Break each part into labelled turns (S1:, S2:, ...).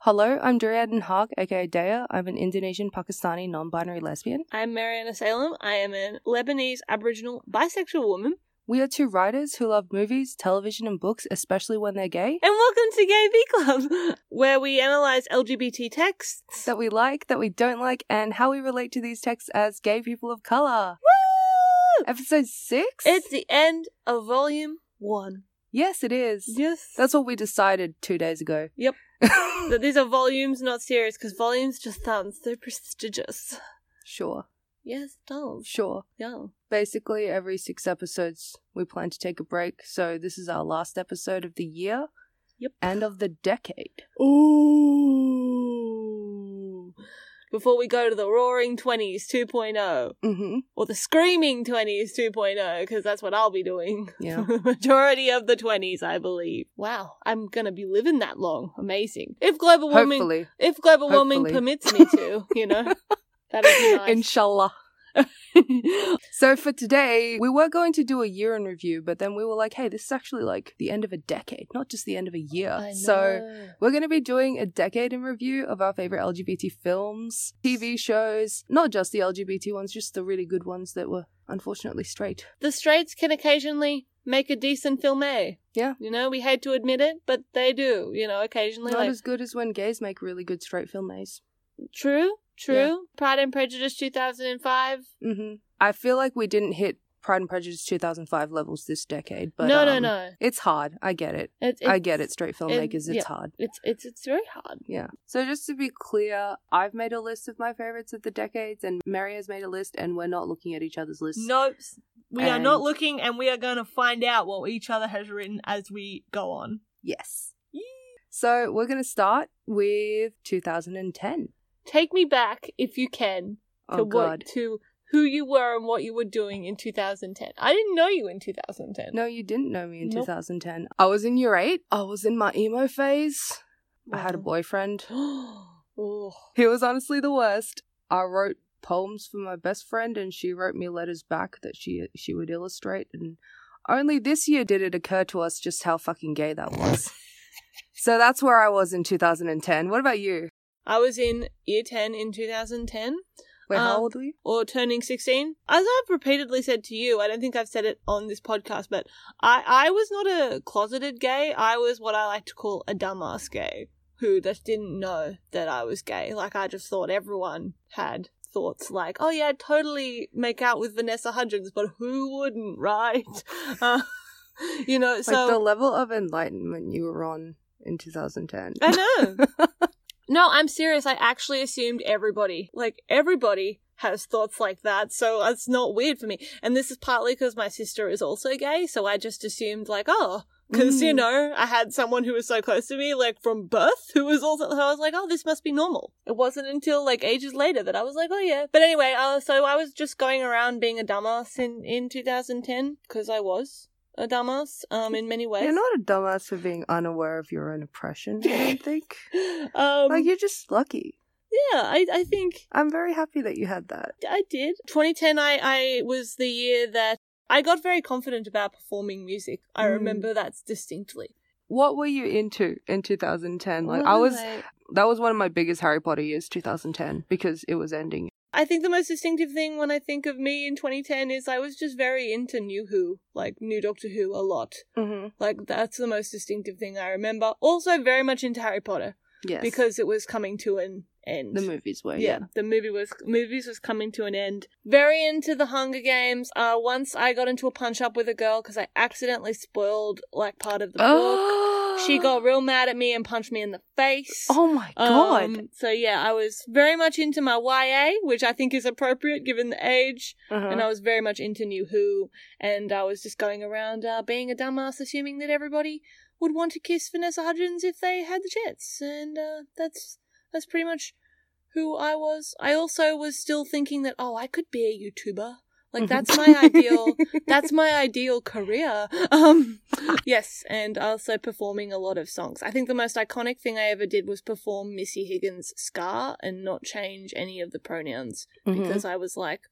S1: Hello, I'm Durian Haq, aka Daya. I'm an Indonesian Pakistani non binary lesbian.
S2: I'm Mariana Salem. I am a Lebanese Aboriginal bisexual woman.
S1: We are two writers who love movies, television, and books, especially when they're gay.
S2: And welcome to Gay B Club, where we analyze LGBT texts.
S1: That we like, that we don't like, and how we relate to these texts as gay people of colour.
S2: Woo!
S1: Episode 6?
S2: It's the end of volume one.
S1: Yes, it is.
S2: Yes.
S1: That's what we decided two days ago.
S2: Yep. that these are volumes, not series, because volumes just sounds so prestigious.
S1: sure,
S2: Yes, it does.
S1: sure.
S2: Yeah.
S1: Basically, every six episodes, we plan to take a break. So, this is our last episode of the year
S2: Yep.
S1: and of the decade.
S2: Ooh. Before we go to the Roaring Twenties oh. 2.0,
S1: Mm-hmm.
S2: or the Screaming Twenties 2.0, because oh, that's what I'll be doing.
S1: Yeah.
S2: the majority of the 20s, I believe. Wow, I'm gonna be living that long. Amazing. If global warming,
S1: Hopefully.
S2: if global warming
S1: Hopefully.
S2: permits me to, you know, that would be nice.
S1: Inshallah. so for today, we were going to do a year in review, but then we were like, hey, this is actually like the end of a decade, not just the end of a year.
S2: I
S1: Uh, So
S2: know.
S1: we're going to be doing a decade in review of our favorite LGBT films, TV shows, not just the LGBT ones, just the really good ones that were unfortunately straight.
S2: the straights can occasionally make a decent film, eh?
S1: Yeah.
S2: You know, we hate to admit it, but they do. You know, occasionally,
S1: Not
S2: like
S1: as good as when gays make really good straight film films.
S2: True, true.
S1: Yeah.
S2: Pride and Prejudice 2005.
S1: Mm-hmm. I feel like we didn't hit Pride and Prejudice 2005 levels this decade, but
S2: no, no,
S1: um,
S2: no,
S1: It's hard. I get it.
S2: It's
S1: I get it. Straight filmmakers, it's
S2: yeah.
S1: hard.
S2: It's it's it's very hard.
S1: Yeah. So just to be clear, I've made a list of my favorites of the decades, and Mary has made a list, and we're not looking at each other's lists.
S2: Nope. We
S1: are not And-
S2: looking, and we are going to find out what each other has written as we go on.
S1: Yes.
S2: Yee.
S1: So we're gonna start with 2010.
S2: Take me back, if you can, to
S1: Oh God.
S2: what to who you were and what you were doing in 2010. I didn't know you in 2010.
S1: No, you didn't know me in
S2: Nope.
S1: 2010. I was in year eight. I was in my emo phase. I had a
S2: Wow.
S1: boyfriend.
S2: oh,
S1: He was honestly the worst. I wrote poems for my best friend, and she wrote me letters back that she she would illustrate. And only this year did it occur to us just how fucking gay that was. so that's where I was in 2010. What about you?
S2: I was in year 10 in 2010.
S1: Wait, how
S2: Um,
S1: old were you?
S2: or turning 16 as i've repeatedly said to you i don't think i've said it on this podcast but i i was not a closeted gay i was what i like to call a dumbass gay who just didn't know that i was gay like i just thought everyone had thoughts like oh yeah I'd totally make out with vanessa hudgens but who wouldn't right uh, you know so
S1: like the level of enlightenment you were on in 2010.
S2: I know. no, I'm serious. I actually assumed everybody, like everybody, has thoughts like that. So it's not weird for me. And this is partly because my sister is also gay. So I just assumed, like, oh, because, you
S1: Mm.
S2: know, I had someone who was so close to me, like from birth, who was also, so I was like, oh, this must be normal. It wasn't until like ages later that I was like, oh, yeah. But anyway, uh, so I was just going around being a dumbass in, in 2010, because I was a dumbass um, in many ways.
S1: You're not a dumbass for being unaware of your own oppression. I don't think.
S2: um,
S1: like you're just lucky.
S2: yeah, I, I think
S1: I'm very happy that you had that.
S2: I did. 2010, I, I was the year that I got very confident about performing music. I
S1: Mm.
S2: remember that distinctly.
S1: What were you into in 2010? Like I was that was one of my biggest Harry Potter years, 2010, because it was ending.
S2: I think the most distinctive thing when I think of me in 2010 is I was just very into New Who, like New Doctor Who, a lot.
S1: Mm-hmm.
S2: Like that's the most distinctive thing I remember. Also, very much into Harry Potter
S1: Yes,
S2: because it was coming to an end.
S1: the movies were. Yeah.
S2: yeah, the movie was movies was coming to an end. Very into the Hunger Games. Uh, once I got into a punch up with a girl because I accidentally spoiled like part of the book.
S1: Oh,
S2: She got real mad at me and punched me in the face.
S1: Oh my
S2: Um,
S1: god.
S2: so yeah, I was very much into my YA, which I think is appropriate given the age,
S1: Uh-huh.
S2: and I was very much into New Who, and I was just going around uh, being a dumbass, assuming that everybody would want to kiss Vanessa Hudgens if they had the chance, and uh, that's that's pretty much who I was. I also was still thinking that oh, I could be a YouTuber.
S1: Mm-hmm.
S2: Like that's my ideal that's my ideal career. Um, yes, and also performing a lot of songs. I think the most iconic thing I ever did was perform Missy Higgins' Scar and not change any of the pronouns
S1: Mhm.
S2: because I was like,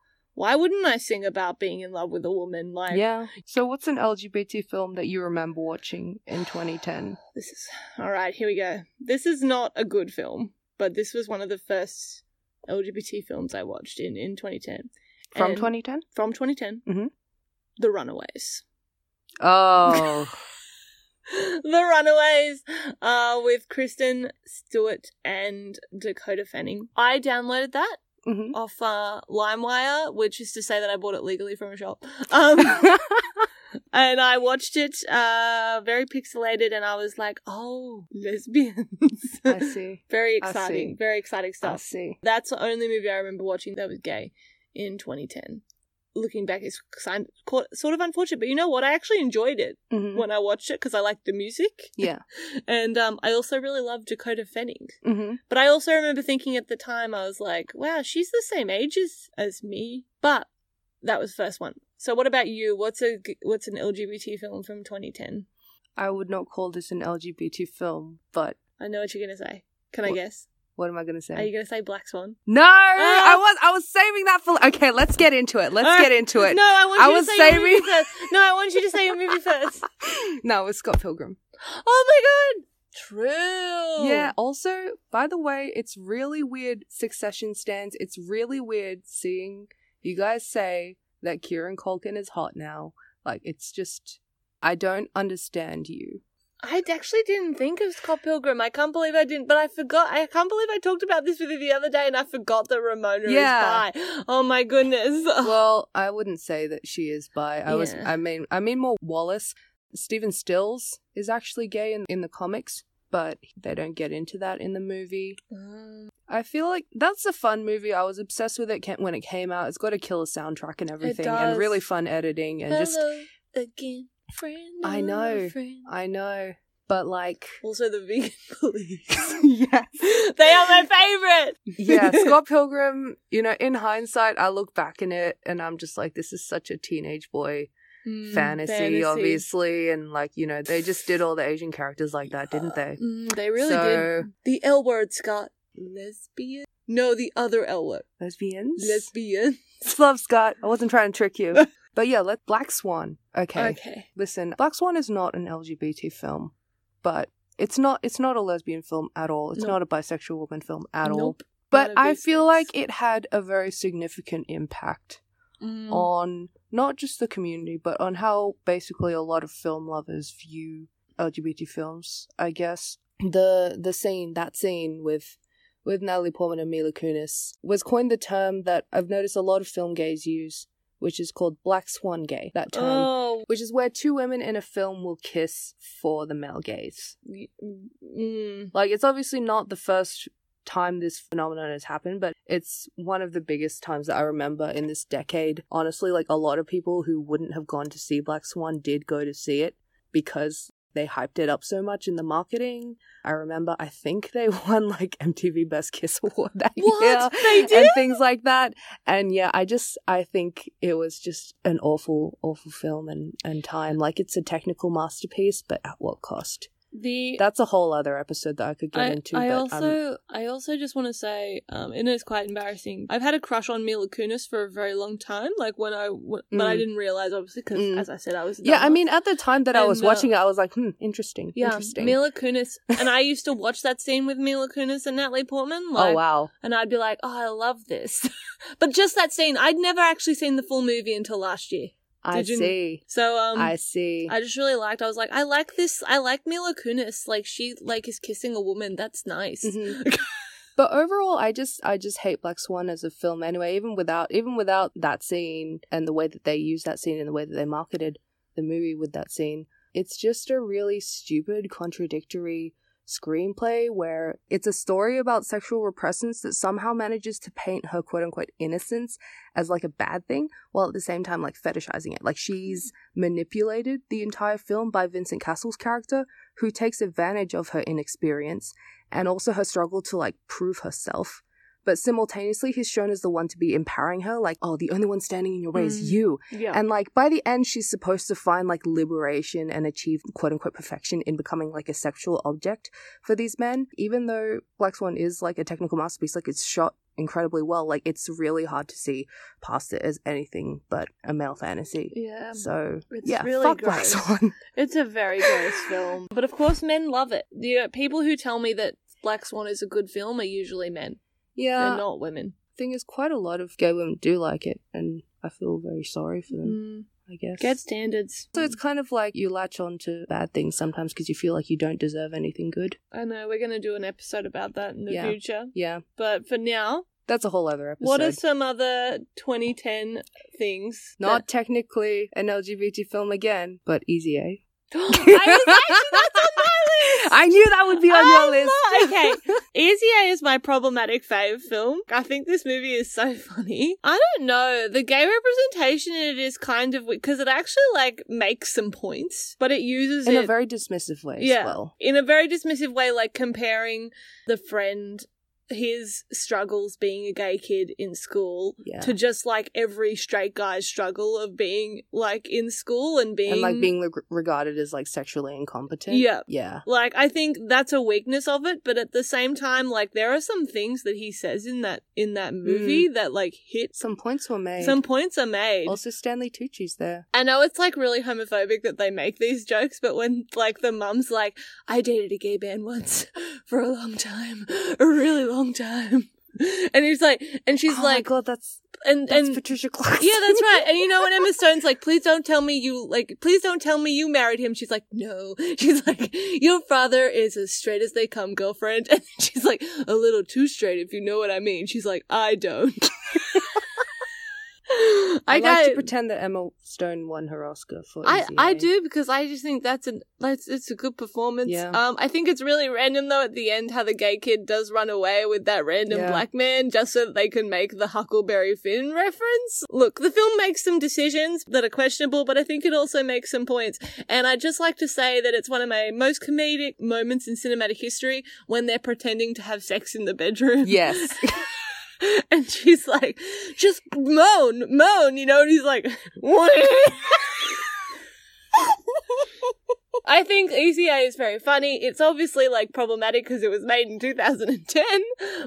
S2: Why wouldn't I sing about being in love with a woman? Like,
S1: yeah. So, what's an LGBT film that you remember watching in 2010?
S2: this is all right. Here we go. This is not a good film, but this was one of the first LGBT films I watched in in 2010.
S1: From
S2: And-
S1: 2010?
S2: from 2010.
S1: Mhm.
S2: The Runaways.
S1: Oh,
S2: the Runaways uh, with Kristen Stewart and Dakota Fanning. I downloaded that
S1: Mhm.
S2: off uh, LimeWire, which is to say that I bought it legally from a shop. Um, and I watched it uh, very pixelated, and I was like, oh, lesbians.
S1: I see.
S2: very
S1: I see.
S2: exciting, very exciting
S1: I
S2: stuff.
S1: see.
S2: That's the only movie I remember watching that was gay in 2010. Looking back, it's kind- sort of unfortunate, but you know what? I actually enjoyed it
S1: Mhm.
S2: when I watched it because I liked the music.
S1: Yeah.
S2: And um, I also really loved Dakota Fanning.
S1: hmm
S2: But I also remember thinking at the time, I was like, wow, she's the same age as, as me. But that was the first one. So what about you? What's a g- what's an LGBT film from 2010?
S1: I would not call this an LGBT film, but
S2: I know what you're gonna say. Can I
S1: What-
S2: guess?
S1: what am I going to say?
S2: Are you gonna say Black Swan?
S1: No, I was I was saving that for. Okay, let's get into it. Let's
S2: All right.
S1: get into it.
S2: Uh, No, I want
S1: I
S2: you to
S1: was
S2: say
S1: saving-
S2: your movie first. No, I want you to say your movie first.
S1: no, it's Scott Pilgrim.
S2: Oh my god! True.
S1: Yeah. Also, by the way, it's really weird. Succession stands. It's really weird seeing you guys say that Kieran Culkin is hot now. Like, it's just I don't understand you.
S2: I actually didn't think of Scott Pilgrim. I can't believe I didn't, but I forgot. I can't believe I talked about this with you the other day and I forgot that Ramona
S1: Yeah.
S2: is bi. Oh my goodness.
S1: Well, I wouldn't say that she is bi. I was.
S2: Yeah.
S1: I mean, I mean more Wallace. Stephen Stills is actually gay in in the comics, but they don't get into that in the movie.
S2: Mm.
S1: I feel like that's a fun movie. I was obsessed with it ca- when it came out. It's got a killer soundtrack and everything, and
S2: does.
S1: really fun editing and just.
S2: Hello again, friend.
S1: I
S2: of a
S1: know.
S2: friend.
S1: I know, but like,
S2: Also, the vegan police.
S1: yeah,
S2: they are my favorite.
S1: yeah. Scott Pilgrim. You know, in hindsight, I look back in it and I'm just like, this is such a teenage boy
S2: Mm,
S1: fantasy, obviously, and like, you know, they just did all the Asian characters like that, didn't they?
S2: Mm, they really
S1: so,
S2: did. The L word, Scott. Lesbian? No, the other L word.
S1: Lesbians.
S2: Lesbian.
S1: Love Scott. I wasn't trying to trick you, but yeah, let Black Swan. okay.
S2: Okay.
S1: listen, Black Swan is not an LGBT film, but it's not it's not a lesbian film at all. It's
S2: No.
S1: not a bisexual woman film at all.
S2: Nope.
S1: But
S2: None of
S1: I
S2: these
S1: feel
S2: things.
S1: like it had a very significant impact
S2: Mm.
S1: on not just the community, but on how basically a lot of film lovers view LGBT films. I guess the the scene that scene with with Natalie Portman and Mila Kunis was coined the term that I've noticed a lot of film gays use, which is called black swan gay. That term
S2: Oh,
S1: which is where two women in a film will kiss for the male gaze.
S2: Y- Mm,
S1: Like, it's obviously not the first time this phenomenon has happened, but it's one of the biggest times that I remember in this decade. Honestly, like, a lot of people who wouldn't have gone to see Black Swan did go to see it because they hyped it up so much in the marketing. I remember, I think they won, like, MTV Best Kiss Award that
S2: What?
S1: year
S2: They
S1: and
S2: did?
S1: things like that. And yeah, I just I think it was just an awful, awful film and and time. Like it's a technical masterpiece, but at what cost?
S2: the
S1: That's a whole other episode that I could get
S2: I,
S1: into.
S2: I
S1: but um,
S2: also I also just want to say, um, and it's quite embarrassing. I've had a crush on Mila Kunis for a very long time. Like when I, w- but I
S1: Mm.
S2: didn't realize obviously because
S1: Mm.
S2: as I said, I was a
S1: yeah, I
S2: dumbass.
S1: mean, at the time that I was
S2: And, uh,
S1: watching it, I was like, hmm, interesting,
S2: yeah,
S1: interesting.
S2: Mila Kunis, and I used to watch that scene with Mila Kunis and Natalie Portman. Like,
S1: oh wow,
S2: And I'd be like, oh, I love this, but just that scene. I'd never actually seen the full movie until last year.
S1: I
S2: Did you-
S1: see,
S2: So um,
S1: I see.
S2: I just really liked. I was like, I like this. I like Mila Kunis. Like she like is kissing a woman. That's nice.
S1: Mhm. but overall i just i just hate black swan as a film anyway even without even without that scene and the way that they use that scene and the way that they marketed the movie with that scene it's just a really stupid contradictory screenplay where it's a story about sexual repressants that somehow manages to paint her quote unquote innocence as like a bad thing while at the same time like fetishizing it like she's manipulated the entire film by Vincent Castle's character who takes advantage of her inexperience and also her struggle to like prove herself. But simultaneously, he's shown as the one to be empowering her, like, oh, the only one standing in your way
S2: Mm.
S1: is you.
S2: Yeah.
S1: Mm-hmm. And like by the end, she's supposed to find like liberation and achieve quote unquote perfection in becoming like a sexual object for these men. Even though Black Swan is like a technical masterpiece, like it's shot incredibly well. Like it's really hard to see past it as anything but a male fantasy.
S2: Yeah.
S1: so
S2: it's
S1: yeah,
S2: really
S1: fuck Black
S2: gross.
S1: Swan.
S2: It's a very gross film. But of course, men love it. The uh, people who tell me that Black Swan is a good film are usually men.
S1: Yeah,
S2: They're not women.
S1: thing is, quite a lot of gay women do like it, and I feel very sorry for them.
S2: Mm.
S1: I guess.
S2: Get standards.
S1: so it's kind of like you latch on to bad things sometimes because you feel like you don't deserve anything good.
S2: I know we're going to do an episode about that in the
S1: Yeah.
S2: future.
S1: Yeah,
S2: But for now,
S1: that's a whole other episode.
S2: what are some other 2010 things?
S1: Not technically an LGBT film again, but Easy A.
S2: that- I was actually, that's on my list!
S1: I knew that would be on
S2: I
S1: your list.
S2: thought- okay. Easy A is my problematic fave film. I think this movie is so funny. I don't know. The gay representation in it is kind of because it actually like makes some points, but it uses
S1: in
S2: it
S1: a very dismissive way
S2: Yeah.
S1: as well.
S2: in a very dismissive way, like comparing the friend his struggles being a gay kid in school
S1: Yeah.
S2: to just like every straight guy's struggle of being like in school and being
S1: and like being reg- regarded as like sexually incompetent.
S2: Yeah.
S1: yeah,
S2: Like, I think that's a weakness of it, but at the same time, like there are some things that he says in that in that
S1: Mm.
S2: movie that like hit
S1: some points were made.
S2: some points are made.
S1: also, Stanley Tucci's there.
S2: I know it's like really homophobic that they make these jokes, but when like the mum's like, I dated a gay man once for a long time, a really long time. And he's like and she's
S1: oh
S2: like
S1: my god, that's
S2: and
S1: that's
S2: and
S1: Patricia Clarkson.
S2: yeah, that's right. And you know when Emma Stone's like, please don't tell me you like, please don't tell me you married him. She's like, no. She's like, your father is as straight as they come, girlfriend. And she's like, a little too straight, if you know what I mean. She's like, I don't. I,
S1: I, like to
S2: don't-
S1: pretend that Emma Stone won her Oscar for.
S2: I,
S1: Easy eh?
S2: I
S1: A.
S2: do because I just think that's an that's it's a good performance.
S1: Yeah.
S2: Um, I think it's really random though at the end how the gay kid does run away with that random
S1: Yeah.
S2: black man just so that they can make the Huckleberry Finn reference. Look, the film makes some decisions that are questionable, but I think it also makes some points. And I'd just like to say that it's one of my most comedic moments in cinematic history when they're pretending to have sex in the bedroom.
S1: Yes,
S2: And she's like, just moan, moan, you know? And he's like, what? I think Easy A is very funny. It's obviously like problematic because it was made in 2010,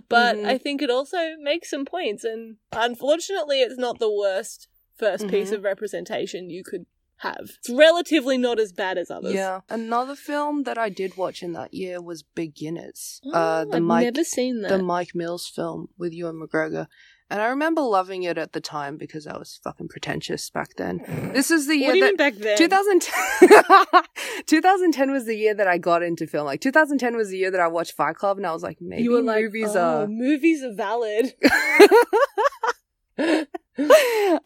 S2: but
S1: Mhm.
S2: I think it also makes some points. And unfortunately, it's not the worst 1st piece
S1: Mhm.
S2: of representation you could have. It's relatively not as bad as others.
S1: yeah. Another film that I did watch in that year was Beginners.
S2: Oh,
S1: uh, the
S2: I've
S1: Mike
S2: never seen that.
S1: the Mike Mills film with Ewan McGregor. And I remember loving it at the time because I was fucking pretentious back then. This is the
S2: what
S1: year
S2: do you
S1: that
S2: mean back then?
S1: 2010 2010 was the year that I got into film. Like 2010 was the year that I watched Fight Club, and I was like, maybe
S2: you were like,
S1: movies
S2: oh, movies are valid.
S1: are.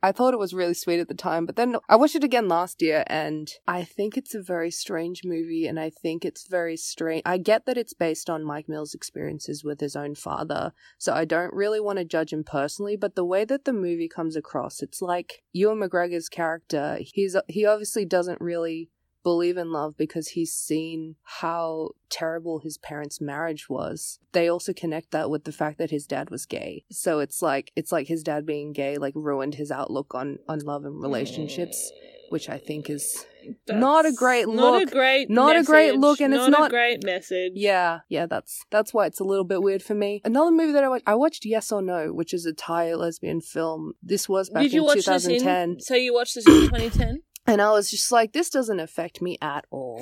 S1: I thought it was really sweet at the time, but then I watched it again last year, and I think it's a very strange movie, and I think it's very strange. I get that it's based on Mike Mills' experiences with his own father, so I don't really want to judge him personally, but the way that the movie comes across, it's like Ewan McGregor's character, he's he obviously doesn't really believe in love because he's seen how terrible his parents' marriage was. They also connect that with the fact that his dad was gay. So it's like it's like his dad being gay like ruined his outlook on on love and relationships, which I think is Not a great
S2: Not a
S1: look.
S2: great.
S1: Not a great
S2: message.
S1: look, and it's
S2: a
S1: not-
S2: great message.
S1: yeah, yeah, that's that's why it's a little bit weird for me. Another movie that I watched I watched Yes or No, which is a Thai lesbian film. This was back
S2: Did you
S1: in
S2: watch this
S1: 2010.
S2: in? So you watched this in 2010?
S1: and I was just like, this doesn't affect me at all.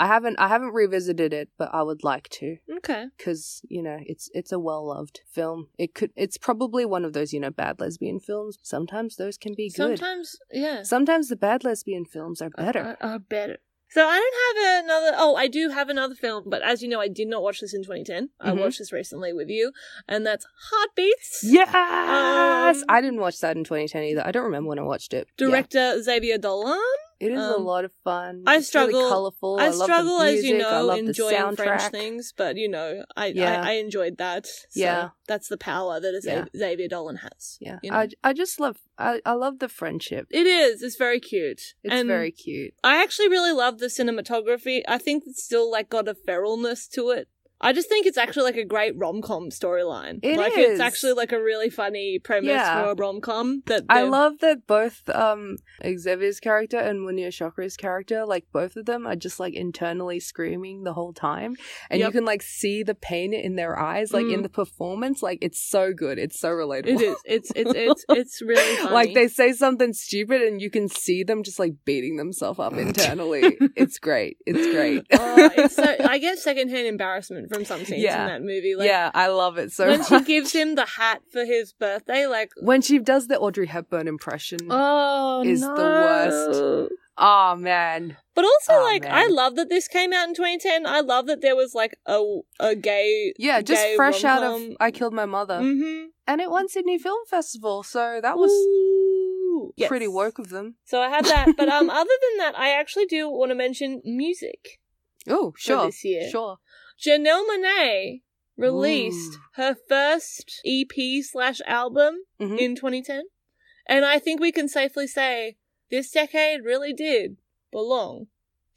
S1: I haven't I haven't revisited it, but I would like to.
S2: okay.
S1: because you know it's it's a well loved film. It could it's probably one of those you know bad lesbian films. Sometimes those can be good.
S2: Sometimes, yeah.
S1: Sometimes the bad lesbian films are better.
S2: Uh, uh, better. So I don't have another. Oh, I do have another film, but as you know, I did not watch this in 2010. I
S1: Mhm.
S2: watched this recently with you, and that's Heartbeats.
S1: yes,
S2: Um,
S1: I didn't watch that in 2010 either. I don't remember when I watched it. Yeah.
S2: Director Xavier Dolan.
S1: it is a
S2: um,
S1: lot of fun.
S2: I
S1: It's really
S2: struggle-
S1: colorful.
S2: I,
S1: Oh, love the
S2: struggle, as you
S1: music, I
S2: know,
S1: love the
S2: enjoying French
S1: soundtrack.
S2: things, but you know, I
S1: Yeah.
S2: I, I enjoyed that. So
S1: Yeah.
S2: that's the power that
S1: Yeah.
S2: Xa- Xavier Dolan has.
S1: Yeah,
S2: you know?
S1: I I just love I, I love the friendship.
S2: It is. It's very cute.
S1: It's
S2: and
S1: very cute.
S2: I actually really love the cinematography. I think it's still like got a feralness to it I just think it's actually like a great rom com storyline.
S1: It
S2: like
S1: is.
S2: it's actually like a really funny premise
S1: Yeah.
S2: for a rom com. That
S1: I
S2: they're-
S1: love that both um Xavier's character and Munya Chakra's character, like both of them are just like internally screaming the whole time. And
S2: Yep.
S1: you can like see the pain in their eyes, like in
S2: Mm.
S1: the performance. Like it's so good. It's so relatable.
S2: It is. It's it's it's it's really funny.
S1: Like they say something stupid and you can see them just like beating themselves up internally. it's great. It's great.
S2: oh, it's so, I get secondhand embarrassment from some scenes
S1: Yeah.
S2: in that movie. Like,
S1: yeah, I love it so
S2: when
S1: much.
S2: she gives him the hat for his birthday, like,
S1: when she does the Audrey Hepburn impression. Oh,
S2: oh,
S1: Is the worst.
S2: no.
S1: man.
S2: But also,
S1: Oh,
S2: like,
S1: man.
S2: I love that this came out in 2010. I love that there was like a a gay,
S1: Yeah, just
S2: gay
S1: fresh out of
S2: rom-com.
S1: I Killed My Mother.
S2: hmm
S1: And it won Sydney Film Festival, so Uh, that was pretty woke of them.
S2: So I had that. But um, other than that, I actually do want to mention music
S1: Oh,
S2: for
S1: sure.
S2: this year.
S1: Sure.
S2: Janelle Monet released
S1: Ooh.
S2: her first EP slash album
S1: Mhm.
S2: in 2010. And I think we can safely say this decade really did belong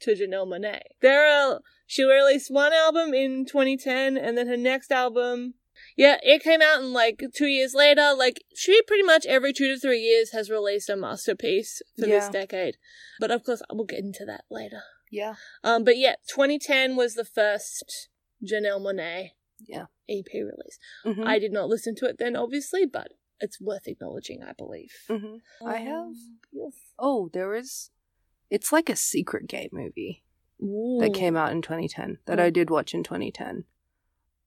S2: to Janelle Monet. There are, she released one album in 2010 and then her next album. Yeah, it came out in like two years later. Like she pretty much every two to three years has released a masterpiece for this
S1: Yeah.
S2: decade. But of course, we'll get into that later.
S1: Yeah.
S2: Um, but yeah, 2010 was the first Janelle Monet
S1: Yeah.
S2: EP release.
S1: Mhm.
S2: I did not listen to it then, obviously, but it's worth acknowledging, I believe. Mm-hmm.
S1: Mhm. I have-
S2: yes.
S1: Oh, there is. It's like a secret gay movie that came out in 2010 that I did watch in 2010.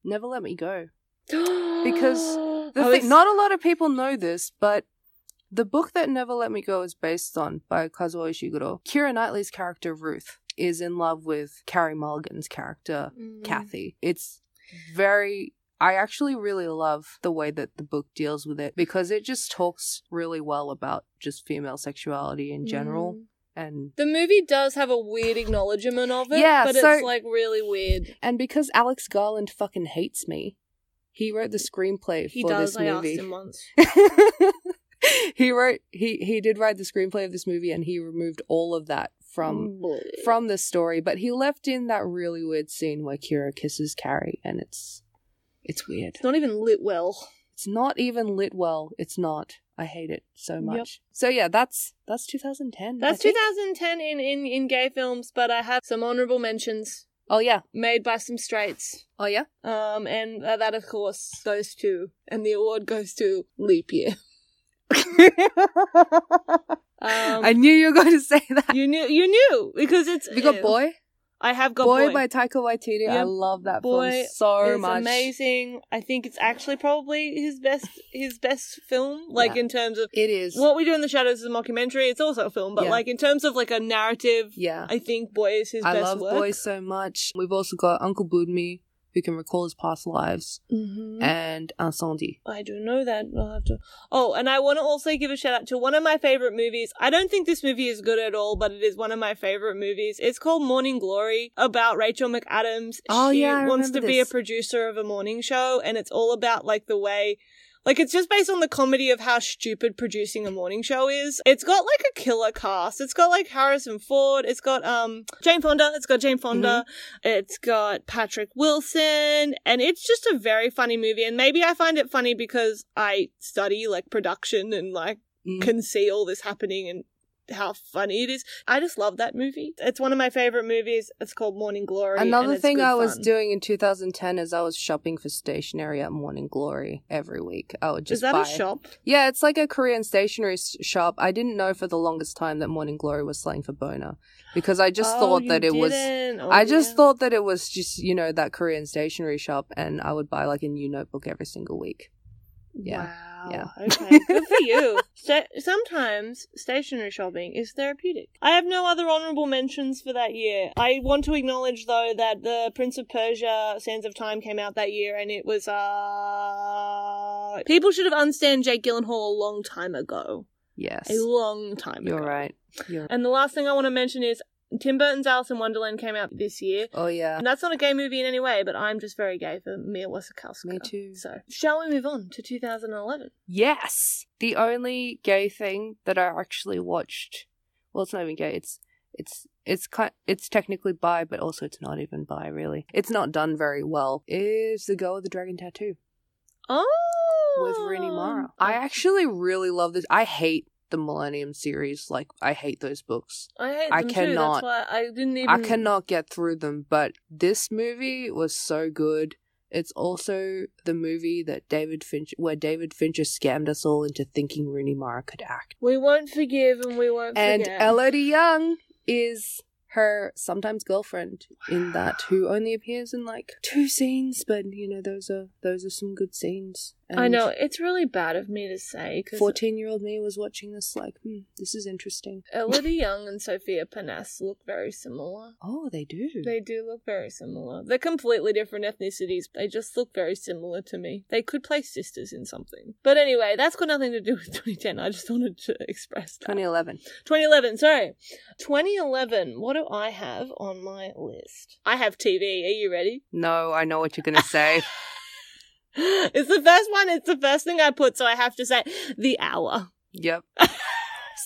S1: Never Let Me Go. because The
S2: I
S1: thing,
S2: was-
S1: not a lot of people know this, but the book that Never Let Me Go is based on by Kazuo Ishiguro. Kira Knightley's character Ruth is in love with Carrie Mulligan's character
S2: Mm.
S1: Kathy. It's very. I actually really love the way that the book deals with it because it just talks really well about just female sexuality in general
S2: Mm.
S1: and
S2: The movie does have a weird acknowledgement of it,
S1: Yeah,
S2: but
S1: so-
S2: it's like really weird.
S1: and because Alex Garland fucking hates me, he wrote the screenplay
S2: He
S1: for
S2: does.
S1: this
S2: I asked
S1: movie.
S2: him once.
S1: he wrote he he did write the screenplay of this movie and he removed all of that from
S2: Bleh.
S1: from the story, but he left in that really weird scene where Kira kisses Carrie and it's it's weird.
S2: it's not even lit well.
S1: It's not even lit well. It's not. I hate it so
S2: Yep.
S1: much. So yeah, that's that's 2010. I
S2: That's
S1: think.
S2: 2010 in, in in gay films, but I have some honorable mentions
S1: Oh yeah.
S2: made by some straights.
S1: Oh yeah.
S2: Um, and uh, that, of course, goes to, and the award goes to Leap Year. Um,
S1: I knew you were going to say that.
S2: you knew, you knew, because it's.
S1: We got boy.
S2: I have got
S1: Boy,
S2: boy.
S1: by Taika Waititi. I
S2: Yeah.
S1: love that
S2: Boy
S1: film so
S2: it's
S1: much.
S2: amazing. I think it's actually probably his best, his best film. Like
S1: Yeah.
S2: in terms of
S1: It is.
S2: what we do in the shadows is a mockumentary. It's also a film, but
S1: Yeah.
S2: like in terms of like a narrative,
S1: yeah.
S2: I think Boy is his
S1: I
S2: best
S1: love
S2: work.
S1: boy so much. We've also got Uncle Budmi, who can recall his past lives,
S2: Mhm.
S1: and Incendie.
S2: I do know that. I'll have to. Oh, and I want to also give a shout out to one of my favorite movies. I don't think this movie is good at all, but it is one of my favorite movies. It's called Morning Glory about Rachel McAdams.
S1: Oh,
S2: she
S1: yeah, I
S2: wants to
S1: remember
S2: be a
S1: this.
S2: producer of a morning show, and it's all about like the way. Like it's just based on the comedy of how stupid producing a morning show is. It's got like a killer cast. It's got like Harrison Ford. It's got um Jane Fonda. It's got Jane Fonda.
S1: Mm-hmm.
S2: It's got Patrick Wilson, and it's just a very funny movie. And maybe I find it funny because I study like production and like
S1: Mm.
S2: can see all this happening and how funny it is. I just love that movie. It's one of my favorite movies. It's called Morning Glory. and
S1: Another
S2: it's
S1: thing
S2: good
S1: I was
S2: fun.
S1: doing in 2010 is I was shopping for stationery at Morning Glory every week. I would just
S2: is that
S1: buy.
S2: a shop?
S1: Yeah, it's like a Korean stationery s- shop. I didn't know for the longest time that Morning Glory was slang for boner because I just
S2: Oh,
S1: thought
S2: you
S1: that it was.
S2: didn't. Oh,
S1: I just
S2: yeah.
S1: thought that it was just you know that Korean stationery shop, and I would buy like a new notebook every single week. Yeah.
S2: Wow.
S1: Yeah.
S2: Okay. Good for you. Sta- sometimes stationary shopping is therapeutic. I have no other honorable mentions for that year. I want to acknowledge though that the Prince of Persia: Sands of Time came out that year, and it was uh people should have unstand Jake Gyllenhaal a long time ago.
S1: Yes,
S2: A long time
S1: you're
S2: ago.
S1: right. You're
S2: And the last thing I want to mention is Tim Burton's Alice in Wonderland came out this year.
S1: Oh yeah,
S2: And that's not a gay movie in any way, but I'm just very gay for Mia Wasikowska.
S1: me too.
S2: So, shall we move on to 2011?
S1: Yes. The only gay thing that I actually watched, well, it's not even gay. It's it's It's ki it's technically bi, but also it's not even bi really. It's not done very well. Is the girl with the dragon tattoo
S2: Oh,
S1: with Rooney Mara? Oh, I actually really love this. I hate the Millennium series. Like I hate those books.
S2: I hate
S1: I
S2: them
S1: cannot-
S2: Too. That's why I didn't even.
S1: I cannot get through them, but this movie was so good. It's also the movie that David Finch, where David Fincher scammed us all into thinking Rooney Mara could act.
S2: We won't forgive and we won't
S1: And
S2: forget.
S1: Elodie Young is her sometimes girlfriend in that, who only appears in like two scenes, but you know those are those are some good scenes. And
S2: I know it's really bad of me to say because
S1: Fourteen-year-old me was watching this like, hmm, this is interesting.
S2: Elodie Young and Sophia Panas look very similar.
S1: Oh, they do.
S2: They do look very similar. They're completely different ethnicities. They just look very similar to me. They could play sisters in something. But anyway, that's got nothing to do with 2010. I just wanted to express that.
S1: 2011.
S2: 2011, sorry. 2011. What do I have on my list? I have TV. Are you ready?
S1: No, I know what you're gonna say.
S2: It's the first one. It's the first thing I put, so I have to say the hour.
S1: Yep.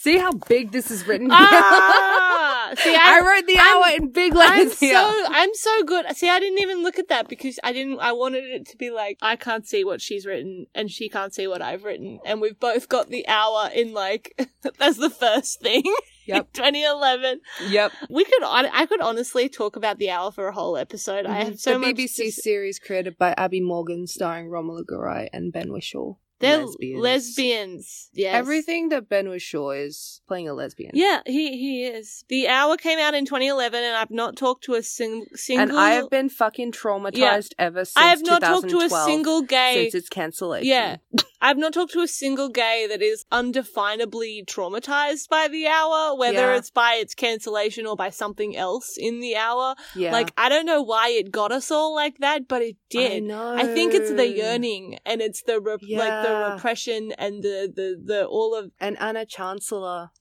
S1: See how big this is written.
S2: Ah! See,
S1: I
S2: I-
S1: wrote the
S2: I'm-
S1: hour in big
S2: I'm
S1: letters
S2: so
S1: here.
S2: I'm so good. See, I didn't even look at that because I didn't. I wanted it to be like I can't see what she's written and she can't see what I've written, and we've both got the hour in like that's the first thing.
S1: Yep.
S2: 2011.
S1: Yep.
S2: We could. hon- I could honestly talk about the hour for a whole episode. I have so
S1: Mm-hmm. the
S2: much.
S1: BBC
S2: to s-
S1: series created by Abby Morgan, starring Romola Garai and Ben Whishaw.
S2: They're lesbians. Yes.
S1: Everything that Ben Whishaw is playing a lesbian.
S2: Yeah, he he is. The hour came out in 2011, and I've not talked to a sing- single.
S1: And I have been fucking traumatized
S2: Yeah.
S1: ever since
S2: I have not talked to a
S1: 2012,
S2: single gay.
S1: since its cancellation.
S2: Yeah. I've not talked to a single gay that is undefinably traumatized by the hour, whether
S1: Yeah.
S2: it's by its cancellation or by something else in the hour.
S1: yeah.
S2: Like I don't know why it got us all like that, but it
S1: I
S2: did.
S1: know.
S2: I think it's the yearning and it's the rep- like the
S1: Oh. Yeah.
S2: repression and the, the the all of
S1: and Anna Chancellor.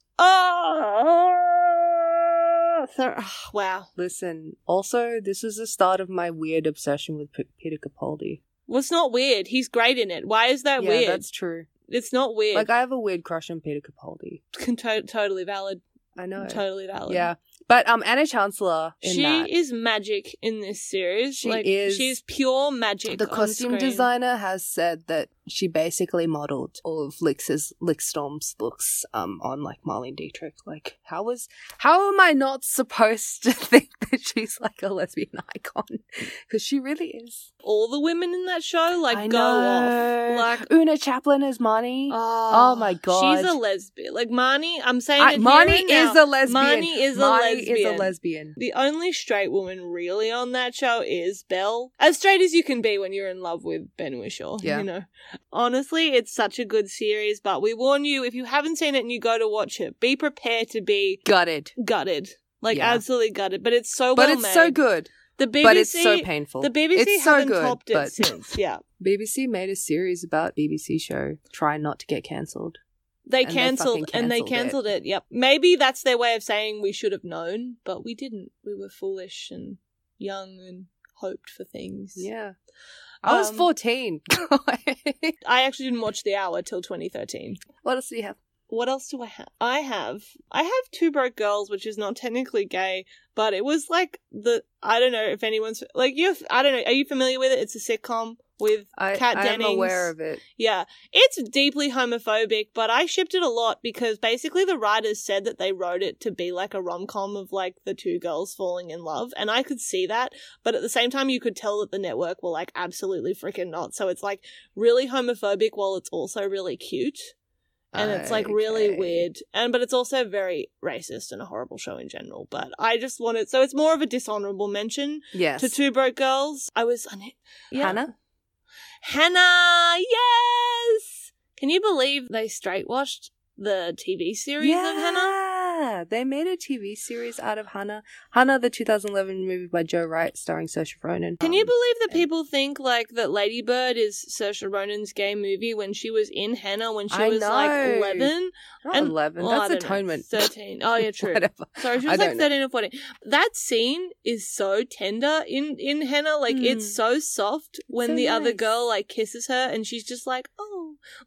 S2: oh, Sorry. wow.
S1: Listen. Also, this was the start of my weird obsession with P- Peter Capaldi.
S2: Well, it's not weird. He's great in it. Why is that
S1: yeah,
S2: weird?
S1: that's true.
S2: It's not weird.
S1: Like I have a weird crush on Peter Capaldi.
S2: Con- to- totally valid.
S1: I know.
S2: Totally valid.
S1: Yeah. But um Anna Chancellor in
S2: She
S1: that.
S2: is magic in this series.
S1: She
S2: like,
S1: is-
S2: She is pure magic.
S1: the
S2: on
S1: costume
S2: screen.
S1: designer has said that she basically modeled all of Lix's Lixstorm's looks um on like Marlene Dietrich. Like how was how am I not supposed to think that she's like a lesbian icon? Because she really is.
S2: All the women in that show, like,
S1: I
S2: go
S1: know.
S2: off. Like,
S1: Una Chaplin is Marnie.
S2: oh,
S1: my
S2: She's
S1: God.
S2: a lesbian. Like, Marnie, I'm saying
S1: I-
S2: it
S1: Marnie
S2: here and
S1: is
S2: now.
S1: a lesbian.
S2: Marnie is a
S1: Marnie
S2: lesbian.
S1: is a lesbian.
S2: the only straight woman really on that show is Belle. As straight as you can be when you're in love with Ben Whishaw.
S1: Yeah.
S2: You know. Honestly, it's such a good series, but we warn you, if you haven't seen it and you go to watch it, be prepared to be
S1: Gutted.
S2: gutted. Like
S1: Yeah.
S2: absolutely gutted. But it's so
S1: But
S2: well
S1: it's
S2: made.
S1: so good.
S2: The BBC
S1: but it's so painful.
S2: The BBC
S1: it's so
S2: haven't
S1: good,
S2: topped it
S1: but-
S2: since. Yeah.
S1: BBC made a series about BBC show Try Not to Get Cancelled.
S2: They
S1: And they
S2: cancelled
S1: fucking
S2: and they
S1: cancelled
S2: cancelled it. Yep. Maybe that's their way of saying we should have known, but we didn't. We were foolish and young and hoped for things.
S1: Yeah. I was
S2: Um,
S1: 14.
S2: I actually didn't watch The Hour till 2013.
S1: what else do you have?
S2: What else do I have? I have I have Two Broke Girls, which is not technically gay, but it was like the I don't know if anyone's like you. I don't know. Are you familiar with it? It's a sitcom with
S1: I,
S2: Kat
S1: I'm
S2: Dennings.
S1: aware of it.
S2: Yeah, it's deeply homophobic, but I shipped it a lot because basically the writers said that they wrote it to be like a rom com of like the two girls falling in love, and I could see that, but at the same time, you could tell that the network were like absolutely freaking not. So it's like really homophobic while it's also really cute, and it's like really
S1: Okay.
S2: weird, and but it's also very racist and a horrible show in general. But I just wanted, so it's more of a dishonorable mention
S1: Yes.
S2: to Two Broke Girls. I was on it. Yeah.
S1: Hannah?
S2: Hannah, yes! Can you believe they straight washed the TV series of Hannah?
S1: Yeah. They made a TV series out of Hannah. Hannah, the 2011 movie by Joe Wright starring Saoirse Ronan.
S2: Can you
S1: Um,
S2: believe that
S1: and-
S2: people think like that Lady Bird is Saoirse Ronan's gay movie when she was in Hannah when she
S1: I
S2: was like
S1: know.
S2: 11?
S1: Not
S2: and-
S1: 11.
S2: Well, I
S1: That's
S2: don't know,
S1: atonement.
S2: 13. Oh, yeah, true.
S1: Whatever.
S2: Sorry, she
S1: I
S2: was like
S1: don't know.
S2: 13 or 14. That scene is so tender in, in Hannah. Like,
S1: Mm.
S2: it's so soft when
S1: So
S2: the other
S1: nice.
S2: girl, like, kisses her and she's just like, oh.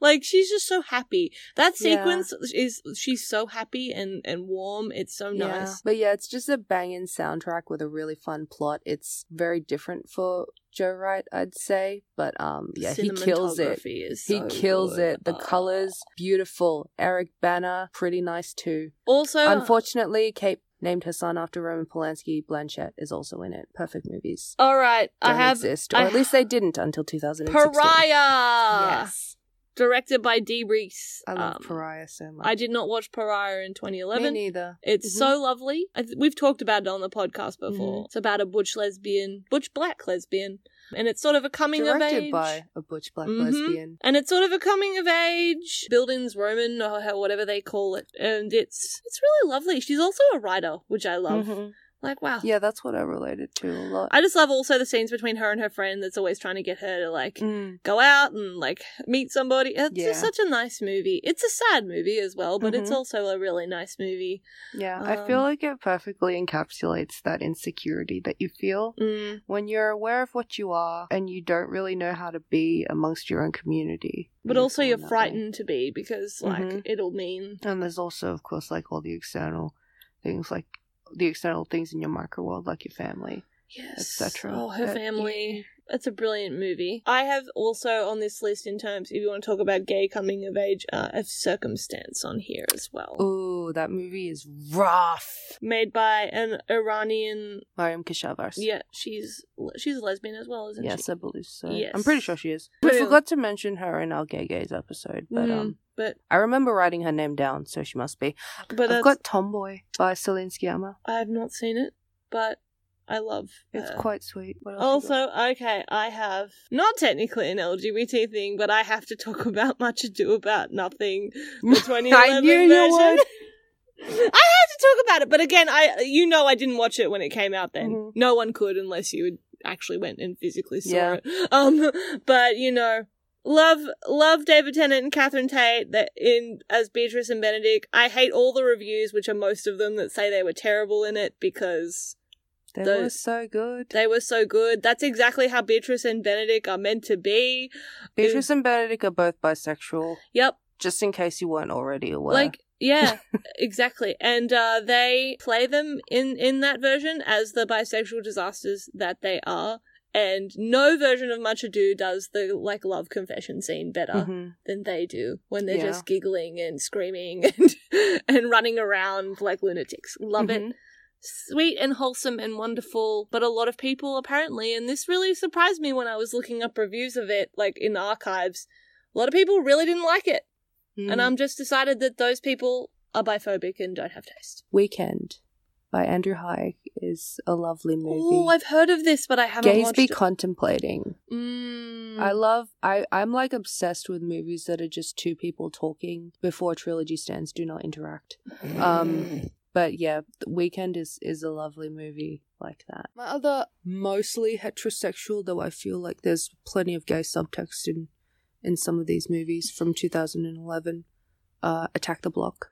S2: Like she's just so happy. That
S1: Yeah.
S2: sequence is she's so happy and and warm. It's so nice.
S1: But yeah, it's just a banging soundtrack with a really fun plot. It's very different for Joe Wright, I'd say. But um yeah, he kills it.
S2: Cinematography is
S1: He
S2: so
S1: kills
S2: good.
S1: it. The
S2: Oh.
S1: colors beautiful. Eric Banner, pretty nice too.
S2: Also,
S1: Unfortunately, Kate named her son after Roman Polanski. Blanchett is also in it. Perfect movies.
S2: all right, I
S1: Don't
S2: have
S1: exist, or
S2: I
S1: at least they didn't until 2016.
S2: Pariah.
S1: Yes,
S2: Directed by D. Reese.
S1: I love
S2: Um,
S1: Pariah so much.
S2: I did not watch Pariah in 2011.
S1: Me neither.
S2: It's
S1: Mhm.
S2: so lovely. I th- we've talked about it on the podcast
S1: Mm-hmm.
S2: before. It's about a butch lesbian, butch black lesbian, and it's sort of a coming of
S1: Directed
S2: age.
S1: by a butch black
S2: Mhm.
S1: lesbian.
S2: and it's sort of a coming of age buildings roman or how- whatever they call it and it's it's really lovely she's also a writer which i love
S1: Mhm.
S2: like wow
S1: Yeah, that's what I related to a lot.
S2: i just love also the scenes between her and her friend that's always trying to get her to like
S1: Mm,
S2: go out and like meet somebody it's
S1: Yeah.
S2: just such a nice movie it's a sad movie as well but it's
S1: Mhm.
S2: also a really nice movie
S1: yeah, I feel
S2: Um,
S1: like it perfectly encapsulates that insecurity that you feel
S2: mm,
S1: when you're aware of what you are and you don't really know how to be amongst your own community.
S2: but
S1: You
S2: also
S1: feel
S2: you're
S1: that way.
S2: frightened to be because like
S1: Mhm.
S2: it'll mean
S1: And there's also, of course, like all the external things, like the external things in your micro world, like your family.
S2: Yes.
S1: cetera.
S2: Oh, her
S1: But-
S2: family. It's a brilliant movie. I have also on this list in terms, if you want to talk about gay coming of age, uh, I have Circumstance on here as well.
S1: Ooh, that movie is rough.
S2: Made by an Iranian.
S1: Mariam Keshavars.
S2: Yeah, she's she's a lesbian as well, isn't
S1: Yes,
S2: she?
S1: I believe so. I'm
S2: Yes.
S1: pretty sure she is.
S2: Yeah.
S1: We forgot to mention her in our Gay Gays episode, but
S2: Mhm.
S1: um,
S2: But
S1: I remember writing her name down, so she must be.
S2: but
S1: I've
S2: that's,
S1: got Tomboy by Celine Sciamma.
S2: I have not seen it, but I love.
S1: It's
S2: her.
S1: quite sweet. What else you
S2: Also, okay, I have not technically an LGBT thing, but I have to talk about Much Ado About Nothing, the
S1: got?
S2: 2011
S1: I knew you
S2: version.
S1: would.
S2: I had to talk about it, but again, I you know I didn't watch it when it came out. Then
S1: Mhm.
S2: no one could unless you had actually went and physically saw
S1: Yeah.
S2: it. Um, but you know, love love David Tennant and Catherine Tate that in as Beatrice and Benedict. I hate all the reviews, which are most of them that say they were terrible in it because
S1: They
S2: Those-
S1: were so good.
S2: they were so good. That's exactly how Beatrice and Benedict are meant to be.
S1: Beatrice and Benedict are both bisexual,
S2: Yep,
S1: just in case you weren't already aware.
S2: like yeah exactly and uh they play them in in that version as the bisexual disasters that they are and no version of much ado does the like love confession scene better
S1: Mhm.
S2: than they do when they're
S1: Yeah.
S2: just giggling and screaming and and running around like lunatics love it
S1: Mhm.
S2: sweet and wholesome and wonderful, but a lot of people apparently, and this really surprised me when I was looking up reviews of it, like in the archives, a lot of people really didn't like it.
S1: Mm.
S2: And I'm just decided that those people are biphobic and don't have taste.
S1: Weekend by Andrew Hayek is a lovely movie.
S2: Oh, I've heard of this, but I haven't
S1: Gays
S2: watched
S1: be
S2: it.
S1: contemplating.
S2: Mm.
S1: I love I I'm like obsessed with movies that are just two people talking before trilogy stands do not interact. Um but yeah, The Weekend is is a lovely movie like that. My other mostly heterosexual though I feel like there's plenty of gay subtext in in some of these movies from 2011 uh Attack the Block.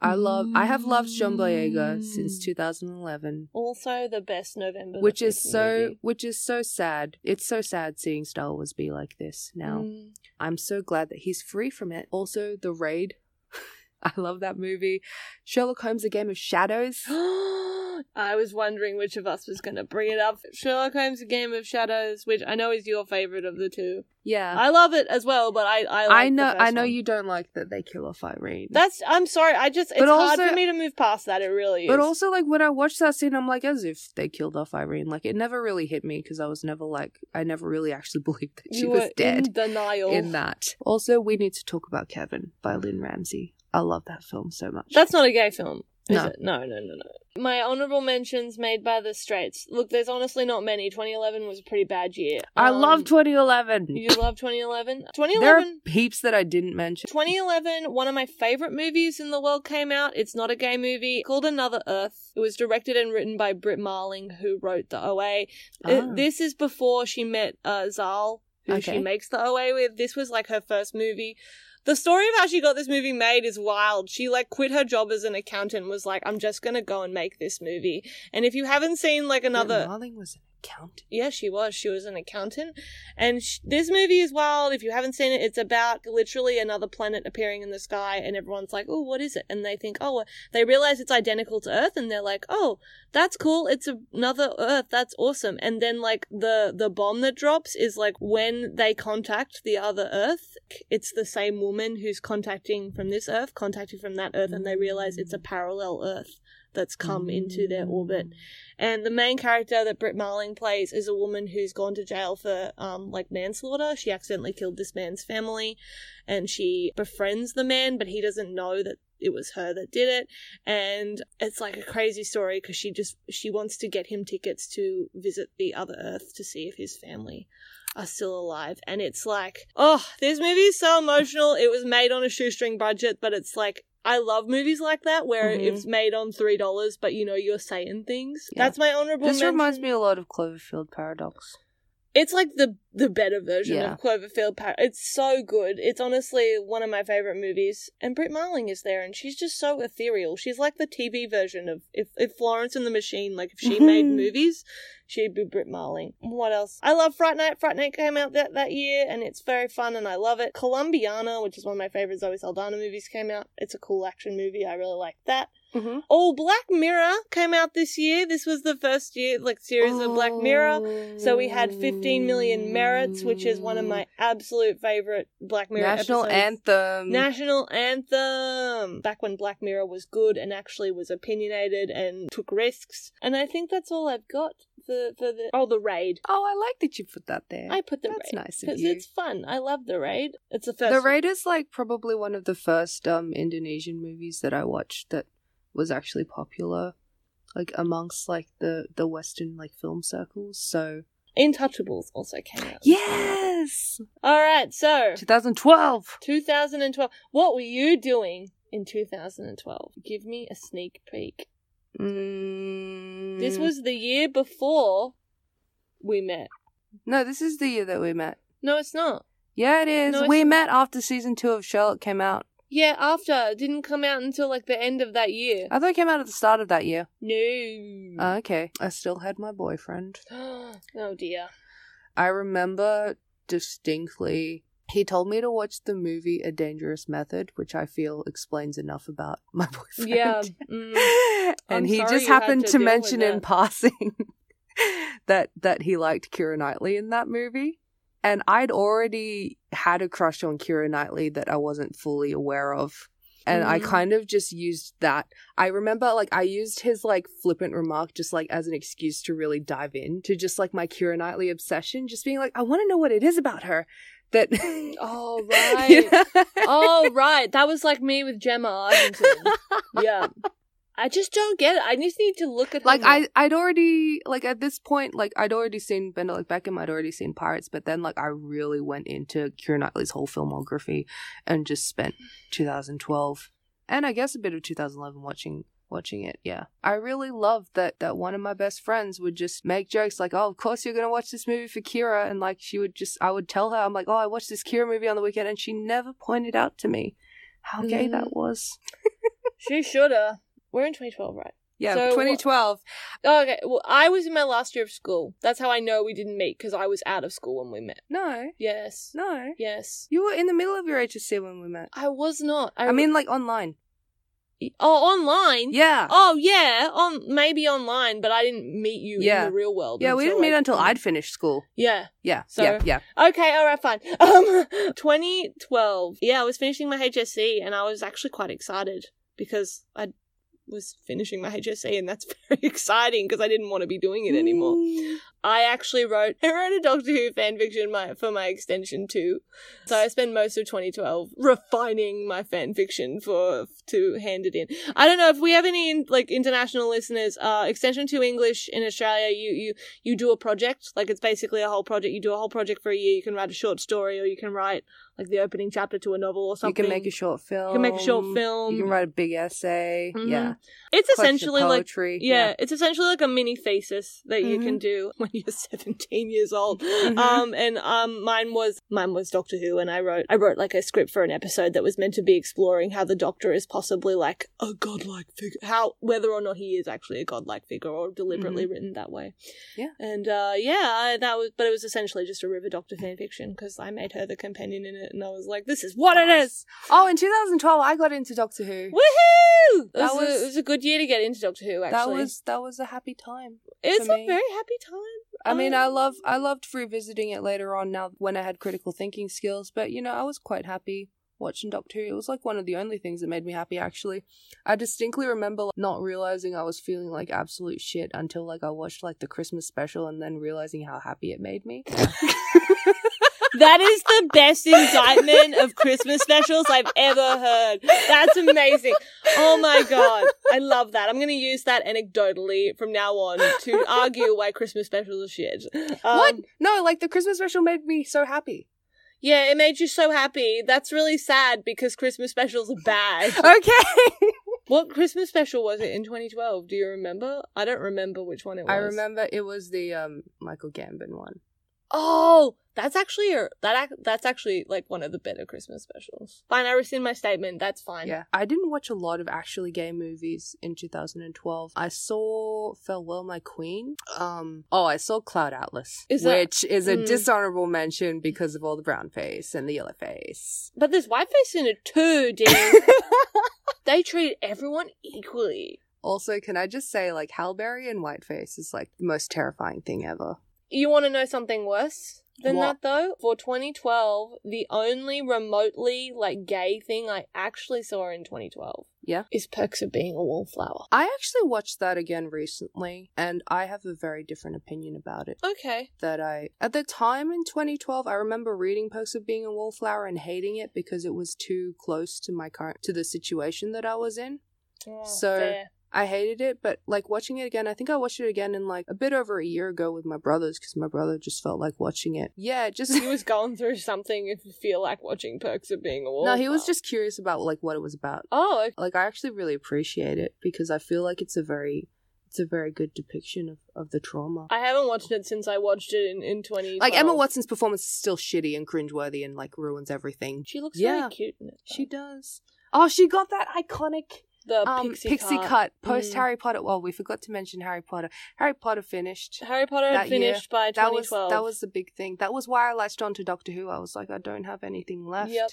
S1: I love I have loved John Boyega since 2011
S2: Also, the best November.
S1: which
S2: that
S1: is
S2: this
S1: so
S2: movie.
S1: which is so sad it's so sad seeing star wars be like this now
S2: Mm.
S1: i'm so glad that he's free from it also the raid i love that movie sherlock holmes a game of shadows
S2: Mm. I was wondering which of us was going to bring it up. Sherlock Holmes: A Game of Shadows, which I know is your favorite of the two.
S1: yeah
S2: I love it as well, but I I, like
S1: i know
S2: The first
S1: i know
S2: one.
S1: you don't like that they kill off irene
S2: That's I'm sorry. I just it's
S1: But
S2: hard
S1: also-
S2: for me to move past that. It really is.
S1: but also like when i watched that scene i'm like as if they killed off irene like it never really hit me because i was never like i never really actually believed that she
S2: you
S1: was
S2: were
S1: dead
S2: in denial.
S1: in that also we need to talk about kevin by lynn ramsey i love that film so much
S2: That's not a gay film. Is
S1: No.
S2: it? no, no, no, no. My honorable mentions made by the straights. Look, there's honestly not many. 2011 was a pretty bad year.
S1: I
S2: Um,
S1: love 2011.
S2: You love 2011.
S1: there are
S2: 2011.
S1: peeps that I didn't mention.
S2: 2011, one of my favorite movies in the world came out. It's not a gay movie called Another Earth. It was directed and written by Britt Marling, who wrote the OA. Uh,
S1: Ah.
S2: this is before she met uh, Zal, who she
S1: Okay.
S2: makes the OA with. This was like her first movie. The story of how she got this movie made is wild. She like quit her job as an accountant, and was like, I'm just gonna go and make this movie. And if you haven't seen like another,
S1: Marling was an accountant?
S2: Yeah, she was. She was an accountant. And sh- this movie is wild. If you haven't seen it, it's about literally another planet appearing in the sky, and everyone's like, oh, what is it? And they think, oh, uh," they realize it's identical to Earth, and they're like, oh, that's cool. It's a- another Earth. That's awesome. And then, like, the, the bomb that drops is like when they contact the other Earth, it's the same woman who's contacting from this Earth, contacting from that Earth, and they realize it's a parallel Earth that's come into their orbit. And the main character that Britt Marling plays is a woman who's gone to jail for um, like manslaughter. She accidentally killed this man's family, and she befriends the man, but he doesn't know that it was her that did it. And it's like a crazy story because she just she wants to get him tickets to visit the other Earth to see if his family are still alive. And it's like, oh, this movie is so emotional. It was made on a shoestring budget, but it's like. I love movies like that where
S1: Mhm.
S2: it's made on three dollars, but you know you're saying things.
S1: Yeah.
S2: That's my honorable.
S1: This reminds
S2: mention.
S1: me a lot of Cloverfield Paradox.
S2: It's like the the better version
S1: Yeah.
S2: of Cloverfield. Par- it's so good. It's honestly one of my favorite movies. And Britt Marling is there, and she's just so ethereal. She's like the TV version of if if Florence and the Machine, like if she made
S1: Mhm.
S2: movies, she'd be Britt Marling. What else? I love Fright Night. Fright Night came out that that year, and it's very fun, and I love it. Columbiana, which is one of my favorite Zoe Saldana movies, came out. It's a cool action movie. I really like that.
S1: Mm-hmm.
S2: Oh, Black Mirror came out this year. This was the first year like series of Black Mirror. So we had 15 million merits, which is one of my absolute favorite Black Mirror
S1: national
S2: episodes.
S1: anthem.
S2: National anthem. Back when Black Mirror was good and actually was opinionated and took risks. And I think that's all I've got for, for the oh the raid.
S1: oh, I like that you put that there.
S2: I put the
S1: That's
S2: raid
S1: nice of
S2: because
S1: you.
S2: it's fun. I love the raid. It's the first.
S1: the Raid is like probably one of the first um Indonesian movies that I watched that was actually popular, like amongst like the the Western like film circles. So
S2: Intouchables also came out.
S1: yes,
S2: All right. So
S1: 2012.
S2: 2012. What were you doing in 2012? Give me a sneak peek.
S1: Mm.
S2: This was the year before we met.
S1: no, this is the year that we met.
S2: No, it's not.
S1: Yeah, it is.
S2: No, it's
S1: we
S2: not.
S1: met after season two of Sherlock came out.
S2: Yeah, after it didn't come out until like the end of that year.
S1: I thought it came out at the start of that year.
S2: No.
S1: Uh, okay, I still had my boyfriend.
S2: oh dear.
S1: I remember distinctly he told me to watch the movie A Dangerous Method, which I feel explains enough about my boyfriend.
S2: Yeah.
S1: Oh,
S2: mm. I'm
S1: and he
S2: sorry
S1: just
S2: you had
S1: happened
S2: to
S1: to,
S2: deal with
S1: mention in
S2: that.
S1: passing that that he liked Kira Knightley in that movie. And I'd already had a crush on Kira Knightley that I wasn't fully aware of. And I
S2: Mhm.
S1: kind of just used that. I remember like I used his like flippant remark just like as an excuse to really dive in to just like my Kira Knightley obsession, just being like, I want to know what it is about her that
S2: Oh
S1: You
S2: right.
S1: know?
S2: Oh right. That was like me with Gemma Argenton. yeah. I just don't get it. I just need to look at her
S1: like
S2: more.
S1: I, I'd already like at this point, like I'd already seen Benedict Beckham, I'd already seen Pirates, but then like I really went into Keira Knightley's whole filmography and just spent 2012 and I guess a bit of 2011 watching watching it. Yeah, I really loved that that one of my best friends would just make jokes like, "Oh, of course you're gonna watch this movie for Kira," and like she would just, I would tell her, I'm like, "Oh, I watched this Kira movie on the weekend," and she never pointed out to me how gay
S2: Mhm.
S1: that was.
S2: She shoulda. We're in 2012, right?
S1: Yeah,
S2: So what-
S1: 2012.
S2: Okay, well, I was in my last year of school. That's how I know we didn't meet because I was out of school when we met.
S1: No,
S2: Yes.
S1: no.
S2: Yes.
S1: You were in the middle of your HSC when we met.
S2: I was not.
S1: I mean, like online.
S2: oh, online.
S1: Yeah,
S2: Oh, yeah. On maybe online, but I didn't meet you
S1: Yeah.
S2: in the real world.
S1: yeah. We didn't meet
S2: like-
S1: until I'd finished school.
S2: Yeah.
S1: Yeah,
S2: So-
S1: yeah, yeah.
S2: Okay. All right. Fine. Um, 2012. Yeah, I was finishing my HSC, and I was actually quite excited because I was finishing my HSC, and that's very exciting because I didn't want to be doing it anymore.
S1: Mm.
S2: I actually wrote I wrote a Doctor Who fanfiction my, for my extension too. So I spent most of 2012 refining my fanfiction for to hand it in. I don't know if we have any like international listeners. Uh, extension two English in Australia, you you you do a project like it's basically a whole project. You do a whole project for a year. You can write a short story or you can write like the opening chapter to a novel or
S1: You
S2: something.
S1: can make a short film.
S2: You can make a short film.
S1: You can write a big essay.
S2: Mhm.
S1: Yeah, Collection
S2: it's
S1: of
S2: essentially like
S1: poetry.
S2: yeah, it's essentially like a mini thesis that you
S1: Mhm.
S2: can do when you're 17 years old.
S1: Mm-hmm.
S2: Um, and um, mine was mine was Doctor Who, and I wrote I wrote like a script for an episode that was meant to be exploring how the Doctor is possibly like a godlike figure, how whether or not he is actually a godlike figure or deliberately written that way.
S1: Mm-hmm. Yeah.
S2: and uh, yeah, I, that was but it was essentially just a River Doctor fan fiction because I made her the companion in it, and I was like, this is what it is.
S1: Oh, in 2012, I got into Doctor Who.
S2: Woohoo! That
S1: That
S2: was, a,
S1: was-
S2: it was a good year to get into Doctor Who. Actually,
S1: That was that was a happy time.
S2: it's
S1: for
S2: a
S1: me.
S2: very happy time.
S1: I mean,
S2: I-
S1: I love I loved revisiting it later on now when I had critical thinking skills, but you know, I was quite happy watching Doctor Who. It was like one of the only things that made me happy actually. I distinctly remember like, not realizing I was feeling like absolute shit until like I watched like the Christmas special and then realizing how happy it made me.
S2: That is the best indictment of Christmas specials I've ever heard. That's amazing. Oh my god. I love that. I'm going to use that anecdotally from now on to argue why Christmas specials are shit. Um,
S1: what? No, like the Christmas special made me so happy.
S2: Yeah, it made you so happy. That's really sad because Christmas specials are bad.
S1: Okay.
S2: what Christmas special was it in 2012? Do you remember? I don't remember which one it was.
S1: I remember it was the um Michael Gambon one.
S2: Oh, that's actually a, that ac- that's actually like one of the better Christmas specials. Fine, I rescind my statement. That's fine.
S1: Yeah. I didn't watch a lot of actually gay movies in 2012. I saw Farewell My Queen. Um oh, I saw Cloud Atlas,
S2: Is that-
S1: which is a
S2: Mm.
S1: dishonorable mention because of all the brown face and the yellow face.
S2: But there's white face in it too, dude. they treat everyone equally.
S1: also, can I just say like Halle Berry and whiteface is like the most terrifying thing ever.
S2: You want to know something worse than
S1: What?
S2: that, though? For 2012, the only remotely like gay thing I actually saw in 2012
S1: Yeah.
S2: is Perks of Being a Wallflower.
S1: I actually watched that again recently and I have a very different opinion about it.
S2: Okay.
S1: that I at the time in 2012 I remember reading Perks of Being a Wallflower and hating it because it was too close to my current to the situation that I was in.
S2: Oh,
S1: So-
S2: fair.
S1: I hated it, but like watching it again, I think I watched it again in like a bit over a year ago with my brothers because my brother just felt like watching it. Yeah, it just
S2: he was going through something. If you feel like watching Perks of Being a Wallflower.
S1: no, he was just curious about like what it was about.
S2: Oh, okay.
S1: Like I actually really appreciate it because I feel like it's a very it's a very good depiction of, of the trauma.
S2: I haven't watched it since I watched it in in 2012.
S1: Like Emma Watson's performance is still shitty and cringeworthy and like ruins everything.
S2: She looks
S1: Yeah.
S2: really cute in it.
S1: She does. Oh, she got that iconic
S2: the
S1: um,
S2: pixie,
S1: pixie,
S2: cut.
S1: cut, post
S2: Mm.
S1: Harry Potter. Well, we forgot to mention Harry Potter. Harry Potter finished.
S2: Harry Potter had
S1: that year.
S2: finished by
S1: That was
S2: 2012.
S1: that was the big thing. That was why I latched on to Doctor Who. I was like, I don't have anything left.
S2: Yep.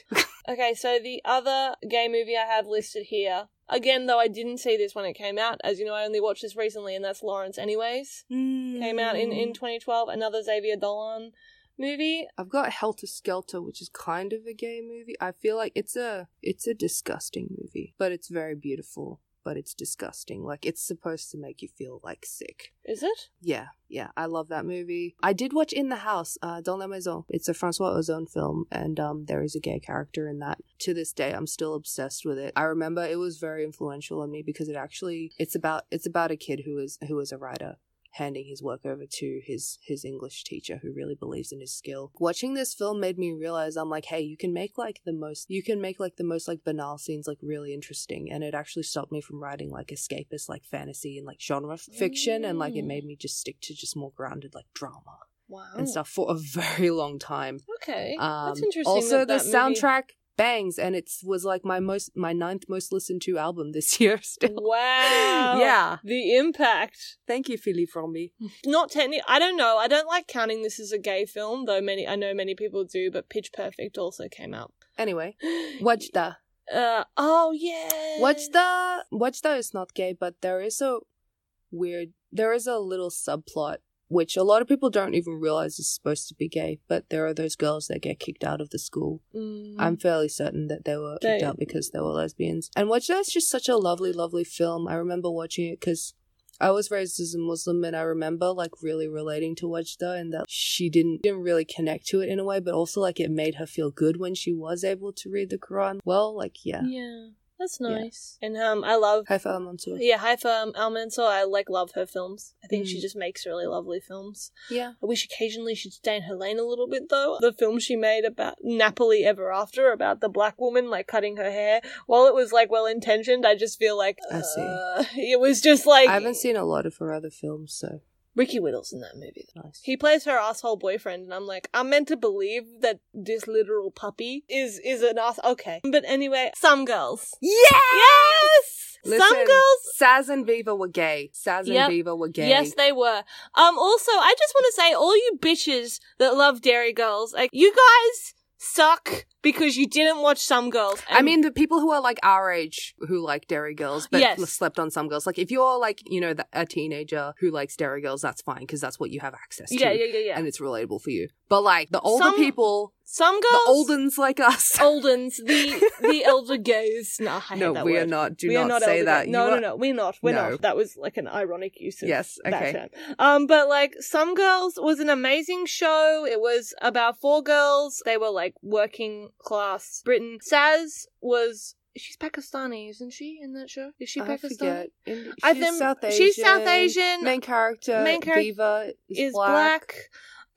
S2: Okay, so the other gay movie I have listed here, again, though I didn't see this when it came out, as you know, I only watched this recently, and that's Lawrence, anyways.
S1: Mm.
S2: Came out in, in 2012, another Xavier Dolan movie.
S1: I've got Helter Skelter, which is kind of a gay movie. I feel like it's a it's a disgusting movie, but it's very beautiful. But it's disgusting. Like it's supposed to make you feel like sick.
S2: Is it?
S1: Yeah, yeah, I love that movie. I did watch In the House, uh, Dans la Maison. It's a Francois Ozon film, and um, there is a gay character in that. To this day, I'm still obsessed with it. I remember it was very influential on me because it actually it's about it's about a kid who is who is a writer handing his work over to his his English teacher who really believes in his skill. Watching this film made me realize I'm like, hey, you can make like the most you can make like the most like banal scenes like really interesting and it actually stopped me from writing like escapist like fantasy and like genre f- fiction and like it
S2: Mm.
S1: made me just stick to just more grounded like drama
S2: Wow.
S1: and stuff for a very long time.
S2: Okay.
S1: Um
S2: that's interesting.
S1: also
S2: that
S1: the
S2: that movie-
S1: soundtrack bangs and it was like my most my ninth most listened to album this year still.
S2: Wow.
S1: Yeah.
S2: The impact.
S1: Thank you, Philly from me.
S2: Not technically. I don't know. I don't like counting this as a gay film, though many I know many people do. But Pitch Perfect also came out.
S1: Anyway, watch that.
S2: Uh oh yeah.
S1: Watch the Watch the is not gay, but there is a weird there is a little subplot which a lot of people don't even realize is supposed to be gay, but there are those girls that get kicked out of the school.
S2: Mm.
S1: I'm fairly certain that they were
S2: They-
S1: kicked out because they were lesbians. And Watch That is just such a lovely, lovely film. I remember watching it because I was raised as a Muslim, and I remember like really relating to Wajda and that she didn't didn't really connect to it in a way, but also like it made her feel good when she was able to read the Quran. Well, like yeah,
S2: Yeah, that's
S1: Yeah.
S2: nice. And um, I love
S1: Haifa Al-Mansour.
S2: yeah Haifa um, Almanzor. I like love her films. I think she
S1: Mm.
S2: just makes really lovely films.
S1: yeah.
S2: I wish occasionally she'd stay in her lane a little bit though. The film she made about Napoli Ever After about the black woman like cutting her hair, while it was like well intentioned, I just feel like
S1: I see.
S2: uh, it was just like
S1: I haven't seen a lot of her other films, so
S2: Ricky Whittle's in that movie.
S1: Nice.
S2: He plays her asshole boyfriend, and I'm like, I'm meant to believe that this literal puppy is is an ass. Okay, but anyway, some girls.
S1: yeah.
S2: Yes, some
S1: Listen,
S2: girls.
S1: Saz and Viva were gay. Saz and
S2: Yep.
S1: Viva were gay.
S2: Yes, they were. Um. Also, I just want to say, all you bitches that love Dairy Girls, like you guys suck because you didn't watch Some Girls.
S1: I
S2: And-
S1: mean, the people who are like our age who like Dairy Girls, but
S2: Yes.
S1: slept on some girls. Like, if you're like, you know, the, a teenager who likes Dairy Girls, that's fine because that's what you have access to.
S2: yeah, yeah, yeah, yeah.
S1: And it's relatable for you. But like the older
S2: Some
S1: people,
S2: some girls,
S1: the oldens like us.
S2: oldens, the the elder gays. Nah, I hate
S1: no,
S2: that
S1: we
S2: word.
S1: are not. Do
S2: we
S1: not,
S2: are not
S1: say
S2: elder
S1: that.
S2: gays. No,
S1: You
S2: no,
S1: are-
S2: no, we're not. We're
S1: No.
S2: not. That was like an ironic use of
S1: Yes. Okay.
S2: that term. Um, but like Some Girls was an amazing show. It was about four girls. They were like working class Britain. Saz was she's Pakistani, isn't she? In that show, is she
S1: I
S2: Pakistani?
S1: forget. Indi-
S2: I
S1: she's
S2: think
S1: South Asian.
S2: she's South Asian.
S1: Main character.
S2: Main charac-
S1: Viva is,
S2: is black.
S1: black.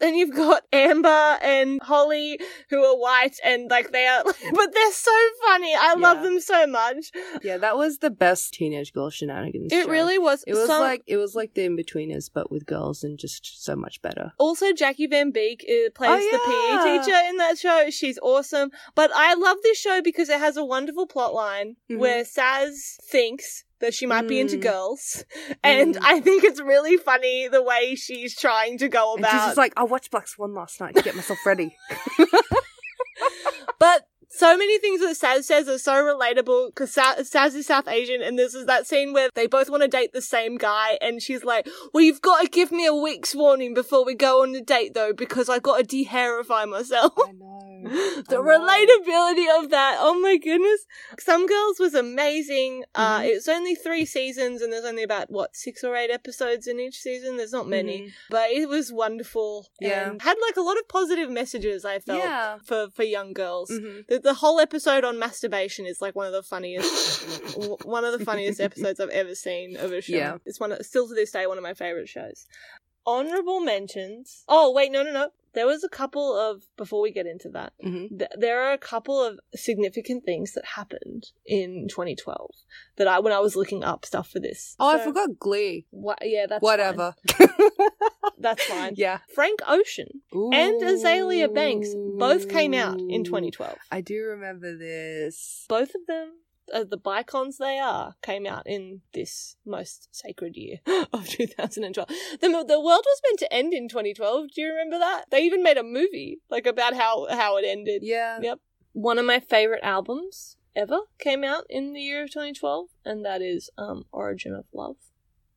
S2: Then you've got Amber and Holly, who are white, and like they are, but they're so funny. I love
S1: Yeah.
S2: them so much.
S1: Yeah, that was the best teenage girl shenanigans.
S2: It
S1: show.
S2: really was.
S1: It was
S2: so-
S1: like it was like the in betweeners, but with girls and just so much better.
S2: Also, Jackie Van Beek uh, plays
S1: Oh, yeah.
S2: the PE teacher in that show. She's awesome. But I love this show because it has a wonderful plot line
S1: Mhm.
S2: where Saz thinks that she might be into
S1: Mm.
S2: girls. And
S1: Mm.
S2: I think it's really funny the way she's trying to go
S1: And she's
S2: about
S1: just like, I watched Black Swan last night to get myself ready.
S2: But so many things that Saz says are so relatable because Sa- Saz is South Asian, and this is that scene where they both want to date the same guy, and she's like, "Well, you've got to give me a week's warning before we go on the date, though, because I got to dehairify myself."
S1: I know. I
S2: the
S1: know.
S2: relatability of that. Oh my goodness. Some Girls was amazing. Uh,
S1: Mhm.
S2: it's only three seasons and there's only about, what, six or eight episodes in each season? There's not many,
S1: Mhm.
S2: but it was wonderful.
S1: Yeah.
S2: And had like a lot of positive messages, I felt,
S1: Yeah.
S2: for, for young girls.
S1: Mhm.
S2: The, the whole episode on masturbation is like one of the funniest,
S1: Mm-hmm.
S2: w- one of the funniest episodes I've ever seen of a show.
S1: Yeah.
S2: It's one of, still to this day one of my favorite shows. Honorable mentions. Oh wait, no, no, no. There was a couple of before we get into that.
S1: Mhm.
S2: Th- there are a couple of significant things that happened in 2012 that I when I was looking up stuff for this.
S1: Oh, I
S2: So-
S1: forgot Glee.
S2: Wha- yeah, that's
S1: Whatever.
S2: fine. That's fine.
S1: yeah.
S2: Frank Ocean and Azalea Banks both came out in
S1: Ooh.
S2: 2012.
S1: I do remember this.
S2: both of them, as the bicons they are, came out in this most sacred year of 2012. The, mo- the world was meant to end in 2012. Do you remember that? They even made a movie like about how how it ended.
S1: Yeah.
S2: Yep. One of my favorite albums ever came out in the year of 2012, and that is um, Origin of Love,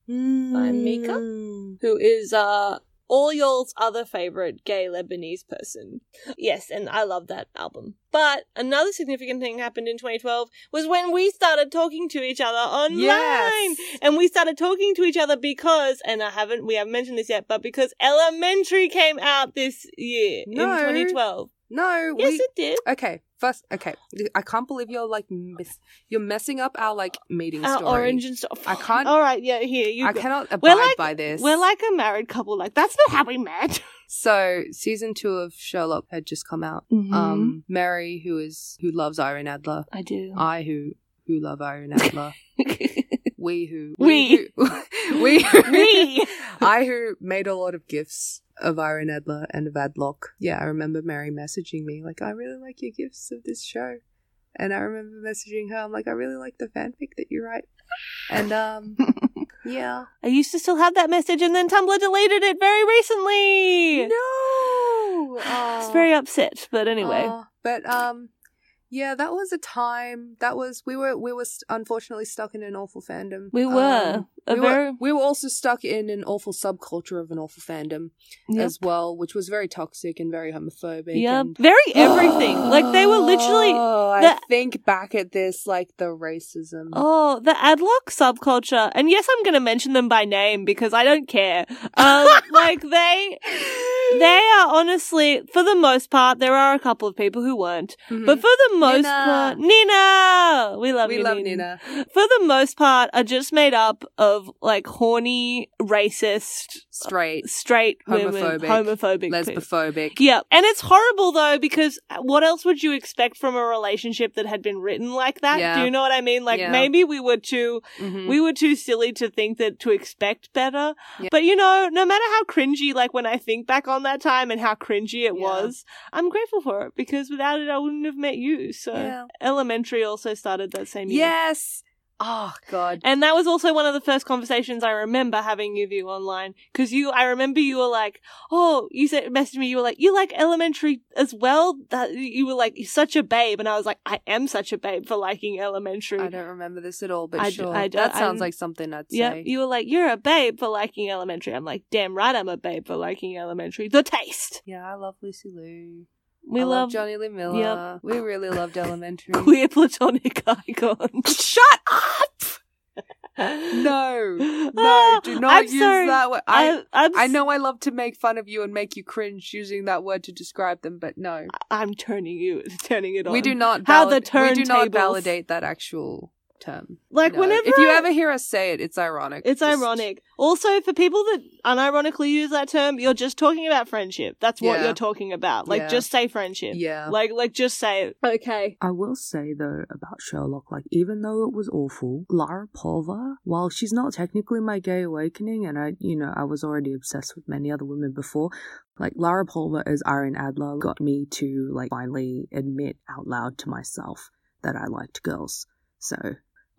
S2: By Mika?
S1: Mm.
S2: who is uh all y'all's other favorite gay Lebanese person. Yes, and I love that album. But another significant thing happened in 2012 was when we started talking to each other online.
S1: Yes.
S2: And we started talking to each other because, and I haven't, we haven't mentioned this yet, but because Elementary came out this year
S1: No.
S2: in 2012.
S1: No,
S2: Yes,
S1: we
S2: it did.
S1: Okay, first, okay. I can't believe you're like mis- you're messing up our like meeting
S2: Our
S1: story.
S2: orange and stuff.
S1: I can't-
S2: All right, yeah, here you
S1: I
S2: go.
S1: cannot abide
S2: We're like-
S1: by this.
S2: We're like a married couple. Like that's not how we met.
S1: so season two of Sherlock had just come out.
S2: Mm-hmm.
S1: Um, Mary, who is who loves Irene Adler,
S2: I do.
S1: I who who love Irene Adler, we who
S2: We.
S1: who- we who-
S2: we.
S1: I who made a lot of gifts of Irene Adler and of Adlock. Yeah, I remember Mary messaging me like, "I really like your gifts of this show," and I remember messaging her, "I'm like, I really like the fanfic that you write," and um, yeah,
S2: I used to still have that message, and then Tumblr deleted it very recently.
S1: no,
S2: I was
S1: Aw.
S2: very upset, but anyway.
S1: Aw. but um. Yeah, that was a time. That was we were we were st- unfortunately stuck in an awful fandom.
S2: we were
S1: Um,
S2: a
S1: we,
S2: very
S1: were, we were also stuck in an awful subculture of an awful fandom
S2: Yep.
S1: as well, which was very toxic and very homophobic.
S2: yeah,
S1: and-
S2: very everything. like they were literally
S1: Oh, I
S2: the-
S1: think back at this, like the racism.
S2: oh the adlock subculture, and yes, I'm going to mention them by name because I don't care. Um, like they they are honestly, for the most part, there are a couple of people who weren't,
S1: Mm-hmm.
S2: but for the most
S1: Hmm. Nina.
S2: part, Nina, we love
S1: we
S2: you,
S1: love
S2: Nina.
S1: Nina.
S2: For the most part, are just made up of like horny, racist,
S1: Straight,
S2: straight, women,
S1: Homophobic.
S2: homophobic, people.
S1: lesbophobic.
S2: Yeah, and it's horrible though because what else would you expect from a relationship that had been written like that?
S1: Yeah.
S2: Do you know what I mean? Like
S1: Yeah.
S2: maybe we were too
S1: Mhm.
S2: we were too silly to think that to expect better.
S1: Yeah.
S2: But you know, no matter how cringy, like when I think back on that time and how cringy it
S1: Yeah.
S2: was, I'm grateful for it because without it, I wouldn't have met you. So
S1: Yeah.
S2: elementary also started that same year.
S1: Yes. Oh God.
S2: And that was also one of the first conversations I remember having with you online. Cause you, I remember you were like, oh, you said, messaged me, you were like, you like elementary as well? That, you were like, you're such a babe. And I was like, I am such a babe for liking elementary.
S1: I don't remember this at all, but
S2: I d-
S1: sure.
S2: I d-
S1: that
S2: I
S1: sounds
S2: n-
S1: like something I'd
S2: Yeah,
S1: say.
S2: you were like, you're a babe for liking elementary. I'm like, damn right, I'm a babe for liking elementary. The taste.
S1: Yeah, I love Lucy Lou.
S2: We
S1: I
S2: love,
S1: Johnny Lee Miller. We really loved Elementary.
S2: queer platonic icons.
S1: Shut up! No, no, do not
S2: I'm
S1: use
S2: sorry.
S1: that word. I,
S2: I'm,
S1: I know I love to make fun of you and make you cringe using that word to describe them, but no,
S2: I'm turning you, turning it on.
S1: we do not.
S2: How
S1: valid-
S2: the
S1: we do not
S2: turntables-
S1: validate that actual term.
S2: Like
S1: No.
S2: whenever
S1: if you
S2: I-
S1: ever hear us say it, it's ironic.
S2: It's
S1: Just-
S2: ironic. Also, for people that unironically use that term, you're just talking about friendship. That's what
S1: Yeah.
S2: you're talking about. Like,
S1: Yeah.
S2: just say friendship.
S1: Yeah.
S2: Like, like just say it. Okay.
S3: I will say though about Sherlock, like even though it was awful, Lara Pulver, while she's not technically my gay awakening, and I, you know, I was already obsessed with many other women before, like Lara Pulver as Irene Adler got me to like finally admit out loud to myself that I liked girls. So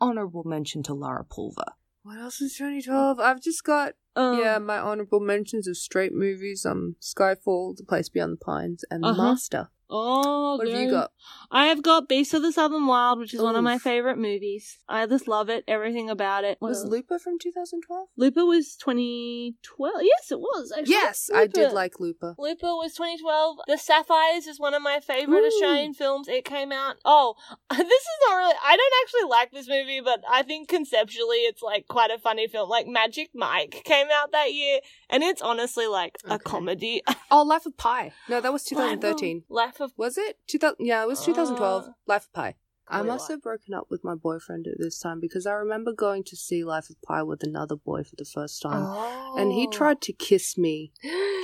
S3: honorable mention to Lara Pulver.
S1: What else is 2012? I've just got
S2: Um,
S1: yeah my honorable mentions of straight movies: um, Skyfall, The Place Beyond the Pines, and The
S2: Uh-huh.
S1: Master.
S2: Oh,
S1: What have you
S2: girl.
S1: got?
S2: I have got Beast of the Southern Wild, which is one of my
S1: Oof.
S2: favorite movies. I just love it. Everything about it. What
S1: Was
S2: else?
S1: Looper from 2012?
S2: Looper was 2012. Yes, it was. Actually.
S1: Yes, I did
S2: Looper.
S1: like Looper.
S2: Looper was 2012. The Sapphires is one of my favorite
S1: Ooh.
S2: Australian films. It came out. Oh, this is not really. I don't actually like this movie, but I think conceptually it's like quite a funny film. Like Magic Mike came out that year, and it's honestly like a
S1: Okay.
S2: comedy.
S1: Oh, Life of Pi. Oh, No, that was 2013.
S2: Life of.
S1: Was it? 2000, yeah, it was 2012.
S2: Uh,
S1: Life of Pi. I
S2: Wait,
S1: must
S2: what?
S1: have broken up with my boyfriend at this time because I remember going to see Life of Pi with another boy for the first time. And
S2: Oh.
S1: he tried to kiss me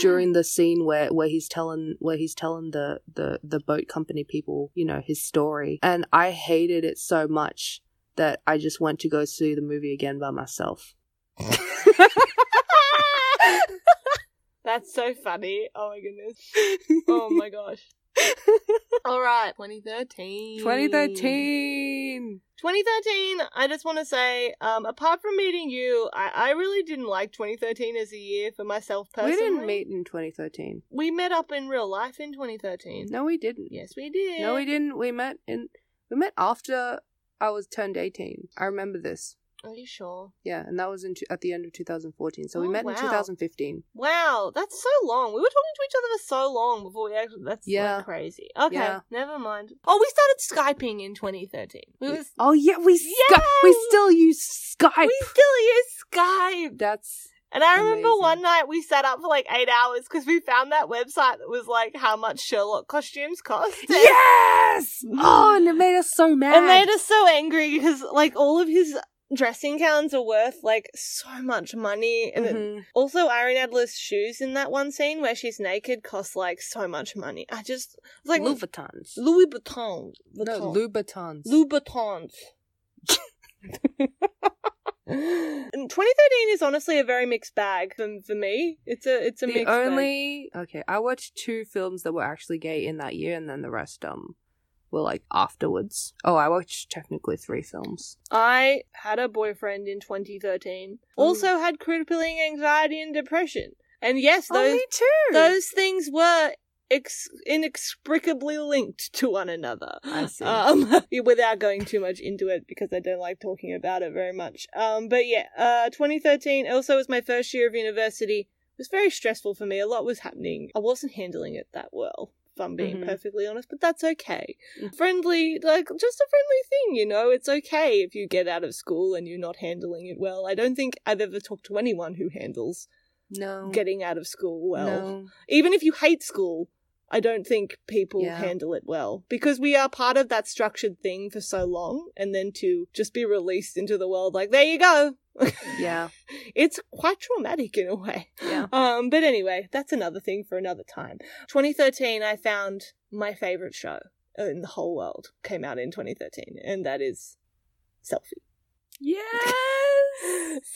S1: during the scene where, where he's telling where he's telling the, the, the boat company people, you know, his story. And I hated it so much that I just went to go see the movie again by myself.
S2: That's so funny. Oh my goodness. Oh my gosh. All right, 2013.
S1: 2013.
S2: 2013, I just want to say, um, apart from meeting you, I, I really didn't like 2013 as a year for myself personally.
S1: We didn't meet in 2013.
S2: We met up in real life in 2013.
S1: No, we didn't.
S2: Yes, we did.
S1: No, we didn't. We met in we met after I was turned eighteen. I remember this.
S2: Are you sure?
S1: Yeah, and that was in t- at the end of 2014. So we
S2: Oh,
S1: met in
S2: wow.
S1: 2015.
S2: Wow, that's so long. We were talking to each other for so long before we actually. That's
S1: Yeah.
S2: like crazy. Okay,
S1: Yeah.
S2: never mind. Oh, we started Skyping in 2013. We was
S1: Oh yeah, we Sky-
S2: Yeah!
S1: we still use Skype.
S2: we still use Skype.
S1: That's
S2: And I remember
S1: Amazing.
S2: one night we sat up for like eight hours because we found that website that was like how much Sherlock costumes cost. And-
S1: yes. Oh, and it made us so mad.
S2: It made us so angry because like all of his dressing gowns are worth like so much money, and it-
S1: Mhm.
S2: also Irene Adler's shoes in that one scene where she's naked cost like so much money. I just it's like
S1: Louis Vuittons.
S2: Louis Vuitton,
S1: no,
S2: Vuitton.
S1: Louboutins.
S2: Louboutins. And 2013 is honestly a very mixed bag for, for me. It's a it's a
S1: the
S2: mixed bag.
S1: only okay, I watched two films that were actually gay in that year, and then the rest um were like afterwards. Oh, I watched technically three films.
S2: I had a boyfriend in 2013. Also had crippling anxiety and depression. And yes,
S1: Oh,
S2: those
S1: too.
S2: those things were ex- inextricably linked to one another.
S1: I see.
S2: Um, without going too much into it because I don't like talking about it very much. Um, but yeah, uh, 2013 also was my first year of university. It was very stressful for me. A lot was happening. I wasn't handling it that well. If I'm being
S1: Mhm.
S2: perfectly honest, but that's okay.
S1: Mm.
S2: Friendly, like just a friendly thing, you know. It's okay if you get out of school and you're not handling it well. I don't think I've ever talked to anyone who handles
S1: No.
S2: getting out of school well.
S1: No.
S2: Even if you hate school, I don't think people
S1: Yeah.
S2: handle it well because we are part of that structured thing for so long, and then to just be released into the world like there you go.
S1: Yeah.
S2: It's quite traumatic in a way.
S1: Yeah.
S2: Um, but anyway, that's another thing for another time. 2013, I found my favorite show in the whole world came out in 2013, and that is Selfie.
S4: Yes.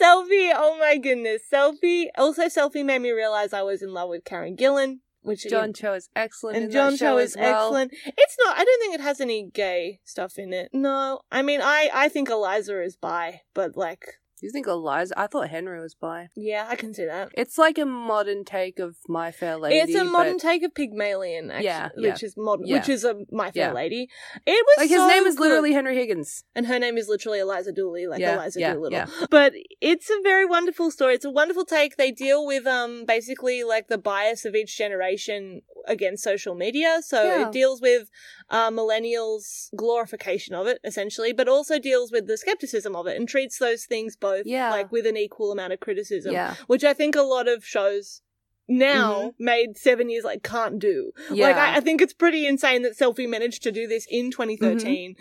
S2: Selfie, oh my goodness, Selfie. Also, Selfie made me realize I was in love with Karen Gillan, which
S1: John Cho is excellent.
S2: and
S1: in
S2: John
S1: that
S2: Cho
S1: show as
S2: is
S1: well.
S2: excellent. It's not. I don't think it has any gay stuff in it. No, I mean, I I think Eliza is bi, but like,
S1: You think Eliza? I thought Henry was bi.
S2: yeah, I can see that.
S1: It's like a modern take of My Fair Lady.
S2: it's a modern
S1: but,
S2: take of Pygmalion, actually,
S1: Yeah,
S2: which is modern,
S1: Yeah.
S2: which is a My Fair
S1: Yeah.
S2: Lady. It was
S1: Like his
S2: so
S1: name is
S2: good.
S1: literally Henry Higgins.
S2: and her name is literally Eliza Dooley, like
S1: Yeah,
S2: Eliza
S1: yeah,
S2: Doolittle.
S1: yeah.
S2: But it's a very wonderful story. It's a wonderful take. They deal with um basically like the bias of each generation against social media. So
S1: Yeah.
S2: it deals with uh, millennials' glorification of it essentially, but also deals with the skepticism of it and treats those things both
S1: Yeah.
S2: like with an equal amount of criticism,
S1: Yeah. Mm-hmm.
S2: which I think a lot of shows now made seven years like can't do.
S1: Yeah.
S2: Like, I, I think it's pretty insane that Selfie managed to do this in 2013.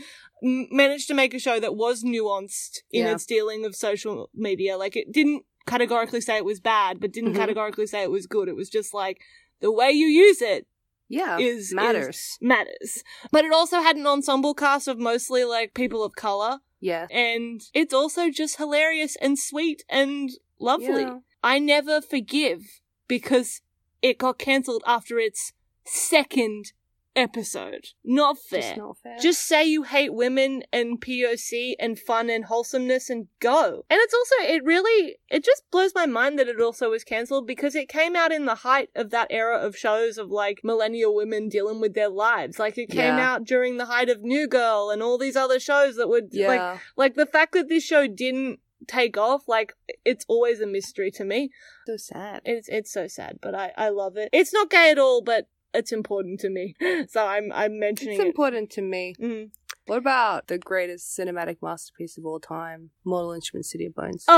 S2: M- managed to make a show that was nuanced in
S1: Yeah.
S2: its dealing of social media. Like, it didn't categorically say it was bad, but didn't
S1: Mhm.
S2: categorically say it was good. It was just like, the way you use it
S1: yeah.
S2: is
S1: matters.
S2: is- matters. But it also had an ensemble cast of mostly like people of color.
S1: yeah.
S2: And it's also just hilarious and sweet and lovely.
S1: Yeah.
S2: I never forgive because it got cancelled after its second episode. Not fair.
S1: Just not fair.
S2: Just say you hate women and POC and fun and wholesomeness and go. And it's also, it really, it just blows my mind that it also was cancelled because it came out in the height of that era of shows of like millennial women dealing with their lives. Like it came
S1: Yeah.
S2: out during the height of New Girl and all these other shows that would
S1: yeah.
S2: like like the fact that this show didn't take off, like it's always a mystery to me.
S1: so sad.
S2: It's it's so sad, but I I love it. It's not gay at all, but it's important to me, so I'm I'm mentioning
S1: It's important to me.
S2: it. Mm.
S1: What about the greatest cinematic masterpiece of all time, Mortal Instrument City of Bones?
S2: Oh.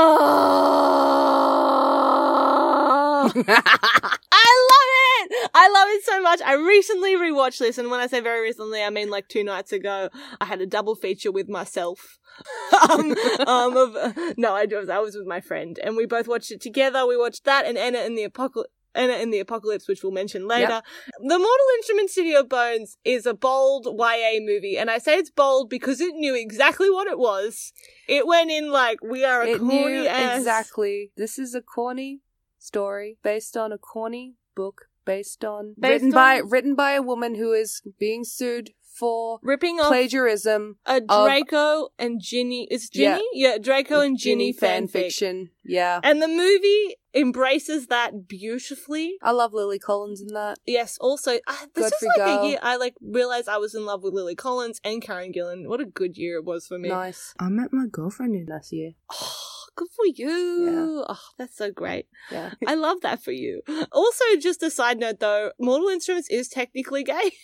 S2: I love it! I love it so much. I recently rewatched this, and when I say very recently, I mean like two nights ago. I had a double feature with myself. um, um, of, no, I was I was with my friend, and we both watched it together. We watched that and Anna and the Apocalypse. Anna and the Apocalypse, which we'll mention later. The Mortal Instruments City of Bones is a bold YA movie, and I say it's bold because it knew exactly what it was. It went in like we are a
S1: it
S2: corny
S1: knew
S2: ass.
S1: exactly. This is a corny story based on a corny book based on
S2: Based
S1: written by
S2: on-
S1: written by a woman who is being sued for
S2: ripping off
S1: plagiarism.
S2: a
S1: of-
S2: Draco and Ginny. It's
S1: Yeah.
S2: Ginny, yeah, Draco and Ginny,
S1: fan
S2: fanfic.
S1: fiction. Yeah,
S2: And the movie embraces that beautifully.
S1: I love Lily Collins in that.
S2: Yes, also I, this
S1: Godfrey
S2: is like
S1: Gall.
S2: a year I like realized I was in love with Lily Collins and Karen Gillan. What a good year it was for me.
S1: Nice.
S5: I met my girlfriend in that.
S1: That's you.
S2: Oh, good for you. Oh, that's so great.
S1: Yeah.
S2: I love that for you. Also, just a side note though, Mortal Instruments is technically gay.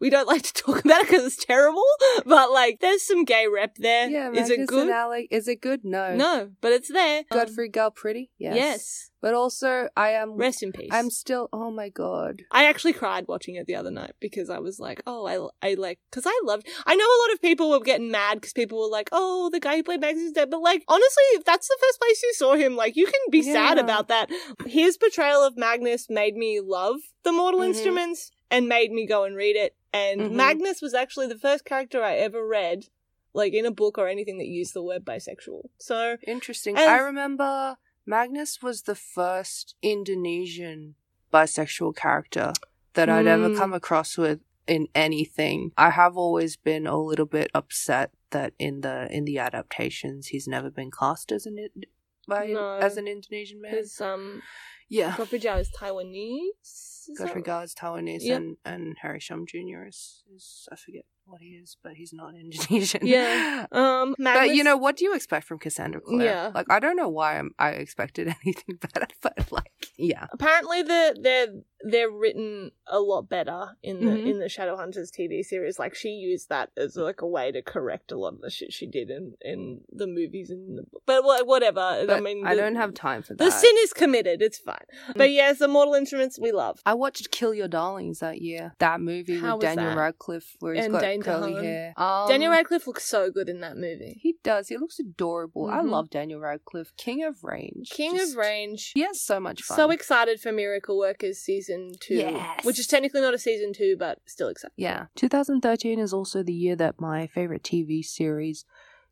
S2: We don't like to talk about it because it's terrible, but like, there's some gay rep there. Is
S1: Yeah,
S2: it
S1: Magnus and
S2: good?
S1: Alec- Is it good? No.
S2: No, but it's there.
S1: Godfrey Girl Pretty?
S2: Um,
S1: Yes.
S2: yes.
S1: But also, I am.
S2: Rest in peace.
S1: I'm still. Oh my god.
S2: I actually cried watching it the other night because I was like, oh, I, I like, because I loved. I know a lot of people were getting mad because people were like, oh, the guy who played Magnus is dead. But like, honestly, if that's the first place you saw him, like, you can be sad
S1: Yeah.
S2: about that. His portrayal of Magnus made me love the Mortal
S1: Mhm.
S2: Instruments and made me go and read it. And
S1: Mhm.
S2: Magnus was actually the first character I ever read, like, in a book or anything that used the word bisexual. So,
S1: Interesting.
S2: And-
S1: I remember Magnus was the first Indonesian bisexual character that I'd ever
S2: Mm.
S1: come across with in anything. I have always been a little bit upset that in the in the adaptations he's never been cast as an Ind- by
S2: No.
S1: as an Indonesian man.
S2: his, um,
S1: yeah.
S2: Godfrey Joe is Taiwanese. is that
S1: Godfrey
S2: right?
S1: Gall's Taiwanese
S2: Yep.
S1: and, and Harry Shum Jr. Is, is I forget what he is, but he's not Indonesian.
S2: Yeah. Um, Magnus,
S1: But you know, what do you expect from Cassandra Clare?
S2: Yeah.
S1: Like, I don't know why I'm, I expected anything better, but like, yeah.
S2: apparently the the they're written a lot better in the
S1: Mhm.
S2: in the Shadowhunters TV series. Like she used that as like a way to correct a lot of the shit she did in in the movies and the book. But wha- whatever.
S1: But
S2: I mean,
S1: I
S2: the-
S1: don't have time for that. Mm.
S2: the sin is committed. It's fine. But yes, the Mortal Instruments we love.
S1: I watched Kill Your Darlings that year. That movie
S2: How
S1: with
S2: was
S1: Daniel
S2: that?
S1: Radcliffe, where he's
S2: And
S1: got
S2: Dane
S1: curly
S2: DeHaan.
S1: hair. Um,
S2: Daniel Radcliffe looks so good in that movie.
S1: He does. He looks adorable. I
S2: Mhm.
S1: love Daniel Radcliffe. King of Range.
S2: King
S1: Just-
S2: of Range.
S1: He has so much fun.
S2: So excited for Miracle Workers season two,
S1: Yes.
S2: which is technically not a season two, but still excited.
S1: Yeah. 2013 is also the year that my favorite TV series,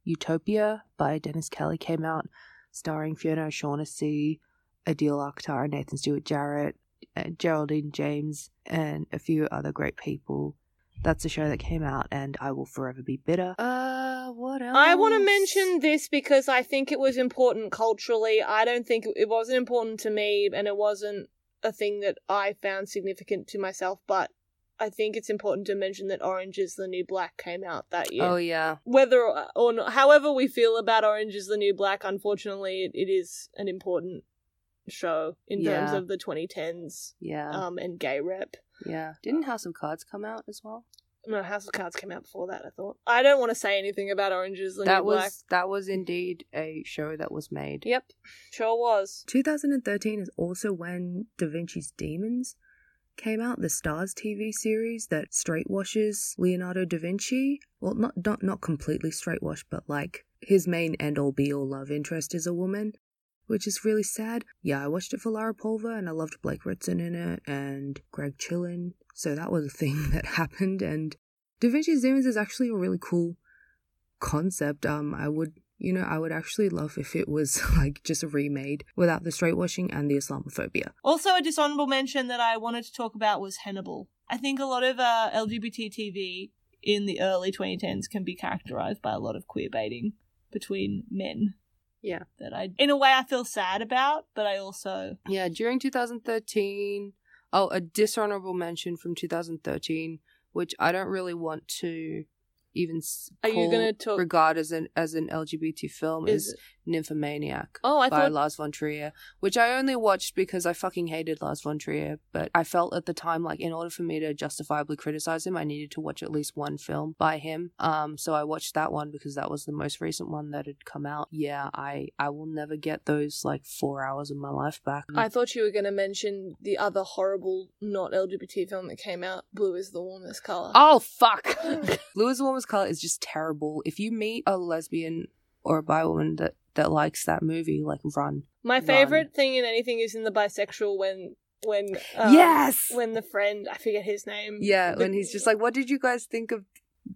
S1: Utopia by Dennis Kelly, came out, starring Fiona O'Shaughnessy, Adil Akhtar, Nathan Stewart Jarrett, uh, Geraldine James, and a few other great people. That's a show that came out, and I will forever be bitter. Uh, what else?
S2: I want to mention this because I think it was important culturally. I don't think it wasn't important to me, and it wasn't a thing that I found significant to myself. But I think it's important to mention that Orange is the New Black came out that year.
S1: Oh yeah,
S2: Whether or- or not, however we feel about Orange is the New Black, unfortunately, it, it is an important show in terms
S1: Yeah.
S2: of the 2010s
S1: yeah,
S2: um, and gay rep.
S1: yeah. Didn't House of Cards come out as well?
S2: No, House of Cards came out before that. I thought I don't want to say anything about Orange is the
S1: that
S2: New
S1: was
S2: Black.
S1: that was indeed a show that was made.
S2: Yep, sure was.
S5: 2013 is also when Da Vinci's Demons came out, the Stars TV series that straightwashes Leonardo da Vinci. Well, not not not completely straightwash, but like his main end all be all love interest is a woman, which is really sad. Yeah, I watched it for Lara Pulver and I loved Blake Ritson in it and Greg Chillin. So that was a thing that happened and Da Vinci's Demons is actually a really cool concept. Um, I would, you know, I would actually love if it was like just remade without the straightwashing and the Islamophobia.
S4: Also, a dishonorable mention that I wanted to talk about was Hannibal. I think a lot of uh, LGBT TV in the early 2010s can be characterized by a lot of queer baiting between men.
S2: Yeah.
S4: That I, in a way, I feel sad about, but I also.
S1: Yeah, during 2013, oh, a dishonorable mention from 2013, which I don't really want to even s-
S2: Are you
S1: call-
S2: gonna talk-
S1: regard as an as an LGBT film is,
S2: Is
S1: Nymphomaniac
S2: oh, I
S1: by
S2: thought
S1: Lars von Trier, which I only watched because I fucking hated Lars von Trier, but I felt at the time like in order for me to justifiably criticize him, I needed to watch at least one film by him. Um, so I watched that one because that was the most recent one that had come out. Yeah, I I will never get those like four hours of my life back.
S2: I thought you were going to mention the other horrible not LGBT film that came out. Blue is the warmest color.
S1: Oh fuck! Blue is the Warmest Color is just terrible. If you meet a lesbian or a bi woman that that likes that movie, like run.
S2: My
S1: Run.
S2: favorite thing in anything is in the bisexual when when um,
S1: yes.
S2: when the friend I forget his name
S1: yeah,
S2: the-
S1: when he's just like, "What did you guys think of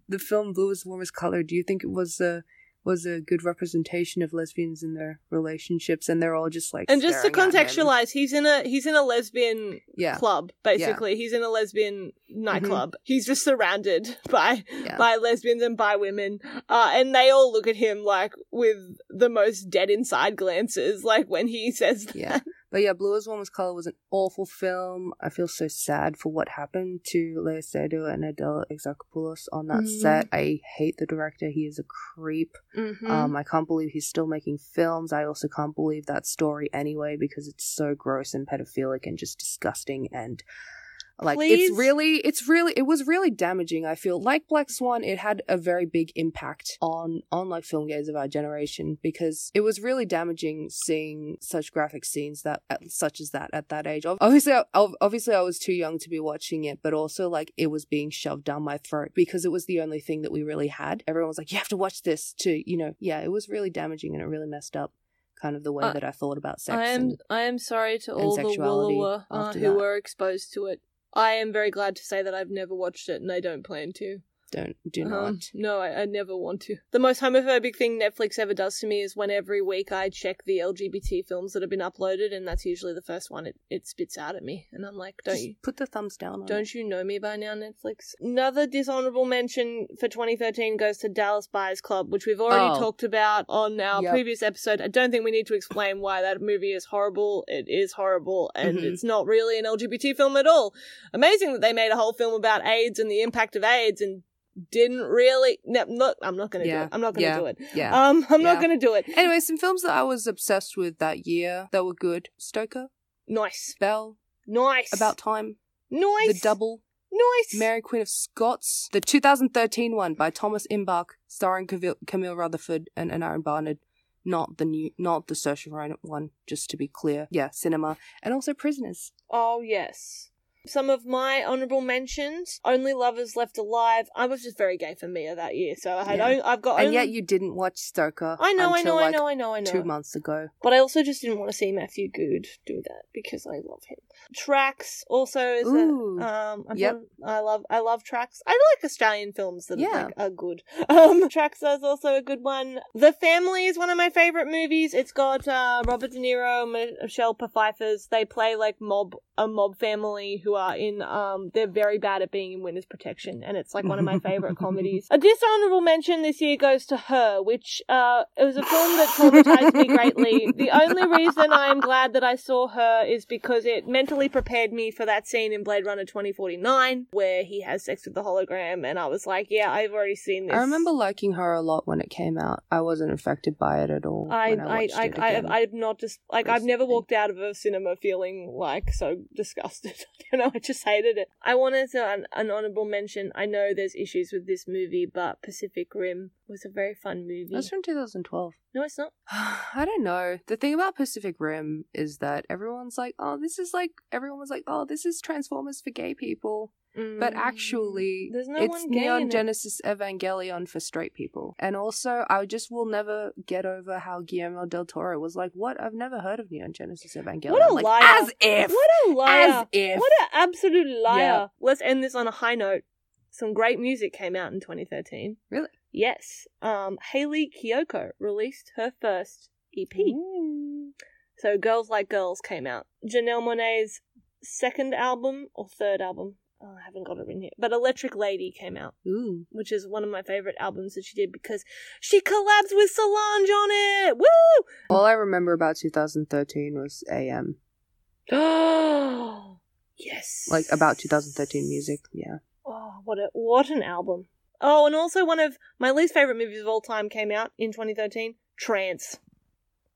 S1: the film Blue is the Warmest Color? Do you think it was a was a good representation of lesbians in their relationships?" And they're all just like,
S2: and just to
S1: staring at him.
S2: contextualize, he's in a he's in a lesbian
S1: yeah, Mm-hmm.
S2: club basically. He's in a lesbian nightclub. He's just surrounded by
S1: yeah.
S2: by lesbians and by women, uh, and they all look at him like with the most dead inside glances. Like when he says that.
S1: Yeah. But yeah, Blue is Warmest Color was an awful film. I feel so sad for what happened to Leo Seydoux and Adele Exarchopoulos on that
S2: Mhm.
S1: set. I hate the director. He is a creep.
S2: Mm-hmm.
S1: Um, I can't believe he's still making films. I also can't believe that story anyway because it's so gross and pedophilic and just disgusting and like
S4: Please?
S1: it's really it's really it was really damaging i feel like black swan it had a very big impact on on like film gays of our generation because it was really damaging seeing such graphic scenes that at, such as that at that age Ob- obviously I, ob- obviously i was too young to be watching it but also like it was being shoved down my throat because it was the only thing that we really had everyone was like you have to watch this to you know yeah it was really damaging and it really messed up kind of the way
S2: Uh,
S1: that i thought about sex
S2: I am
S1: and-
S2: I am sorry to
S1: and
S2: all the
S1: sexuality
S2: Woolowa uh,
S1: after
S2: who
S1: that.
S2: were exposed to it. I am very glad to say that I've never watched it and I don't plan to.
S1: don't do
S2: Um,
S1: not
S2: no, I, I never want to. The most homophobic thing Netflix ever does to me is when every week I check the LGBT films that have been uploaded, and that's usually the first one it, it spits out at me. And I'm like, don't
S1: Just
S2: you?
S1: put the thumbs down on it.
S2: Don't you know me by now, Netflix? Another dishonorable mention for 2013 goes to Dallas Buyers Club, which we've already
S1: Oh.
S2: talked about on our
S1: Yep.
S2: previous episode. I don't think we need to explain why that movie is horrible. It is horrible, and
S1: Mhm.
S2: it's not really an LGBT film at all. Amazing that they made a whole film about AIDS and the impact of AIDS and didn't really. No, not, I'm not going to do
S1: Yeah.
S2: it. I'm not going to
S1: Yeah.
S2: do it.
S1: yeah
S2: Um, I'm not
S1: Yeah.
S2: going to do it.
S1: Anyway, some films that I was obsessed with that year that were good: Stoker,
S2: nice.
S1: Bell,
S2: Nice.
S1: About Time,
S2: nice.
S1: The Double,
S2: Nice.
S1: Mary Queen of Scots, the 2013 one by Thomas Imbark, starring Cavil- Camille Rutherford and, and Aaron Barnard. Not the new, not the Saoirse Ronan one, just to be clear. Yeah, cinema and also Prisoners.
S2: Oh, yes. Some of my honourable mentions: Only Lovers Left Alive. I was just very gay for Mia that year, so I had.
S1: Yeah.
S2: on- I've got.
S1: And
S2: only-
S1: yet you didn't watch Stoker.
S2: I know, I
S1: until
S2: know, I
S1: like
S2: know, I know, I know.
S1: Two months ago.
S2: But I also just didn't want to see Matthew Good do that because I love him. Tracks also is a,
S1: Ooh.
S2: um I,
S1: Yep.
S2: found- I love I love Tracks. I like Australian films that
S1: Yeah.
S2: are, like, are good. Um Tracks is also a good one. The Family is one of my favorite movies. It's got uh, Robert De Niro, Michelle Pfeiffer's. They play like mob a mob family who are in um they're very bad at being in witness protection and it's like one of my favorite comedies. A dishonorable mention this year goes to Her, which uh it was a film that traumatized me greatly. The only reason I am glad that I saw Her is because it mentally prepared me for that scene in Blade Runner 2049 where he has sex with the hologram and I was like, yeah, I've already seen this.
S1: I remember liking her a lot when it came out. I wasn't affected by it at all.
S2: I
S1: when I,
S2: I
S1: watched
S2: I,
S1: it
S2: I,
S1: again.
S2: I I've not just like I've never
S1: recently.
S2: walked out of a cinema feeling like so disgusted. you know, I just hated it. I wanted to an, an honorable mention. I know there's issues with this movie, but Pacific Rim was a very fun movie.
S1: That's from 2012.
S2: no, it's not.
S1: I don't know. The thing about Pacific Rim is that everyone's like, oh, this is like, everyone was like, oh, this is Transformers for gay people. But
S2: Mm.
S1: actually,
S2: there's no
S1: it's
S2: one gay in
S1: Neon
S2: it.
S1: Genesis Evangelion for straight people. And also, I just will never get over how Guillermo del Toro was like, what? I've never heard of Neon Genesis Evangelion.
S2: What a
S1: like,
S2: liar.
S1: As if.
S2: what a
S1: as
S2: liar!
S1: if.
S2: What an absolute liar!
S1: Yeah.
S2: Let's end this on a high note. Some great music came out in 2013.
S1: Really?
S2: Yes. Um, Haley Kiyoko released her first EP. So Girls Like Girls came out. Janelle Monet's second album or third album. Oh, I haven't got it in here. But Electric Lady came out,
S1: Ooh.
S2: which is one of my favorite albums that she did because she collabs with Solange on it. Woo!
S1: All I remember about 2013 was AM.
S2: yes.
S1: Like, about 2013 music. Yeah.
S2: Oh, what a what an album. Oh, and also one of my least favorite movies of all time came out in 2013, Trance.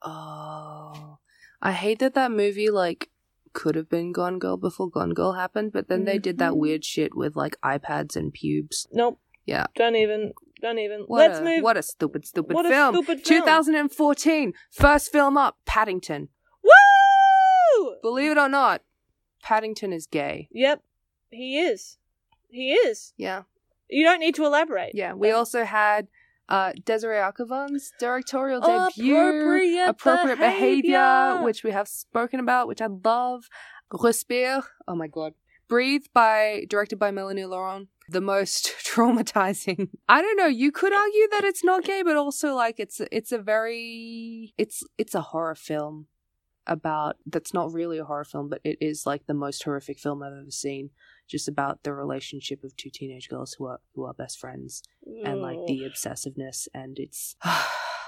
S1: Oh, I hate that that movie like could have been Gone Girl before Gone Girl happened, but then they did that
S2: Mhm.
S1: weird shit with like iPads and pubes.
S2: Nope.
S1: Yeah.
S2: Don't even don't even.
S1: What
S2: Let's
S1: a,
S2: move
S1: What a stupid, stupid
S2: What a
S1: film.
S2: stupid film.
S1: 2014, first film up, Paddington.
S2: Woo!
S1: Believe it or not, Paddington is gay.
S2: Yep, he is. He is.
S1: Yeah,
S2: You don't need to elaborate.
S1: yeah. We also had uh, Desiree Akavon's directorial
S2: Oh,
S1: debut,
S2: Appropriate
S1: Appropriate
S2: Behaviour.
S1: which we have spoken about, which I love. Respire, oh my god. Breathe by directed by Melanie Laurent. The most traumatizing. I don't know. You could argue that it's not gay, but also like it's it's a very it's it's a horror film about that's not really a horror film, but it is like the most horrific film I've ever seen. Just about the relationship of two teenage girls who are who are best friends and like the obsessiveness and it's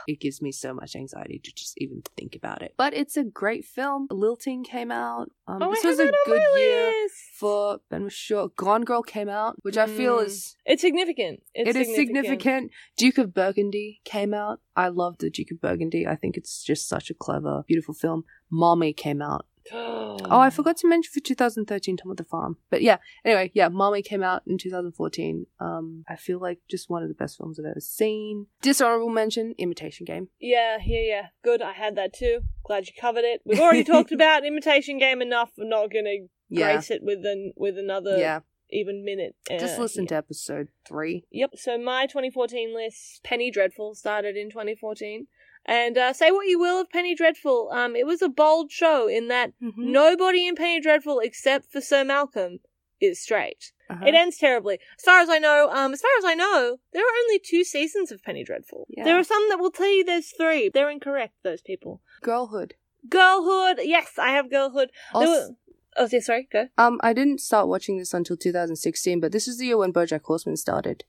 S1: it gives me so much anxiety to just even think about it but it's a great film lilting came out um,
S2: Oh,
S1: this
S2: I
S1: was
S2: have
S1: a
S2: that on
S1: good
S2: my
S1: year
S2: list.
S1: for ben sure gone girl came out which i feel
S2: Mm.
S1: is
S2: It's significant. It's
S1: it's significant. duke of burgundy came out i love the duke of burgundy i think it's just such a clever beautiful film mommy came out Oh,
S2: Um,
S1: I forgot to mention for 2013 Tom of the Farm. But yeah, anyway, yeah, Mommy came out in 2014. Um, I feel like just one of the best films I've ever seen. Dishonorable mention, Imitation Game.
S2: Yeah, yeah, yeah. Good. I had that too. Glad you covered it. We've already talked about imitation game enough. I'm not gonna
S1: Yeah.
S2: grace it with an with another
S1: yeah.
S2: even minute.
S1: Just
S2: Uh,
S1: listen
S2: yeah.
S1: to episode three.
S2: Yep. So my 2014 list, Penny Dreadful, started in 2014. And uh, say what you will of Penny Dreadful, um, it was a bold show in that
S1: Hmm.
S2: nobody in Penny Dreadful except for Sir Malcolm is straight.
S1: Uh-huh.
S2: It ends terribly. As far as I know, um, as far as I know, there are only two seasons of Penny Dreadful.
S1: Yeah.
S2: There are some that will tell you there's three. They're incorrect. Those people.
S1: Girlhood.
S2: Girlhood. Yes, I have girlhood. There
S1: Also-
S2: were- oh, yeah. Sorry. Go.
S1: um, I didn't start watching this until 2016, but this is the year when BoJack Horseman started,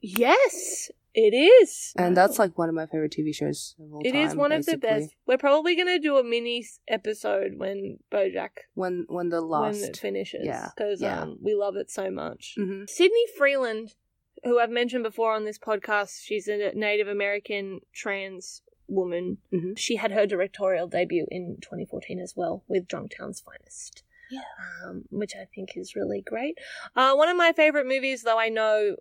S2: Yes, it is.
S1: and that's like one of my favorite TV shows of all
S2: It
S1: time.
S2: is one of the
S1: basically.
S2: best. We're probably going to do a mini s- episode when BoJack
S1: When when the last.
S2: when it finishes.
S1: Yeah,
S2: because
S1: yeah.
S2: um, we love it so much.
S1: Mhm.
S2: Sydney Freeland, who I've mentioned before on this podcast, she's a Native American trans woman.
S1: Mhm.
S2: She had her directorial debut in 2014 as well with Drunktown's Finest. Yeah. Um, which I think is really great. Uh, one of my favorite movies, though I know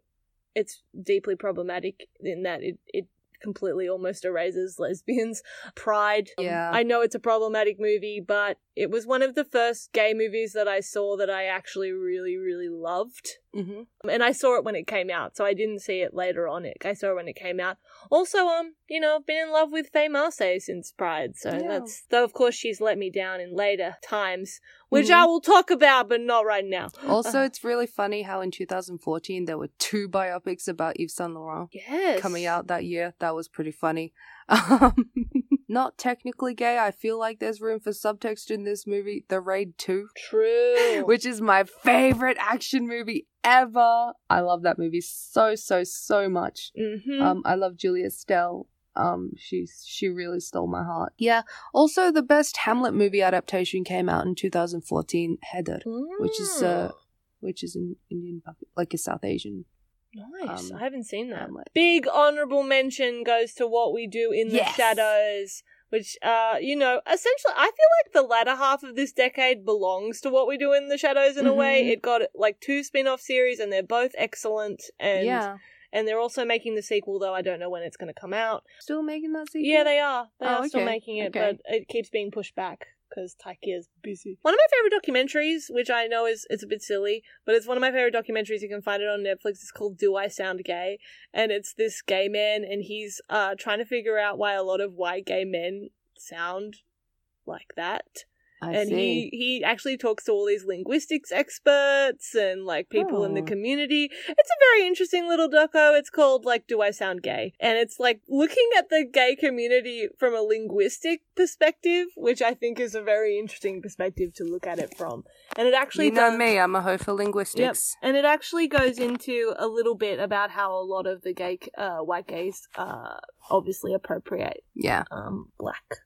S2: it's deeply problematic in that it, it completely almost erases lesbians, Pride.
S1: Yeah.
S2: I know it's a problematic movie, but it was one of the first gay movies that I saw that I actually really, really loved.
S1: Mm-hmm.
S2: And I saw it when it came out, so I didn't see it later on. It I saw it when it came out. Also, um, you know, I've been in love with Faye Marseille since Pride, so
S1: Yeah.
S2: that's though of course she's let me down in later times, which
S4: Mhm.
S2: I will talk about, but not right now.
S1: Mm-hmm.
S2: Uh,
S1: Also, it's really funny how in 2014 there were two biopics about Yves Saint Laurent
S2: yes,
S1: coming out that year. That was pretty funny. Um, not technically gay. I feel like there's room for subtext in this movie, The Raid 2,
S2: True.
S1: which is my favorite action movie ever. I love that movie so, so, so much.
S2: hmm
S1: Um, I love Julia Stell. Um, she's she really stole my heart. Yeah. Also, the best Hamlet movie adaptation came out in 2014, Heather,
S2: Mm.
S1: which is uh, which is an Indian, puppet- like a South Asian.
S2: Nice.
S1: um,
S2: I haven't seen that.
S1: Hamlet.
S2: Big honorable mention goes to what we do in
S1: Yes.
S2: the shadows, which uh, you know, essentially I feel like the latter half of this decade belongs to what we do in the shadows in a way.
S1: Mhm.
S2: It got like two spin-off series and they're both excellent and
S1: yeah,
S2: and they're also making the sequel though I don't know when it's going to come out.
S1: still making that sequel.
S2: Yeah, they are. They
S1: Oh,
S2: are still
S1: okay.
S2: making it,
S1: Okay.
S2: but it keeps being pushed back because Taiki is busy. One of my favorite documentaries, which I know is it's a bit silly, but it's one of my favorite documentaries. You can find it on Netflix. It's called "Do I Sound Gay?" and it's this gay man, and he's uh, trying to figure out why a lot of white gay men sound like that
S1: I
S2: and
S1: see.
S2: he he actually talks to all these linguistics experts and like people in the
S1: Oh.
S2: community. It's a very interesting little doco. It's called like Do I Sound Gay? And it's like looking at the gay community from a linguistic perspective, which I think is a very interesting perspective to look at it from. And it actually
S1: you know
S2: does-
S1: me, I'm a hoe for
S2: Yep.
S1: linguistics.
S2: And it actually goes into a little bit about how a lot of the gay uh, white gays uh, obviously appropriate
S1: Yeah.
S2: um, black,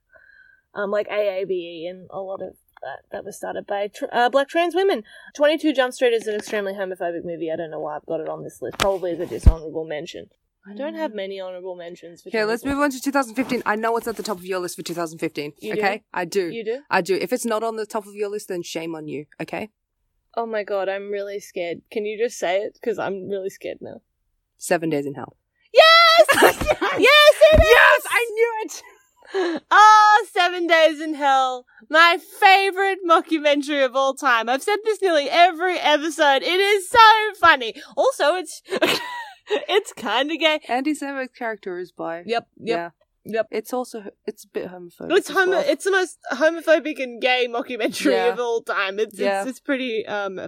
S2: um, like AABE and a lot of that that was started by tr- uh, black trans women. 22 Jump Street is an extremely homophobic movie. I don't know why I've got it on this list. Probably as a dishonorable mention. I don't have many honorable mentions. For
S1: Okay, let's
S2: 22.
S1: move on to 2015. I know it's at the top of your list for 2015.
S2: You do?
S1: okay, I do.
S2: You do?
S1: I do. If it's not on the top of your list, then shame on you. Okay,
S2: Oh my god, I'm really scared. Can you just say it? Because I'm really scared now.
S1: Seven Days in Hell.
S2: Yes! yes, it is!
S1: Yes, I knew it.
S4: Ah, Seven Days in Hell, my favorite mockumentary of all time. I've said this nearly every episode. It is so funny. Also, it's it's kind of gay.
S1: Andy Samberg's character is by.
S2: Yep, yep, yep.
S1: It's also it's a bit homophobic.
S4: It's
S1: as
S4: homo.
S1: well.
S4: It's the most homophobic and gay mockumentary
S1: Yeah.
S4: of all time. It's
S1: Yeah.
S4: it's, it's pretty um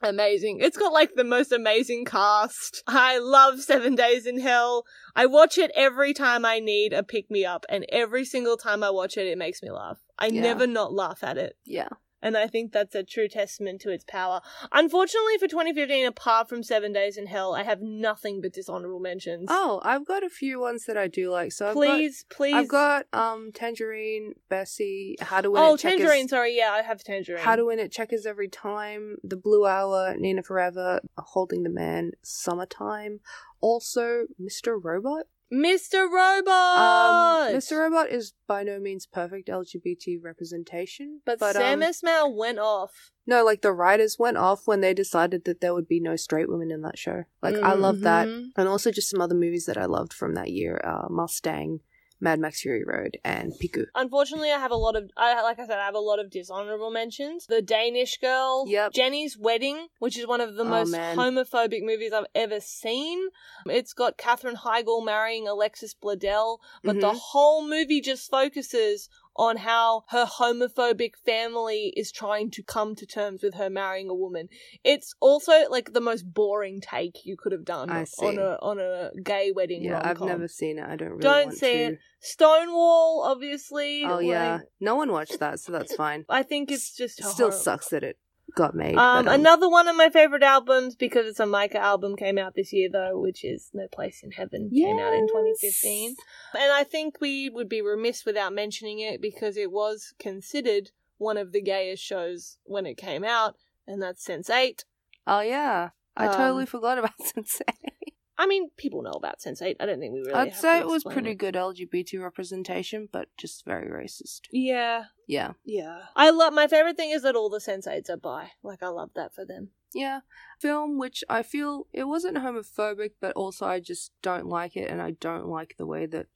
S4: amazing. It's got like the most amazing cast. I love Seven Days in Hell. I watch it every time I need a pick me up, and every single time I watch it, it makes me laugh. I
S1: Yeah.
S4: never not laugh at it.
S1: yeah.
S4: And I think that's a true testament to its power. Unfortunately for 2015, apart from Seven Days in Hell, I have nothing but dishonorable mentions.
S1: Oh, I've got a few ones that I do like. So I've
S2: please, please.
S1: got I've got um Tangerine, Bessie, How to Win
S2: oh,
S1: at Checkers,
S2: Tangerine, sorry. Yeah, I have Tangerine.
S1: How to Win at Checkers Every Time, The Blue Hour, Nina Forever, Holding the Man, Summertime, also Mr. Robot.
S2: Mr.
S1: Um,
S2: Robot!
S1: Mr. Robot is by no means perfect LGBT representation,
S2: But,
S1: um,
S2: Sam Esmail went off.
S1: no, like the writers went off when they decided that there would be no straight women in that show. Like I love that,
S2: Mhm.
S1: and also just some other movies that I loved from that year: uh, Mustang, Mad Max Fury Road, and Piku.
S2: Unfortunately, I have a lot of, I, like I said, I have a lot of dishonorable mentions. The Danish Girl,
S1: Yep.
S2: Jenny's Wedding, which is one of the
S1: Oh,
S2: most
S1: man.
S2: homophobic movies I've ever seen. It's got Catherine Heigl marrying Alexis Bledel, but
S1: Mm-hmm.
S2: the whole movie just focuses on how her homophobic family is trying to come to terms with her marrying a woman. It's also like the most boring take you could have done
S1: I
S2: on
S1: see.
S2: a on a gay wedding.
S1: Yeah, I've
S2: rom-com.
S1: never seen it. I don't really
S2: Don't
S1: want
S2: see
S1: to.
S2: it. Stonewall, obviously.
S1: Oh
S2: like,
S1: yeah, no one watched that, so that's fine.
S2: I think it's just
S1: Still
S2: horrible.
S1: sucks that it got made.
S2: Um,
S1: but, um,
S2: another one of my favorite albums because it's a Micah album came out this year though, which is No Place in Heaven came out in 2015, and I think we would be remiss without mentioning it because it was considered one of the gayest shows when it came out, and that's Sense Eight.
S1: Oh yeah, I
S2: Um,
S1: totally forgot about Sensei.
S2: I mean, people know about Sense Eight. I don't think we really.
S1: I'd
S2: have
S1: say
S2: to
S1: it was
S2: explain
S1: pretty good LGBT representation, but just very racist.
S2: Yeah,
S1: Yeah.
S2: yeah. I love my favorite thing is that all the Sense Eights are bi. Like I love that for them.
S1: Yeah. Film which I feel it wasn't homophobic, but also I just don't like it and I don't like the way that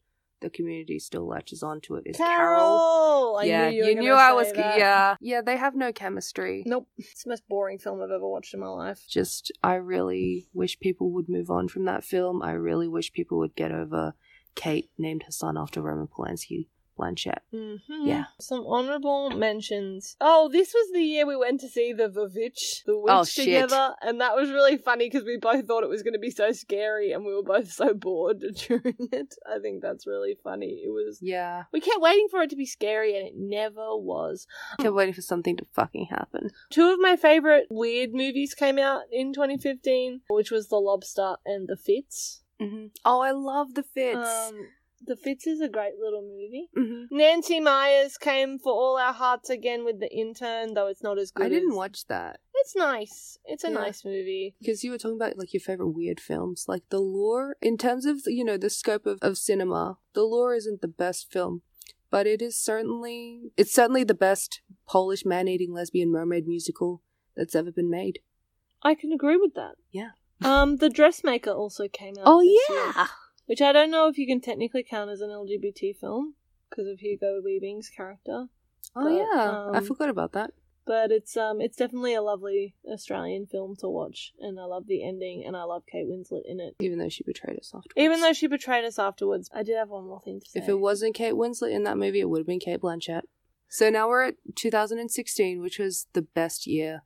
S1: the community still latches onto it is Carol.
S2: I
S1: yeah,
S2: knew you, were gonna
S1: I
S2: say
S1: was
S2: that.
S1: yeah. Yeah, they have no chemistry.
S2: Nope, it's the most boring film I've ever watched in my life.
S1: Just I really wish people would move on from that film. I really wish people would get over Kate named her son after Roman Polanski Blanchett.
S2: Mm-hmm.
S1: Yeah.
S2: Some honorable mentions. Oh, this was the year we went to see the The Witch, the witch
S1: Oh, shit.
S2: together, and that was really funny because we both thought it was going to be so scary, and we were both so bored during it. I think that's really funny. It was.
S1: Yeah.
S2: We kept waiting for it to be scary, and it never was.
S1: Kept waiting for something to fucking happen.
S2: Two of my favorite weird movies came out in 2015, which was The Lobster and The Fits.
S1: hmm Oh, I love the fits.
S2: Um, the Fits is a great little movie.
S1: hmm
S2: Nancy Myers came for all our hearts again with the intern, though it's not as good.
S1: I didn't
S2: as-
S1: watch that.
S2: It's nice. It's a
S1: Yeah.
S2: nice movie.
S1: because you were talking about like your favorite weird films like the lore in terms of you know the scope of, of cinema the lore isn't the best film but it is certainly it's certainly the best polish man-eating lesbian mermaid musical that's ever been made
S2: I can agree with that.
S1: Yeah.
S2: Um, the Dressmaker also came out.
S4: Oh
S2: this year,
S4: yeah.
S2: which I don't know if you can technically count as an LGBT film because of Hugo Weaving's character,
S1: oh
S2: But,
S1: yeah i
S2: um,
S1: forgot about that
S2: but it's um, it's definitely a lovely Australian film to watch, and I love the ending, and I love Kate Winslet in it.
S1: even though she betrayed us afterwards
S2: Even though she betrayed us afterwards, I did have one more thing to say.
S1: if it wasn't kate winslet in that movie it would have been kate blanchett so now we're at 2016 which was the best year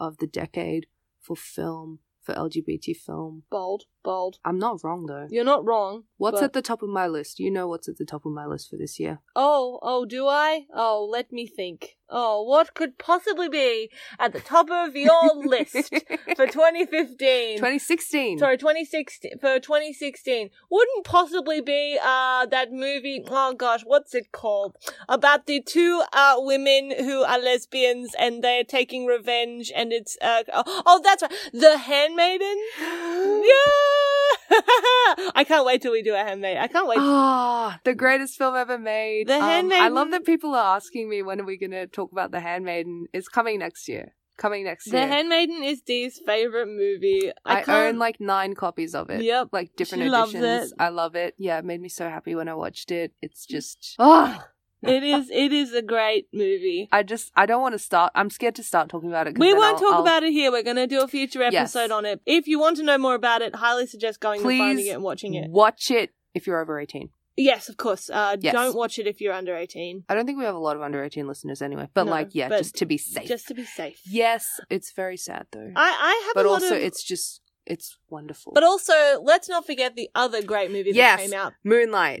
S1: of the decade for film for lgbt film
S2: bold, bold,
S1: i'm not wrong though
S2: you're not wrong.
S1: What's
S2: but-
S1: at the top of my list? You know what's at the top of my list for this year.
S2: Oh, oh, do I? Oh, let me think. Oh, what could possibly be at the top of your list for 2015?
S1: 2016.
S2: Sorry, 2016 for 2016 wouldn't possibly be uh that movie. Oh gosh, what's it called? About the two uh women who are lesbians and they're taking revenge and it's uh oh, oh that's right, The Handmaiden. Yeah, I can't wait till we do a handmaid. I can't wait.
S1: Ah, the greatest film ever made. Um,
S2: The
S1: I
S2: Handmaiden-
S1: love that people are asking me when are we going to talk about The Handmaiden. It's coming next year. Coming next
S2: The
S1: year.
S2: Handmaiden is Dee's favorite movie. I,
S1: I,
S2: can't...
S1: own like nine copies of it.
S2: Yep.
S1: Like different
S2: She loves
S1: editions.
S2: it.
S1: I love it. Yeah, it made me so happy when I watched it. It's just ah,
S2: it is. It is a great movie.
S1: I just I don't want to start. I'm scared to start talking about it. 'cause
S2: We
S1: then
S2: won't
S1: I'll-
S2: talk
S1: I'll-
S2: about it here. We're going to do a future
S1: Yes.
S2: episode on it. If you want to know more about it, highly suggest going and finding
S1: Please
S2: it and watching it.
S1: Watch it if you're over 18.
S2: Yes, of course. Uh,
S1: Yes.
S2: Don't watch it if you're under eighteen,
S1: I don't think we have a lot of under 18 listeners anyway, but
S2: No,
S1: like, yeah,
S2: but
S1: just to be safe.
S2: just to be safe.
S1: yes, it's very sad though.
S2: I, I have
S1: but
S2: a lot
S1: also,
S2: of.
S1: it's just, it's wonderful.
S2: But also, let's not forget the other great movie that
S1: Yes.
S2: came out,
S1: Moonlight.
S2: Moonlight.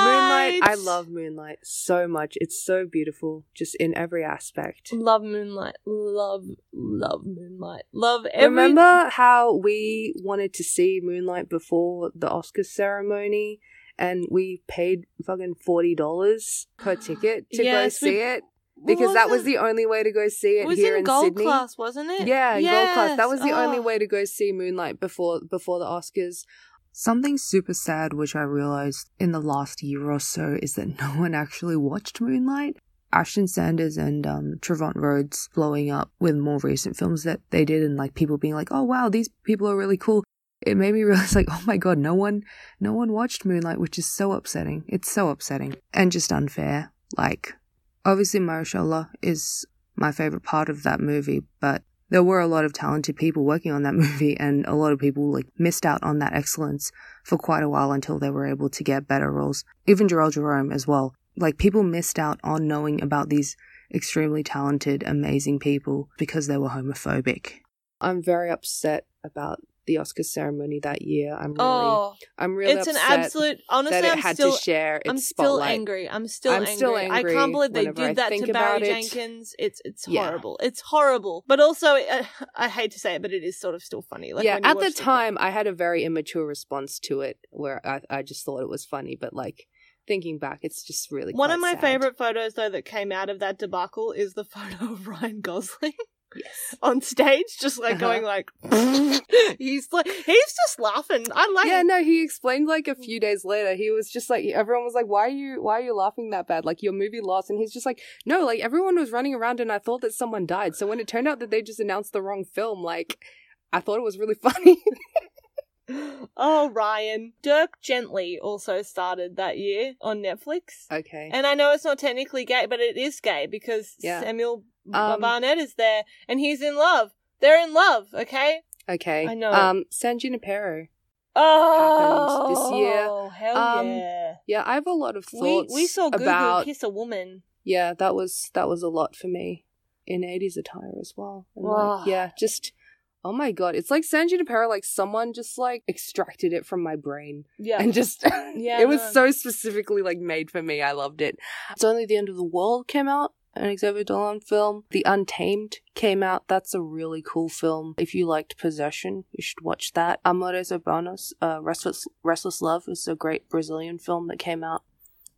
S1: Moonlight. I love Moonlight so much. It's so beautiful, just in every aspect.
S2: love Moonlight. Love, love Moonlight. Love every.
S1: Remember how we wanted to see Moonlight before the Oscar ceremony? And we paid fucking forty dollars per ticket to
S2: Yes,
S1: go
S2: we-
S1: see it because that was
S2: Wasn't-
S1: the only way to go see it
S2: was
S1: here
S2: in,
S1: in
S2: gold
S1: Sydney.
S2: class, wasn't it?
S1: Yeah, in Gold Class. That
S2: Yes.
S1: was the only
S2: Oh.
S1: way to go see Moonlight before before the Oscars. Something super sad which I realized in the last year or so is that no one actually watched Moonlight. Ashton Sanders and um, Trevor Rhodes blowing up with more recent films that they did, and like people being like, "Oh wow, these people are really cool." It made me realize, like, oh my god, no one, no one watched Moonlight, which is so upsetting. It's so upsetting and just unfair. Like, obviously, Mahershala is my favorite part of that movie, but there were a lot of talented people working on that movie and a lot of people like missed out on that excellence for quite a while until they were able to get better roles. Even Gerald Jerome as well. Like people missed out on knowing about these extremely talented, amazing people because they were homophobic. I'm very upset about the Oscar ceremony that year. I'm really
S2: Oh,
S1: I'm really
S2: it's an
S1: upset
S2: absolute. Honestly,
S1: that it
S2: I'm
S1: had
S2: still
S1: to share its
S2: I'm still
S1: spotlight.
S2: angry. I'm still
S1: I'm
S2: angry.
S1: still
S2: I can't
S1: angry
S2: believe they
S1: whenever I
S2: did that
S1: think
S2: to Barry
S1: about it.
S2: Jenkins. It's it's
S1: Yeah.
S2: horrible. It's horrible. But also, uh, I hate to say it, but it is sort of still funny. Like
S1: yeah,
S2: when you
S1: at the
S2: watch
S1: time, I had a very immature response to it, where I, I just thought it was funny, but like thinking back, it's just really
S2: One
S1: quite
S2: of my
S1: sad.
S2: favorite photos, though, that came out of that debacle is the photo of Ryan Gosling.
S6: Yes.
S2: on stage, just like
S1: Uh-huh.
S2: going like he's like he's just laughing. I like
S1: yeah, no, he explained like a few days later. He was just like everyone was like, "Why are you why are you laughing that bad? Like your movie lost." And he's just like, "No, like everyone was running around and I thought that someone died. So when it turned out that they just announced the wrong film, like I thought it was really funny."
S2: Oh Ryan. Dirk Gently also started that year on Netflix.
S1: okay.
S2: And I know it's not technically gay, but it is gay because
S1: Yeah.
S2: Samuel B-
S1: Um,
S2: Barnett is there and he's in love. They're in love, okay?
S1: Okay.
S2: I know.
S1: Um San Junipero.
S2: Oh,
S1: Happened this year.
S2: Hell
S1: Um,
S2: yeah.
S1: Yeah, I have a lot of
S2: We,
S1: thoughts
S2: we saw Gugu
S1: about
S2: kiss a woman.
S1: yeah, that was that was a lot for me in eighties attire as well. And
S2: Wow.
S1: like, yeah, just oh my god, it's like San Junipero. Like someone just like extracted it from my brain
S2: Yeah.
S1: and just
S2: Yeah,
S1: it was
S2: no.
S1: so specifically like made for me. I loved it. It's only the end of the world came out. An Xavier Dolan film, The Untamed, came out. That's a really cool film. If you liked Possession, you should watch that. Amores Urbanos, uh, Restless, Restless Love, is a great Brazilian film that came out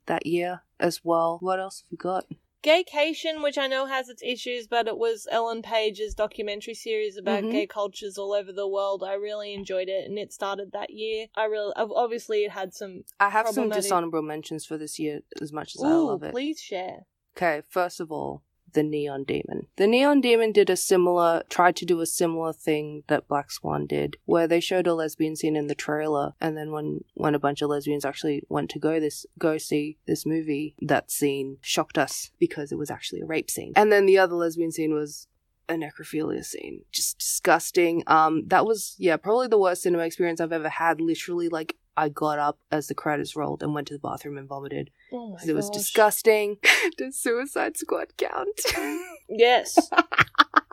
S1: that year as well. What else have we got?
S2: Gaycation, which I know has its issues, but it was Ellen Page's documentary series about
S1: Mhm.
S2: gay cultures all over the world. I really enjoyed it, and it started that year. I really, ob- obviously, it had some.
S1: I have some
S2: Problematic.
S1: dishonorable mentions for this year as much as I
S2: Ooh,
S1: love it.
S2: please share.
S1: Okay, first of all, the Neon Demon. The Neon Demon did a similar, tried to do a similar thing that Black Swan did, where they showed a lesbian scene in the trailer, and then when when a bunch of lesbians actually went to go this go see this movie, that scene shocked us because it was actually a rape scene, and then the other lesbian scene was a necrophilia scene just disgusting um that was yeah probably the worst cinema experience i've ever had literally like i got up as the credits rolled and went to the bathroom and vomited
S2: Oh my
S1: 'Cause it was
S2: gosh.
S1: disgusting. Does Suicide Squad count?
S2: Yes.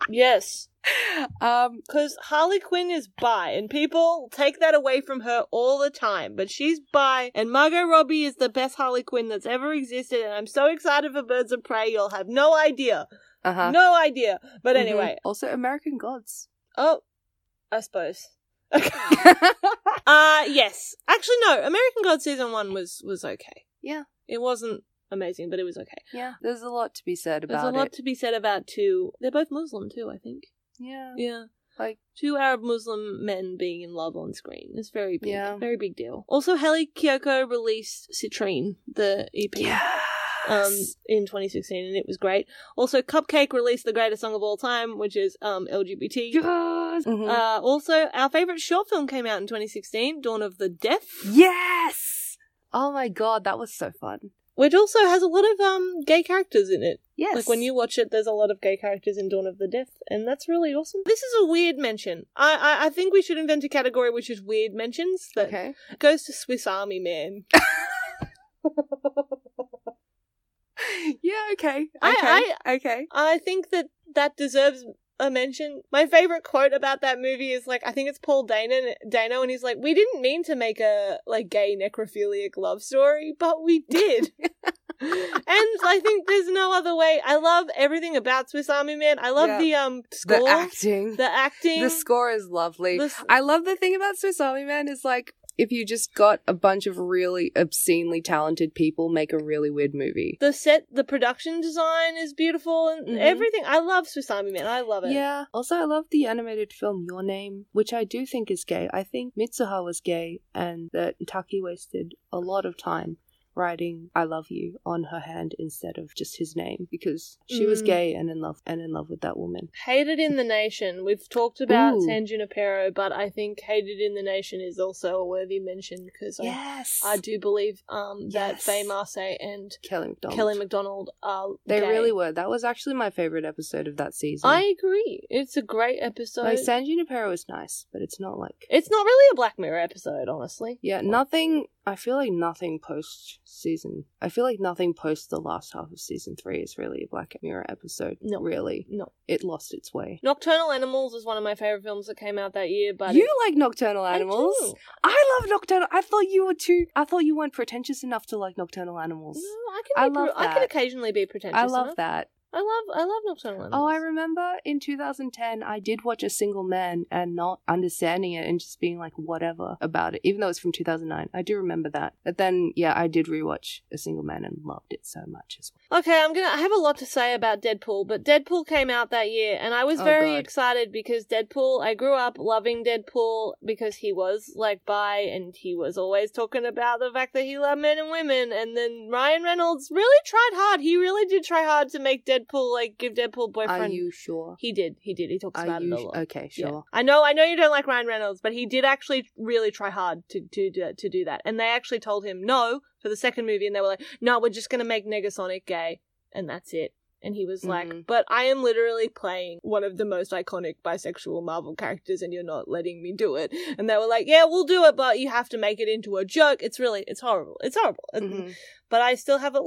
S2: yes.
S1: um,
S2: Because Harley Quinn is bi, and people take that away from her all the time. But she's bi, and Margot Robbie is the best Harley Quinn that's ever existed. And I'm so excited for Birds of Prey. You'll have no idea,
S1: uh huh.
S2: no idea. But anyway,
S1: Mm-hmm. also American Gods.
S2: oh, I suppose. uh yes, actually, no. American God season one was was okay.
S1: Yeah.
S2: it wasn't amazing, but it was okay.
S1: yeah, there's a lot to be said
S2: There's a
S1: about
S2: lot
S1: it.
S2: to be said about two. They're both Muslim too, I think.
S1: Yeah,
S2: Yeah.
S1: Like-
S2: two Arab Muslim men being in love on screen is very big,
S1: Yeah.
S2: very big deal. Also, Haley Kyoko released Citrine, the EP,
S1: yes.
S2: um, in 2016, and it was great. Also, Cupcake released the greatest song of all time, which is um LGBT.
S1: yes, Mhm.
S2: Uh, also, our favorite short film came out in 2016, Dawn of the Deaf,
S1: yes. Oh my god, that was so fun.
S2: which also has a lot of um gay characters in it.
S1: Yes,
S2: Like when you watch it, there's a lot of gay characters in Dawn of the Death, and that's really awesome. This is a weird mention. I I, I think we should invent a category which is weird mentions that
S1: okay.
S2: goes to Swiss Army Man.
S1: yeah, okay.
S2: I-
S1: okay. okay.
S2: I think that that deserves a mention. My favorite quote about that movie is like I think it's Paul Dano, Dano and he's like, "We didn't mean to make a like gay necrophiliac love story, but we did." and I think there's no other way. I love everything about Swiss Army Man. I love
S1: Yeah.
S2: the um
S1: The
S2: score, the,
S1: acting.
S2: acting,
S1: The score is lovely.
S2: the s-
S1: I love the thing about Swiss Army Man is like if you just got a bunch of really obscenely talented people make a really weird movie.
S2: the set, the production design is beautiful, and
S1: Mhm.
S2: everything. I love Swiss Army Man. I love it.
S1: Yeah. Also, I love the animated film Your Name, which I do think is gay. I think Mitsuha was gay, and that Taki wasted a lot of time writing "I love you" on her hand instead of just his name because she was
S2: Mm.
S1: gay and in love and in love with that woman.
S2: Hated in the Nation. We've talked about
S1: Ooh.
S2: San Junipero, but I think Hated in the Nation is also a worthy mention because
S1: Yes.
S2: I, I do believe um, that
S1: Yes.
S2: Faye Marseille and
S1: Kelly McDonald.
S2: Kelly MacDonald are.
S1: They
S2: gay.
S1: really were. That was actually my favorite episode of that season.
S2: I agree. It's a great episode.
S1: like San Junipero is nice, but it's not like
S2: it's not really a Black Mirror episode, honestly.
S1: yeah, nothing. I feel like nothing post season. I feel like nothing post the last half of season three is really a Black Mirror episode.
S2: No.
S1: really,
S2: No.
S1: it lost its way.
S2: Nocturnal Animals is one of my favorite films that came out that year, but
S1: you
S2: it-
S1: like Nocturnal
S2: I
S1: Animals?
S2: do.
S1: I, love Nocturnal. I thought you were too. I thought you weren't pretentious enough to like Nocturnal Animals.
S2: No, I can.
S1: I
S2: be
S1: love
S2: bru- I can
S1: that.
S2: occasionally be pretentious.
S1: I love
S2: enough.
S1: that.
S2: I love I love Nocturnal Animals.
S1: Oh, I remember in 2010, I did watch A Single Man and not understanding it and just being like, whatever about it, even though it's from 2009. I do remember that. But then, yeah, I did rewatch A Single Man and loved it so much as well.
S2: Okay, I'm gonna. I have a lot to say about Deadpool, but Deadpool came out that year, and I was
S1: Oh,
S2: very
S1: God.
S2: excited because Deadpool. I grew up loving Deadpool because he was like bi, and he was always talking about the fact that he loved men and women. And then Ryan Reynolds really tried hard. He really did try hard to make Deadpool like give Deadpool boyfriend.
S1: Are you sure?
S2: He did. He did. He talks
S1: Are
S2: about it
S1: you
S2: a
S1: sh-
S2: lot.
S1: okay?
S2: Yeah.
S1: Sure.
S2: I know I know you don't like Ryan Reynolds, but he did actually really try hard to to do- to do that. And they actually told him no for the second movie and they were like, "No, we're just going to make Negasonic gay." And that's it. And he was like,
S1: Mhm.
S2: "But I am literally playing one of the most iconic bisexual Marvel characters and you're not letting me do it." And they were like, "Yeah, we'll do it, but you have to make it into a joke. It's really it's horrible. It's horrible." And-
S1: Mhm.
S2: but I still have a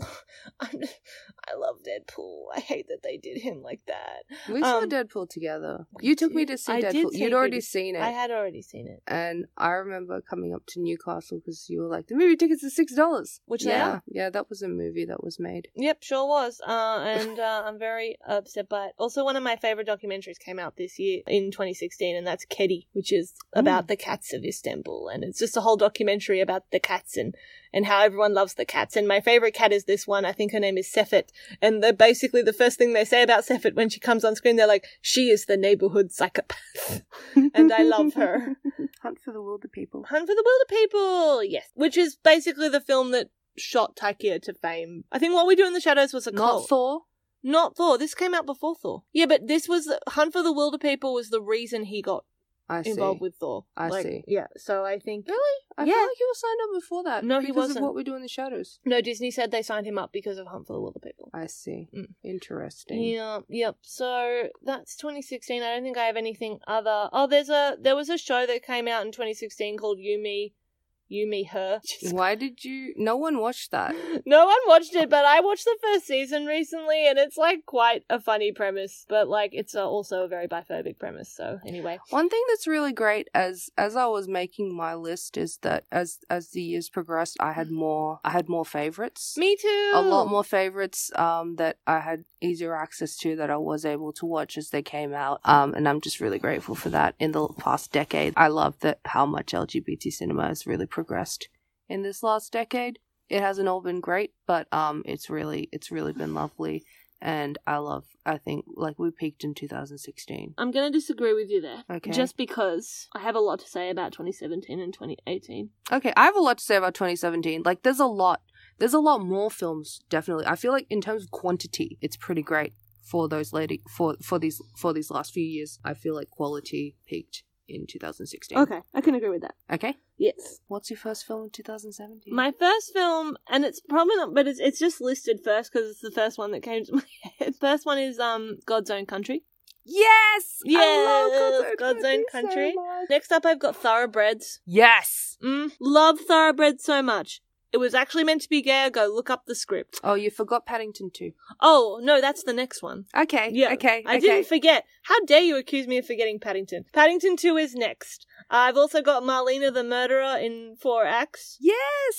S2: I'm, I love Deadpool. I hate that they did him like that.
S1: We saw
S2: Um,
S1: Deadpool together.
S2: we
S1: You took me
S2: did-
S1: to see
S2: I did
S1: Deadpool.
S2: take
S1: You'd
S2: you
S1: already
S2: to-
S1: seen it.
S2: I had already seen it.
S1: and I remember coming up to Newcastle because you were like, the movie tickets are six dollars.
S2: Which they
S1: yeah,
S2: are.
S1: yeah, that was a movie that was made.
S2: Yep, sure was. Uh, and uh, I'm very upset by it. Also, one of my favorite documentaries came out this year in 2016, and that's Kedi, which is about the cats of Istanbul. And it's just a whole documentary about the cats and, and how everyone loves the cats. And my favorite cat is this one. I think her name is Sefet. And the, basically, the first thing they say about Sefet when she comes on screen, they're like, she is the neighborhood psychopath. and I love her.
S1: Hunt for the Wilder People.
S2: Hunt for the Wilder People, yes. Which is basically the film that shot Taika to fame. I think What We Do in the Shadows was a
S1: Not
S2: cult.
S1: Thor.
S2: Not Thor. This came out before Thor. Yeah, but this was Hunt for the Wilder People was the reason he got
S1: I see.
S2: involved with Thor.
S1: I
S2: Like,
S1: see.
S2: Yeah. So I think
S1: Really? I
S2: Yeah.
S1: feel like he was signed up before that.
S2: No, he
S1: because
S2: wasn't.
S1: Of what we do in the shadows.
S2: no, Disney said they signed him up because of Hunt for the Wilder People.
S1: I see.
S2: Mm.
S1: Interesting.
S2: Yeah, yep. So that's 2016. I don't think I have anything other. Oh, there's a there was a show that came out in 2016 called You Me, You Me Her.
S1: Why did you? No one watched that.
S2: No one watched it, but I watched the first season recently, and it's like quite a funny premise, but like it's uh, also a very biphobic premise. So anyway,
S1: One thing that's really great as as I was making my list is that as as the years progressed, I
S2: Mm.
S1: had more I had more favorites.
S2: me too.
S1: a lot more favorites um, that I had easier access to that I was able to watch as they came out. Um, and I'm just really grateful for that in the past decade. I love that how much LGBT cinema has really progressed in this last decade. It hasn't all been great, but um, it's really it's really been lovely. And I love I think like we peaked in 2016.
S4: I'm going to disagree with you there.
S1: Okay.
S4: Just because I have a lot to say about 2017 and 2018.
S1: Okay, I have a lot to say about 2017. Like, there's a lot, there's a lot more films. Definitely, I feel like in terms of quantity, it's pretty great for those lady for for these for these last few years. I feel like quality peaked in 2016.
S4: Okay, I can agree with that.
S1: Okay.
S4: Yes.
S1: What's your first film in 2017?
S4: My first film, and it's probably not, but it's, it's just listed first because it's the first one that came to my head. First one is um God's Own Country.
S1: yes, I love
S4: Yes, God's Own Country.
S1: so much.
S2: Next up, I've got Thoroughbreds.
S1: yes.
S2: Mm, love Thoroughbreds so much. It was actually meant to be gay. Go look up the script.
S1: Oh, you forgot Paddington too.
S2: Oh no, that's the next one.
S1: Okay.
S2: Yeah,
S1: Okay.
S2: I
S1: okay.
S2: didn't forget. How dare you accuse me of forgetting Paddington? Paddington Two is next. I've also got Marlena the Murderer in four acts.
S1: Yes,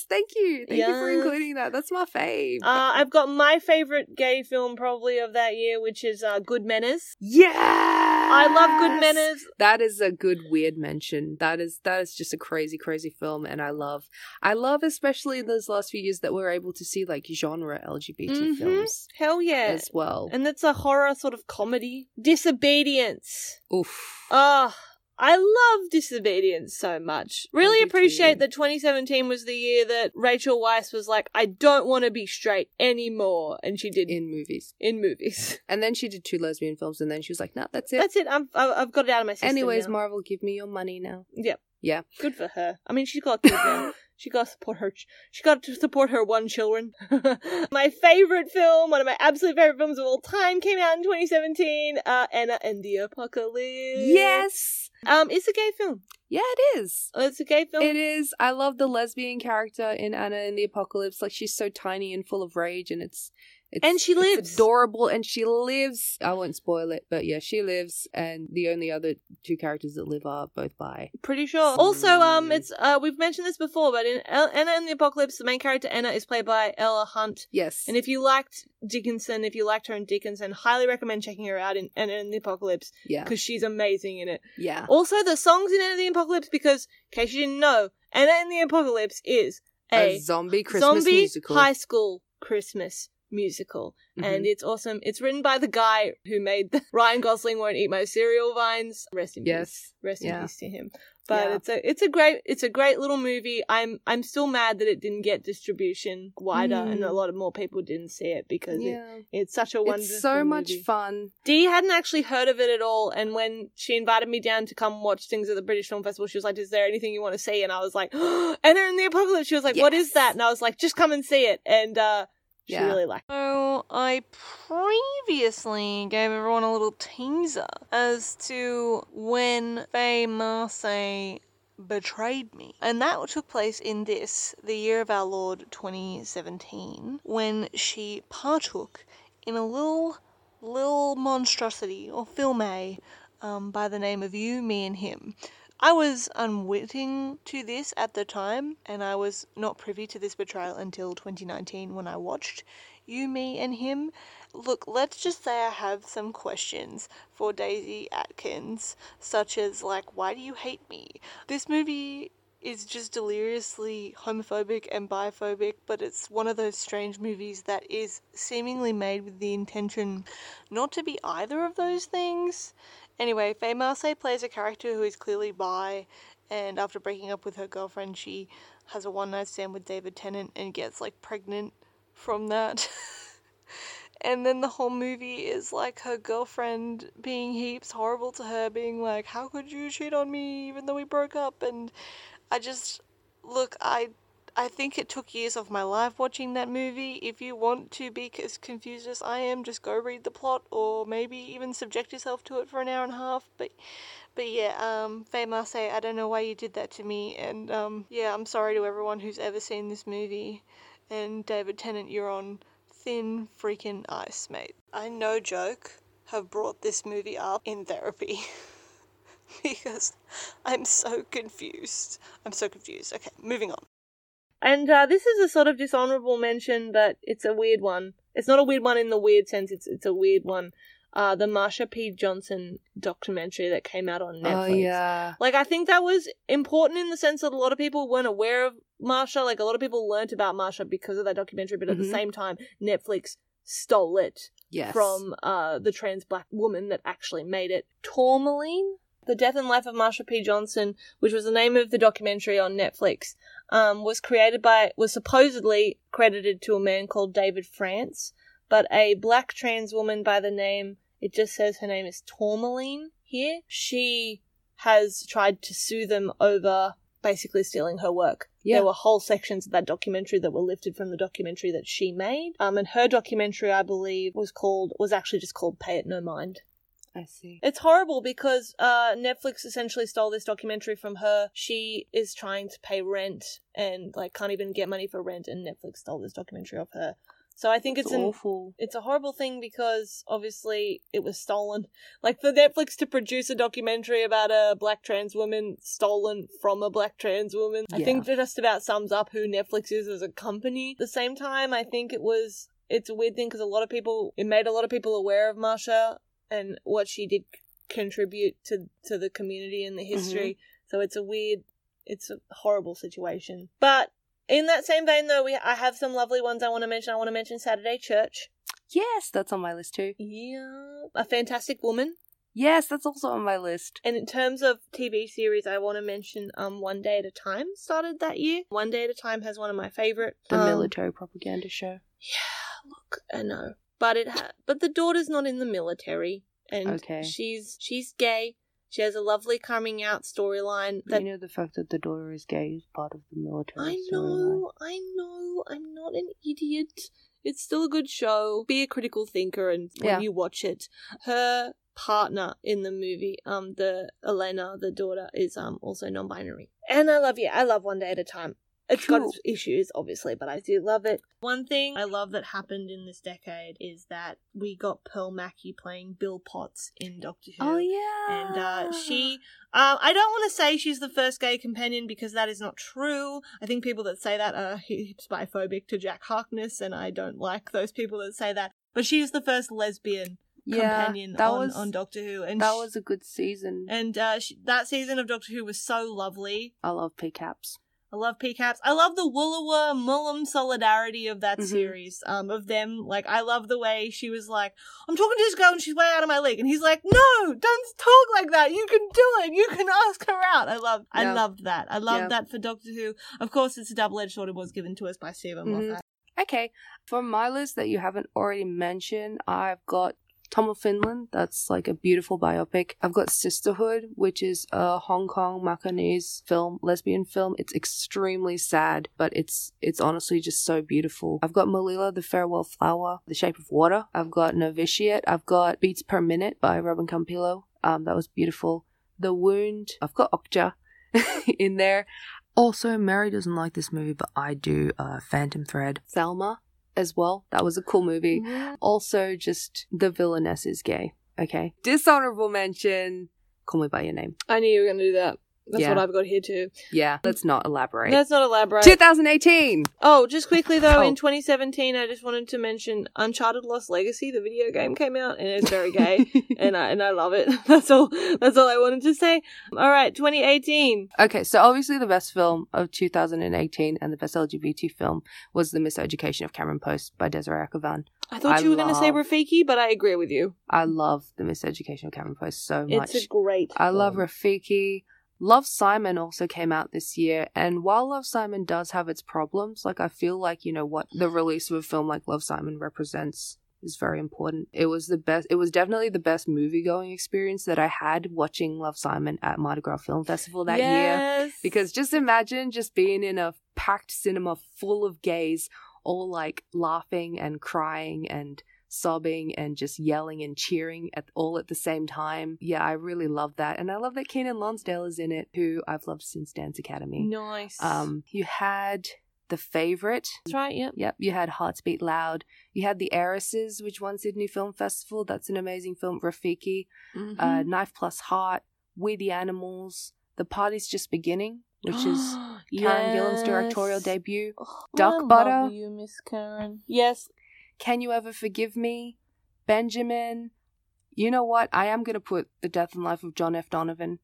S1: thank you. Thank you for
S2: Yes.
S1: including that. That's my fave.
S2: Uh, I've got my favorite gay film probably of that year, which is uh, Good Menace.
S1: yes.
S2: I love Good Menace.
S1: that is a good weird mention that is that is just a crazy crazy film and i love i love especially in those last few years that we're able to see like genre lgbt
S2: Mhm.
S1: films
S2: Hell yeah!
S1: as well
S2: And that's a horror sort of comedy. Disobedience.
S1: oof
S2: Oh, I love Disobedience so much.
S1: I
S2: Really
S1: do
S2: appreciate
S1: too.
S2: that 2017 was the year that Rachel Weisz was like, I don't want to be straight anymore. And she did in,
S1: in movies
S2: movies.
S1: and then she did two lesbian films and then she was like no that's it
S2: That's it. I'm, I- I've got it out of my system.
S1: anyways
S2: now.
S1: marvel give me your money now
S2: Yep.
S1: Yeah.
S2: Good for her. I mean, she's got a kid now. She got to support her. She got to support her one children. my favorite film, one of my absolute favorite films of all time, came out in 2017. Uh, Anna and the Apocalypse.
S1: yes
S2: Um, it's a gay film.
S1: yeah it is
S2: Oh, It's a gay film.
S1: it is. I love the lesbian character in Anna in the Apocalypse. Like she's so tiny and full of rage, and it's It's,
S7: And she
S1: it's
S7: lives.
S1: adorable, and she lives. I won't spoil it, but yeah, she lives, and the only other two characters that live are both by.
S2: Pretty sure. Also, um, it's uh, we've mentioned this before, but in El- Anna and the Apocalypse, the main character Anna is played by Ella Hunt.
S1: Yes,
S2: And if you liked Dickinson, if you liked her in Dickinson, highly recommend checking her out in Anna and the Apocalypse
S1: yeah,
S2: because she's amazing in it.
S1: yeah,
S2: Also, the songs in Anna and the Apocalypse because, in case you didn't know, Anna and the Apocalypse is
S1: a
S2: a,
S1: zombie Christmas
S2: zombie
S1: musical. Mm-hmm.
S2: high school Christmas musical, and it's awesome. It's written by the guy who made the Ryan Gosling won't eat my cereal vines. Rest in peace.
S1: yes,
S2: Rest
S1: Yeah.
S2: in peace to him. But
S1: Yeah.
S2: it's a it's a great it's a great little movie. I'm I'm still mad that it didn't get distribution wider and
S1: Mm.
S2: a lot of more people didn't see it because it,
S1: yeah.
S2: it's such a wonderful.
S1: It's so much
S2: movie.
S1: fun.
S2: Dee hadn't actually heard of it at all, and when she invited me down to come watch things at the British Film Festival, she was like, "Is there anything you want to see?" And I was like, "Anna and the Apocalypse." She was like, "What is
S1: Yes.
S2: that?" And I was like, "Just come and see it." And uh, she
S1: Yeah.
S2: really liked. it. So I previously gave everyone a little teaser as to when Faye Marseille betrayed me. And that took place in this, the year of our Lord 2017, when she partook in a little, little monstrosity or filme um, by the name of You, Me, and Him. I was unwitting to this at the time, and I was not privy to this betrayal until 2019 when I watched You, Me, and Him. Look, let's just say I have some questions for Daisy Atkins, such as, like, why do you hate me? This movie is just deliriously homophobic and biphobic, but it's one of those strange movies that is seemingly made with the intention not to be either of those things. Anyway, Faye Marseille plays a character who is clearly bi, and after breaking up with her girlfriend, she has a one night stand with David Tennant and gets like pregnant from that. and then the whole movie is like her girlfriend being heaps horrible to her, being like, How could you cheat on me even though we broke up? And I just look, I. I think it took years of my life watching that movie. If you want to be as confused as I am, just go read the plot or maybe even subject yourself to it for an hour and a half. But but yeah, um, Faye Marseille, I don't know why you did that to me. And um, yeah, I'm sorry to everyone who's ever seen this movie. And David Tennant, you're on thin freaking ice, mate. I, no joke, have brought this movie up in therapy. because I'm so confused. I'm so confused. Okay, moving on. And uh, this is a sort of dishonorable mention, but it's a weird one. It's not a weird one in the weird sense. It's it's a weird one. Uh, the Marsha P. Johnson documentary that came out on Netflix.
S1: Oh yeah,
S2: Like I think that was important in the sense that a lot of people weren't aware of Marsha. Like a lot of people learnt about Marsha because of that documentary, but at
S1: Mhm.
S2: the same time, Netflix stole it
S1: yes.
S2: from uh, the trans black woman that actually made it. Tourmaline? The Death and Life of Marsha P. Johnson, which was the name of the documentary on Netflix, um, was created by, was supposedly credited to a man called David France, but a black trans woman by the name, it just says her name is Tourmaline here. She has tried to sue them over basically stealing her work.
S1: Yeah.
S2: There were whole sections of that documentary that were lifted from the documentary that she made. Um, and her documentary, I believe, was called was actually just called "Pay It No Mind."
S1: I see.
S2: It's horrible because uh, Netflix essentially stole this documentary from her. She is trying to pay rent and like can't even get money for rent, and Netflix stole this documentary of her. So I think it's, an
S1: awful.
S2: it's a horrible thing because obviously it was stolen. Like for Netflix to produce a documentary about a black trans woman stolen from a black trans woman, I
S1: Yeah.
S2: think that just about sums up who Netflix is as a company. At the same time, I think it was it's a weird thing because a lot of people it made a lot of people aware of Marsha and what she did contribute to to the community and the
S1: Mm-hmm.
S2: history. So it's a weird, it's a horrible situation. But in that same vein, though, we I have some lovely ones I want to mention. I want to mention Saturday Church.
S1: Yes, that's on my list too.
S2: Yeah, a fantastic woman.
S1: Yes, that's also on my list.
S2: And in terms of TV series, I want to mention um One Day at a Time started that year. One Day at a Time has one of my favorite
S1: The
S2: um,
S1: military propaganda show.
S2: Yeah, look, I know, but it ha- but the daughter's not in the military, and
S1: Okay.
S2: she's she's gay. She has a lovely coming out storyline that
S1: you know the fact that the daughter is gay is part of the military.
S2: I
S1: storyline.
S2: know, I know. I'm not an idiot. It's still a good show. Be a critical thinker, and when
S1: Yeah.
S2: you watch it, her partner in the movie, um, the Elena, the daughter, is um also non-binary. And I love you. I love One Day at a Time. It's got
S1: Cool.
S2: its issues, obviously, but I do love it. One thing I love that happened in this decade is that we got Pearl Mackie playing Bill Potts in Doctor Who.
S1: Oh, yeah.
S2: And uh, she, um, I don't want to say she's the first gay companion because that is not true. I think people that say that are heaps biphobic to Jack Harkness, and I don't like those people that say that. But she was the first lesbian companion
S1: that
S2: on,
S1: was
S2: on Doctor Who, and
S1: that
S2: she-
S1: was a good season.
S2: and uh, she, that season of Doctor Who was so lovely.
S1: I love PCAPs.
S2: I love PCAPs. I love the Woolowa Mullum solidarity of that
S8: Mm-hmm.
S1: Mhm.
S2: series. Um, of them, like I love the way she was like, "I'm talking to this girl and she's way out of my league," and he's like, "No, don't talk like that. You can do it. You can ask her out." I love, I
S1: Yeah.
S2: loved that. I loved
S1: Yeah.
S2: that for Doctor Who. Of course, it's a double edged sword. It was given to us by Stephen
S1: Mhm.
S2: Moffat.
S8: Mm-hmm.
S1: Okay, from my list that you haven't already mentioned, I've got Tom of Finland. That's like a beautiful biopic. I've got Sisterhood, which is a Hong Kong Macanese film, lesbian film. It's extremely sad, but it's it's honestly just so beautiful. I've got Malila, The Farewell Flower, The Shape of Water. I've got Novitiate. I've got Beats Per Minute by Robin Campillo. Um, that was beautiful. The Wound. I've got Okja in there.
S9: Also, Mary doesn't like this movie, but I do. Uh, Phantom Thread.
S1: Thelma as well. That was a cool movie. also just the villainess is gay. Okay. Dishonorable mention. Call me by your name.
S8: I knew you were going to do that. That's
S1: Yeah.
S8: what I've got here too.
S1: Yeah. Let's not elaborate.
S8: That's not elaborate.
S1: 2018.
S8: Oh, just quickly though,
S1: Oh.
S8: in 2017, I just wanted to mention Uncharted: Lost Legacy, the video game came out, and it's very gay, and I and I love it. That's all. That's all I wanted to say. All right, 2018.
S1: Okay, so obviously the best film of 2018 and the best LGBT film was The Miseducation of Cameron Post by Desiree Akavan.
S8: I thought
S1: I
S8: you were going to say
S1: love-
S8: Rafiki, but I agree with you.
S1: I love The Miseducation of Cameron Post so much.
S8: It's a great.
S1: I love
S8: film.
S1: Rafiki. Love Simon also came out this year, and while Love Simon does have its problems, like I feel like you know what the release of a film like Love Simon represents is very important. It was the best. It was definitely the best movie going experience that I had watching Love Simon at Mardi Gras Film Festival that year.
S8: yes.
S1: Because just imagine just being in a packed cinema full of gays, all like laughing and crying and sobbing and just yelling and cheering at all at the same time. Yeah, I really love that. And I love that Keenan Lonsdale is in it, who I've loved since Dance Academy.
S8: nice.
S1: Um, you had The Favorite.
S8: that's right. Yep.
S1: Yep, you had Hearts Beat Loud. You had The Heiresses, which won Sydney Film Festival. That's an amazing film. Rafiki uh, Knife Plus Heart, We the Animals, The Party's Just Beginning, which is Karen Gillan's directorial
S8: Mm-hmm. Yes.
S1: debut,
S8: Oh,
S1: Duck
S8: I love
S1: Butter.
S8: You, Miss Karen. Yes.
S1: Can You Ever Forgive Me, Benjamin. You know what? I am going to put The Death and Life of John F. Donovan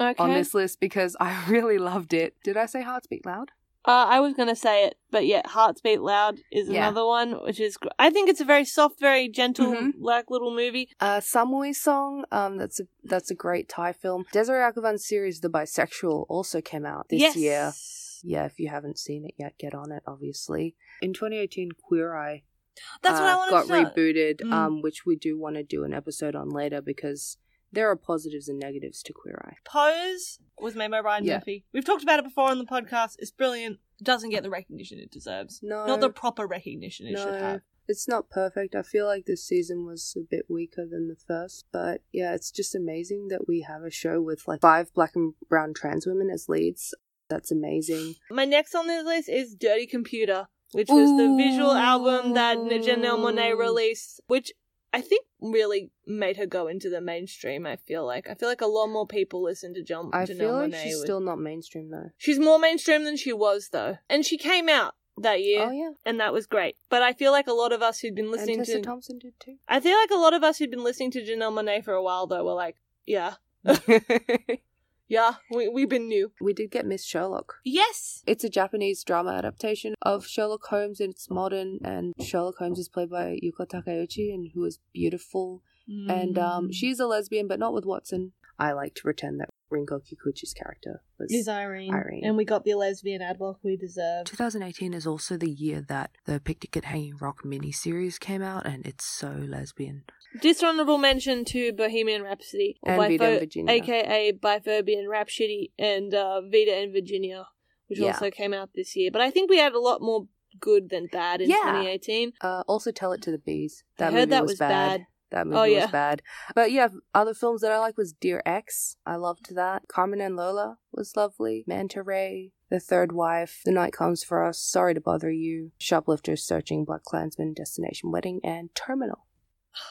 S8: Okay.
S1: on this list because I really loved it. Did I say Hearts Beat Loud?
S2: Uh, I was gonna say it, but yeah, Hearts Beat Loud is
S1: Yeah.
S2: another one, which is gr- I think it's a very soft, very gentle,
S1: Mhm.
S2: like little movie.
S1: Uh, Samui Song, um, that's a that's a great Thai film. Desiree Akavan's series The Bisexual also came out this
S2: yes.
S1: year. Yeah, if you haven't seen it yet, get on it, obviously. In 2018, Queer Eye
S2: That's what
S1: uh,
S2: I wanted
S1: got
S2: to know.
S1: rebooted,
S2: Mm.
S1: um, which we do want to do an episode on later because there are positives and negatives to Queer Eye.
S2: Pose was made by Ryan
S1: Yeah.
S2: Murphy. We've talked about it before on the podcast. It's brilliant. Doesn't get the recognition it deserves.
S1: No,
S2: Not the proper recognition it
S1: no,
S2: should have.
S1: it's not perfect. I feel like this season was a bit weaker than the first, but yeah, it's just amazing that we have a show with like five black and brown trans women as leads. That's amazing.
S2: My next on this list is Dirty Computer, which was the visual album that
S1: Ooh.
S2: Janelle Monet released, which I think really made her go into the mainstream. I feel like I feel like a lot more people listen to John.
S1: I
S2: Janelle
S1: feel like
S2: Monáe
S1: she's
S2: with-
S1: still not mainstream though.
S2: She's more mainstream than she was though, and she came out that year,
S1: Oh yeah,
S2: and that was great. But I feel like a lot of us who'd been listening
S1: and Tessa
S2: to,
S1: Thompson did too.
S2: I feel like a lot of us who'd been listening to Janelle Monet for a while though were like, yeah, yeah, we we've been new.
S1: we did get Miss Sherlock.
S2: Yes,
S1: It's a Japanese drama adaptation of Sherlock Holmes and it's modern and Sherlock Holmes is played by Yuko Takeuchi and who is beautiful
S2: Mm.
S1: and um she's a lesbian but not with Watson. I like to pretend that Rinko Kikuchi's character was
S2: is Irene,
S1: Irene.
S2: and we got the lesbian ad block we deserved.
S9: 2018 is also the year that the Pick Ticket Hanging Rock miniseries came out, and it's so lesbian.
S8: Dishonorable mention to Bohemian Rhapsody, or
S1: And Vita and
S8: Bifo-
S1: Virginia.
S8: aka Biphobia Rhapsody, and uh, Vita and Virginia, which
S1: Yeah.
S8: also came out this year. But I think we had a lot more good than bad in
S1: Yeah.
S8: 2018.
S1: uh, also tell it to the bees. That
S8: I
S1: movie
S8: heard that
S1: was,
S8: was
S1: bad.
S8: bad.
S1: That movie
S8: Oh, yeah.
S1: was bad. But yeah, other films that I like was Dear Ex. I loved that. Carmen and Lola was lovely. Manta Ray, the third wife, the night comes for us, sorry to bother you, shoplifters searching, black clansman, destination wedding, and terminal.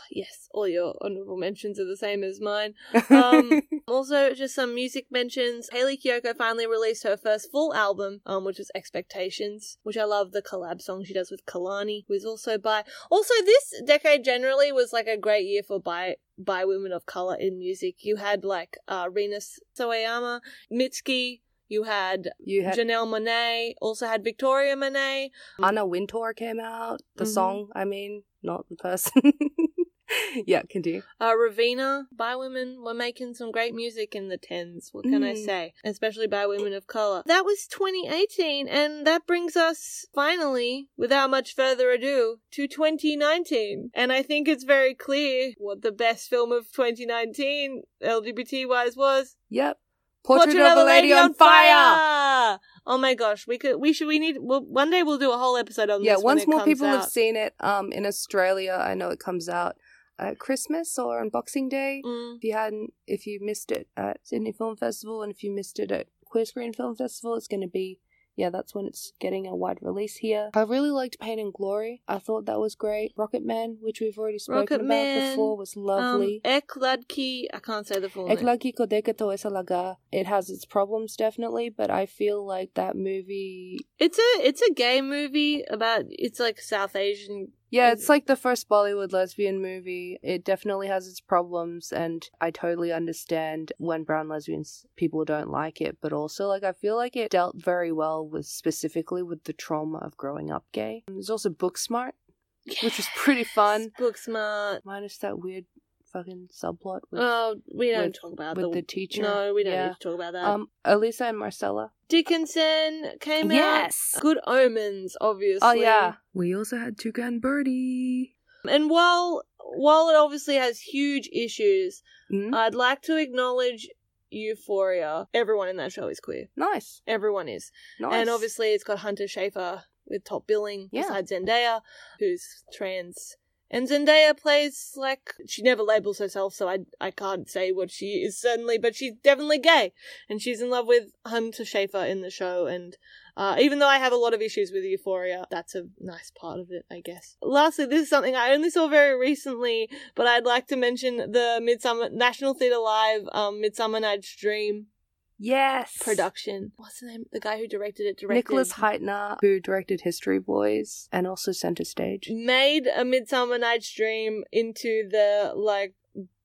S2: yes, all your honorable mentions are the same as mine. Um, also, just some music mentions. Haley Kiyoko finally released her first full album, um, which is Expectations, which I love the collab song she does with Kalani, who is also bi. Also, this decade generally was like a great year for bi by women of color in music. You had like uh, Rina Sawayama, Mitski. You had
S1: you had
S2: Janelle Monet, also had Victoria Monet.
S1: Anna Wintour came out, the
S2: Mhm.
S1: song, I mean, not the person. yeah, continue.
S2: Uh, Ravina, by women were making some great music in the tens. What can I
S1: Mm.
S2: say? Especially by women of color. That was 2018, and that brings us finally, without much further ado, to 2019. And I think it's very clear what the best film of 2019, LGBT wise, was.
S1: Yep. Portrait, of, a Lady on Fire!
S2: Fire! Oh my gosh, we could, we should, we need. Well, one day we'll do a whole episode on
S1: Yeah,
S2: this. when
S1: once
S2: it
S1: more
S2: comes
S1: people
S2: out.
S1: have seen it um, in Australia. I know it comes out at Christmas or on Boxing Day.
S2: Mm.
S1: If you hadn't, if you missed it at Sydney Film Festival, and if you missed it at Queer Screen Film Festival, it's going to be yeah, that's when it's getting a wide release here. I really liked Pain and Glory. I thought that was great. Rocket Man, which we've already spoken
S2: Rocket
S1: about
S2: Man,
S1: before, was
S2: Um,
S1: lovely.
S2: Ek Ladki, I can't say the full name.
S1: Eklaki Kodekato Esalaga. It has its problems definitely, but I feel like that movie
S2: It's a it's a gay movie about it's like South Asian.
S1: Yeah,
S2: Is
S1: it's
S2: it-
S1: like the first Bollywood lesbian movie. It definitely has its problems, and I totally understand when brown lesbians people don't like it, but also, like, I feel like it dealt very well with specifically with the trauma of growing up gay. There's also Booksmart, which was pretty fun,
S2: Book smart.
S1: minus that weird fucking subplot with,
S2: Oh, we don't
S1: with-
S2: talk about
S1: with the,
S2: the,
S1: teacher.
S2: No, we don't
S1: Yeah.
S2: need to talk about that.
S1: Um, Elisa and Marcella.
S2: Dickinson came
S1: Yes.
S2: out. Good Omens, obviously.
S1: Oh, yeah.
S5: We also had Toucan Birdie.
S2: And while while it obviously has huge issues,
S1: Mm,
S2: I'd like to acknowledge Euphoria. Everyone in that show is queer.
S1: nice.
S2: Everyone is.
S1: Nice.
S2: And obviously, it's got Hunter Schafer with top billing
S1: Yeah.
S2: beside Zendaya, who's trans. And Zendaya plays like she never labels herself, so I I can't say what she is certainly, but she's definitely gay, and she's in love with Hunter Schafer in the show. And uh, even though I have a lot of issues with Euphoria, that's a nice part of it, I guess. Lastly, this is something I only saw very recently, but I'd like to mention the Midsummer National Theatre Live um, Midsummer Night's Dream
S1: yes.
S2: production. What's the name? The guy who directed it directed
S1: Nicholas Heitner, who directed History Boys and also Center Stage.
S2: made a Midsummer Night's Dream into the like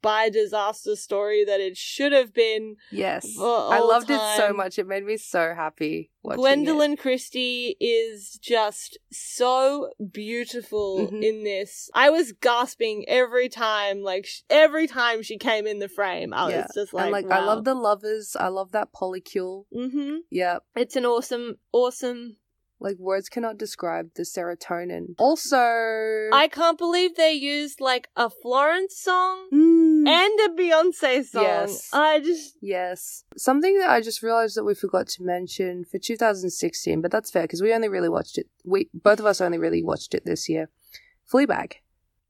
S2: by disaster story that it should have been.
S1: Yes.
S2: For all
S1: I loved it so
S2: time.
S1: much. It made me so happy. Watching
S2: Gwendolyn Christie is just so beautiful
S1: Mhm.
S2: in this. I was gasping every time, like sh- every time she came in the frame. I
S1: Yeah.
S2: was just
S1: It.
S2: like,
S1: and like I love the lovers. I love that polycule.
S2: hmm
S1: Yeah.
S2: It's an awesome, awesome.
S1: Like words cannot describe the serotonin. Also I
S2: I can't believe they used like a Florence song
S1: mm,
S2: and a Beyonce
S1: Mm-hmm.
S2: song.
S1: Yes.
S2: I just
S1: Yes. Something that I just realized that we forgot to mention for 2016, but that's fair because we only really watched it. We both of us only really watched it this year. Fleabag.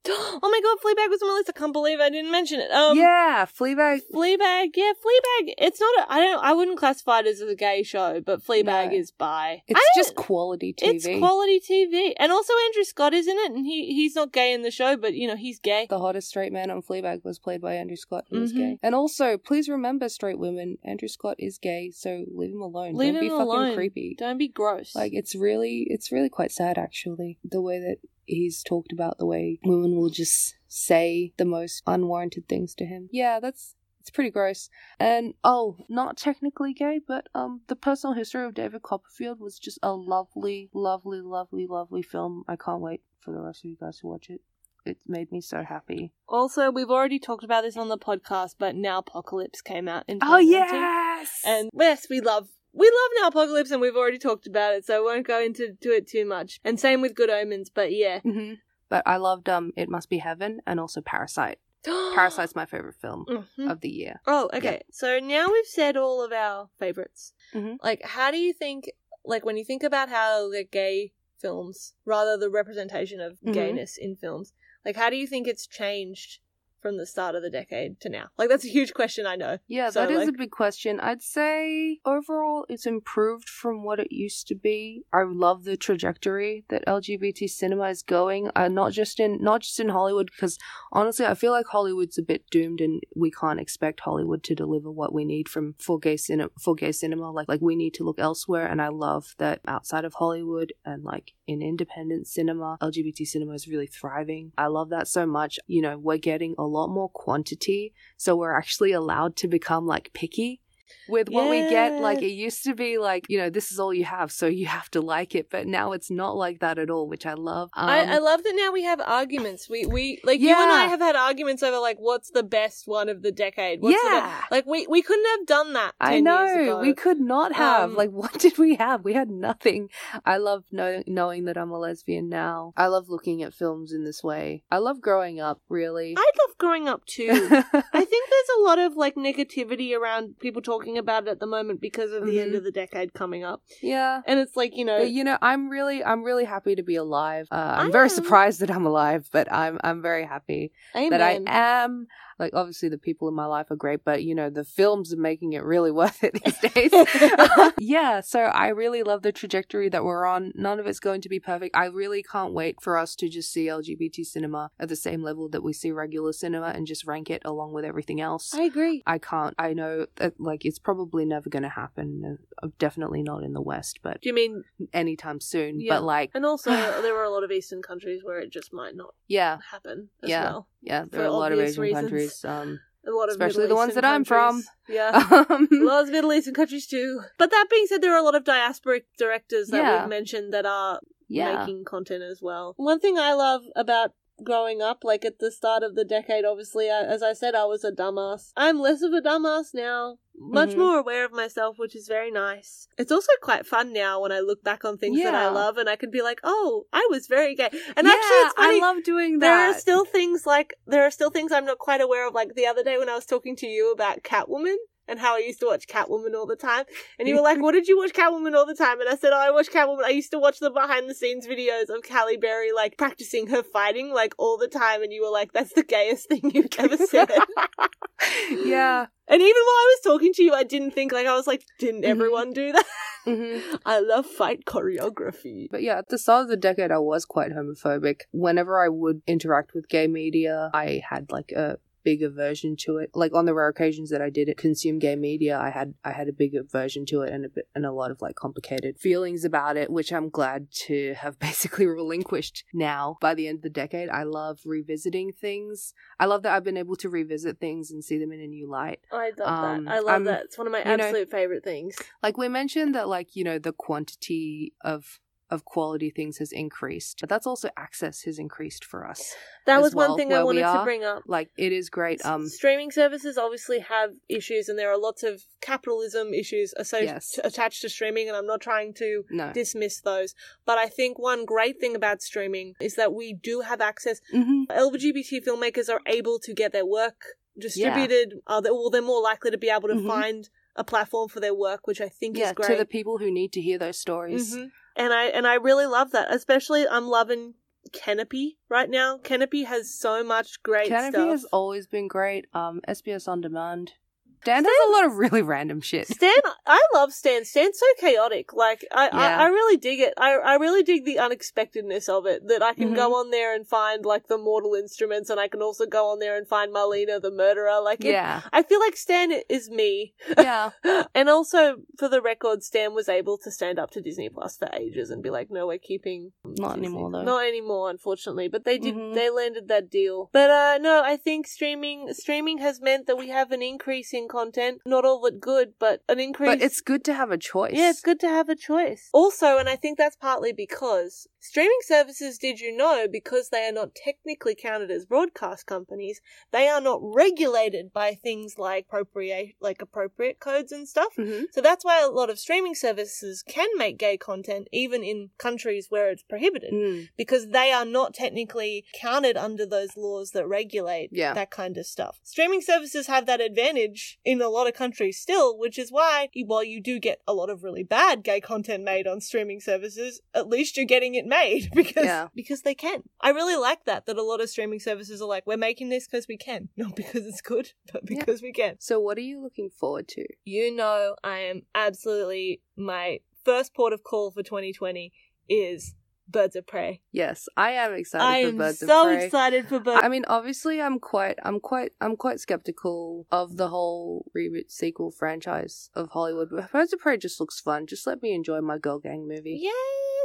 S2: oh my god, Fleabag was on my list. I can't believe I didn't mention it. Um,
S1: yeah, Fleabag.
S2: Fleabag. Yeah, Fleabag. It's not. A, I don't. I wouldn't classify it as a gay show, but Fleabag
S1: No.
S2: is bi. I
S1: It's
S2: don't-
S1: just quality TV.
S2: It's quality TV, and also Andrew Scott is in it, and he he's not gay in the show, but you know he's gay.
S1: the hottest straight man on Fleabag was played by Andrew Scott, who was
S2: Mhm.
S1: gay. And also, please remember, straight women, Andrew Scott is gay, so leave him alone.
S2: Leave
S1: Don't be
S2: him
S1: fucking
S2: alone.
S1: creepy.
S2: Don't be gross.
S1: Like it's really, it's really quite sad actually. The way that he's talked about, the way women will just say the most unwarranted things to him. Yeah, that's it's pretty gross. And oh, not technically gay, but um, the personal history of David Copperfield was just a lovely, lovely, lovely, lovely film. I can't wait for the rest of you guys to watch it. It made me so happy.
S2: also, we've already talked about this on the podcast, but Now Apocalypse came out in.
S1: Oh
S2: 2019.
S1: yes,
S2: And yes, we love we love Now Apocalypse, and we've already talked about it, so I won't go into to it too much. And same with Good Omens, but yeah.
S1: hmm but I loved um, it must be heaven, and also Parasite. Parasite's my favorite film
S2: Mhm.
S1: of the year.
S2: Oh, okay. So now we've said all of our favorites.
S1: Mhm.
S2: Like, how do you think? Like, when you think about how the gay films, rather the representation of
S1: Mhm.
S2: gayness in films, like, how do you think it's changed from the start of the decade to now? Like, that's a huge question, I know.
S1: Yeah,
S2: So,
S1: that is a
S2: like-
S1: big question. I'd say overall it's improved from what it used to be. I love the trajectory that LGBT cinema is going. Uh, not just in not just in Hollywood because honestly, I feel like Hollywood's a bit doomed and we can't expect Hollywood to deliver what we need from for gay cinema for gay cinema. Like like we need to look elsewhere and I love that outside of Hollywood and like in independent cinema, LGBT cinema is really thriving. I love that so much. You know, we're getting a lot more quantity so we're actually allowed to become like picky with what we get like
S2: Yeah.
S1: it used to be like you know this is all you have so you have to like it but now it's not like that at all which i love um,
S2: I, I love that now we have arguments. We we like you and I
S1: Yeah.
S2: have had arguments over like what's the best one of the decade. What's the
S1: Yeah.
S2: be- like we we couldn't have done that. 10
S1: I
S2: Years
S1: know
S2: ago.
S1: we could not have
S2: Um,
S1: like what did we have? We had nothing. I love know- knowing that I'm a lesbian now. I love looking at films in this way. I love growing up, really.
S2: I love growing up too. I think there's a lot of like negativity around people talking about it at the moment because of the end
S1: Mhm.
S2: of the decade coming up,
S1: yeah.
S2: and it's like you know
S1: But you know, I'm really, I'm really happy to be alive. Uh, I'm
S2: I
S1: very
S2: am.
S1: surprised that I'm alive, but I'm, I'm very happy.
S2: amen.
S1: that I am. Like, obviously, the people in my life are great, but you know, the films are making it really worth it these days. yeah, so I really love the trajectory that we're on. None of it's going to be perfect. I really can't wait for us to just see LGBT cinema at the same level that we see regular cinema and just rank it along with everything else.
S2: I agree.
S1: I can't. I know, that, like, it's probably never going to happen. Uh, Definitely not in the West, but
S2: Do you mean
S1: anytime soon.
S2: Yeah.
S1: But, like,
S2: and also there are a lot of Eastern countries where it just might not
S1: yeah,
S2: happen as
S1: Yeah.
S2: well.
S1: yeah, there
S2: For
S1: are a lot of
S2: obvious
S1: Asian
S2: reasons.
S1: countries. Um,
S2: A lot of
S1: Especially
S2: Middle
S1: the ones
S2: Eastern
S1: that I'm from.
S2: countries. Yeah.
S1: um,
S2: Well, it's Middle Eastern countries too. But that being said, there are a lot of diasporic directors that
S1: Yeah.
S2: we've mentioned that are
S1: yeah.
S2: making content as well. One thing I love about growing up, like at the start of the decade, obviously, I, as I said, I was a dumbass. I'm less of a dumbass now, much
S1: Mhm.
S2: more aware of myself, which is very nice. It's also quite fun now when I look back on things that I
S1: Yeah.
S2: love and I can be like, oh, I was very gay. And
S1: Yeah,
S2: actually, it's funny.
S1: I love doing that.
S2: there are still things like there are still things I'm not quite aware of. Like the other day when I was talking to you about Catwoman and how I used to watch Catwoman all the time, and you were like, "What did you watch Catwoman all the time?" And I said, "Oh, I watch Catwoman. I used to watch the behind the scenes videos of Halle Berry like practicing her fighting like all the time." And you were like, "That's the gayest thing you've ever said."
S1: yeah.
S2: And even while I was talking to you, I didn't think like I was like, "Didn't
S1: Mhm.
S2: everyone do that?"
S1: hmm
S2: I love fight choreography.
S1: But yeah, at the start of the decade, I was quite homophobic. Whenever I would interact with gay media, I had like a big aversion to it. Like on the rare occasions that I did consume gay media, I had I had a big aversion to it and a bit, and a lot of like complicated feelings about it, which I'm glad to have basically relinquished now. By the end of the decade, I love revisiting things. I love that I've been able to revisit things and see them in a new light.
S2: I love
S1: Um,
S2: that. I love
S1: I'm-
S2: that. It's one of my
S1: you know-
S2: absolute favorite things.
S1: like we mentioned that like you know the quantity of of quality things has increased but that's also access has increased for us
S2: That
S1: as
S2: was one
S1: well,
S2: thing I
S1: where we
S2: wanted to
S1: are.
S2: bring up.
S1: like it is great um
S2: Streaming services obviously have issues, and there are lots of capitalism issues asso-
S1: Yes.
S2: t- attached to streaming, and I'm not trying to
S1: no
S2: dismiss those. But I think one great thing about streaming is that we do have access.
S1: hmm
S2: LGBT filmmakers are able to get their work distributed, uh, they're, well, they're more likely to be able to
S1: Mhm.
S2: find a platform for their work, which I think
S1: yeah
S2: is great.
S1: to the people who need to hear those stories
S2: Mhm. And I and I really love that. Especially I'm loving Canopy right now. Canopy has so much great
S1: canopy
S2: stuff.
S1: has always been great um sbs on demand dan does a lot of really random shit
S2: Stan, I love Stan. Stan's so chaotic. Like I,
S1: Yeah.
S2: I, I really dig it. I, I really dig the unexpectedness of it. That I can
S1: Mhm.
S2: go on there and find like the mortal instruments, and I can also go on there and find Marlena the murderer. Like it,
S1: yeah
S2: I feel like Stan is me.
S1: yeah
S2: and also, for the record, Stan was able to stand up to Disney Plus for ages and be like, "No, we're keeping."
S1: Not
S2: Disney-
S1: anymore, though.
S2: Not anymore, unfortunately. But they did.
S1: Mhm.
S2: They landed that deal. But uh, no, I think streaming streaming has meant that we have an increase in content. Not all that good, but an increase.
S1: but it's good to have a choice
S2: Yeah, it's good to have a choice. Also, and I think that's partly because streaming services, did you know, because they are not technically counted as broadcast companies, they are not regulated by things like appropriate, like appropriate codes and stuff.
S1: Mhm.
S2: So that's why a lot of streaming services can make gay content, even in countries where it's prohibited,
S1: Mm.
S2: because they are not technically counted under those laws that regulate
S1: Yeah.
S2: that kind of stuff. Streaming services have that advantage in a lot of countries still, which is why while you do get a lot of really bad gay content made on streaming services, at least you're getting it made because
S1: Yeah.
S2: because they can. I really like that that a lot of streaming services are like we're making this because we can, not because it's good, but
S1: Yeah.
S2: because we can.
S1: So, what are you looking forward to?
S2: You know, I am absolutely my first port of call for 2020 is Birds of Prey.
S1: Yes, I am excited
S2: I
S1: for
S2: am
S1: Birds of
S2: so
S1: Prey.
S2: excited for Birds.
S1: I mean, obviously, I'm quite, I'm quite, I'm quite skeptical of the whole reboot sequel franchise of Hollywood. But Birds of Prey just looks fun. Just let me enjoy my girl gang movie.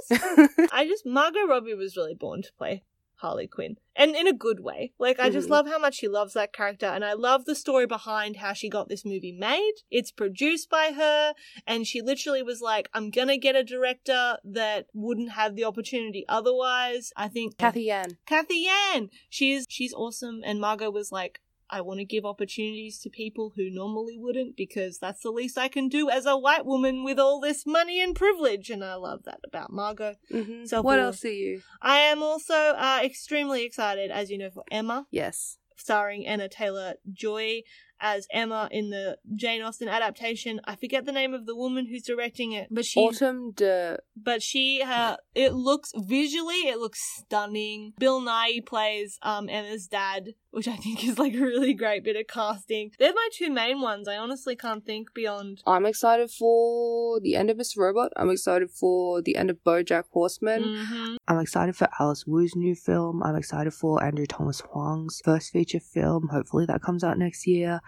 S2: Yes. I just Margot Robbie was really born to play Harley Quinn, and in a good way. Like I just
S1: Mhm.
S2: love how much she loves that character, and I love the story behind how she got this movie made. It's produced by her, and she literally was like, "I'm gonna get a director that wouldn't have the opportunity otherwise." I think
S1: Kathy Yan.
S2: Kathy Yan, she's she's awesome, and Margot was like. I want to give opportunities to people who normally wouldn't because that's the least I can do as a white woman with all this money and privilege. And I love that about Margot.
S1: hmm
S2: So
S1: what
S2: cool.
S1: else are you?
S2: I am also uh, extremely excited, as you know, for Emma,
S1: Yes.
S2: starring Anna Taylor Joy as Emma in the Jane Austen adaptation. I forget the name of the woman who's directing it, but she,
S1: Autumn de.
S2: but she, uh, it looks visually, it looks stunning. Bill Nye plays um, Emma's dad, which I think is like a really great bit of casting. They're my two main ones. I honestly can't think beyond.
S1: I'm excited for the end of Miss Robot. I'm excited for the end of BoJack Horseman. Mm-hmm.
S2: Mhm.
S10: I'm excited for Alice Wu's new film. I'm excited for Andrew Thomas Huang's first feature film. Hopefully that comes out next year.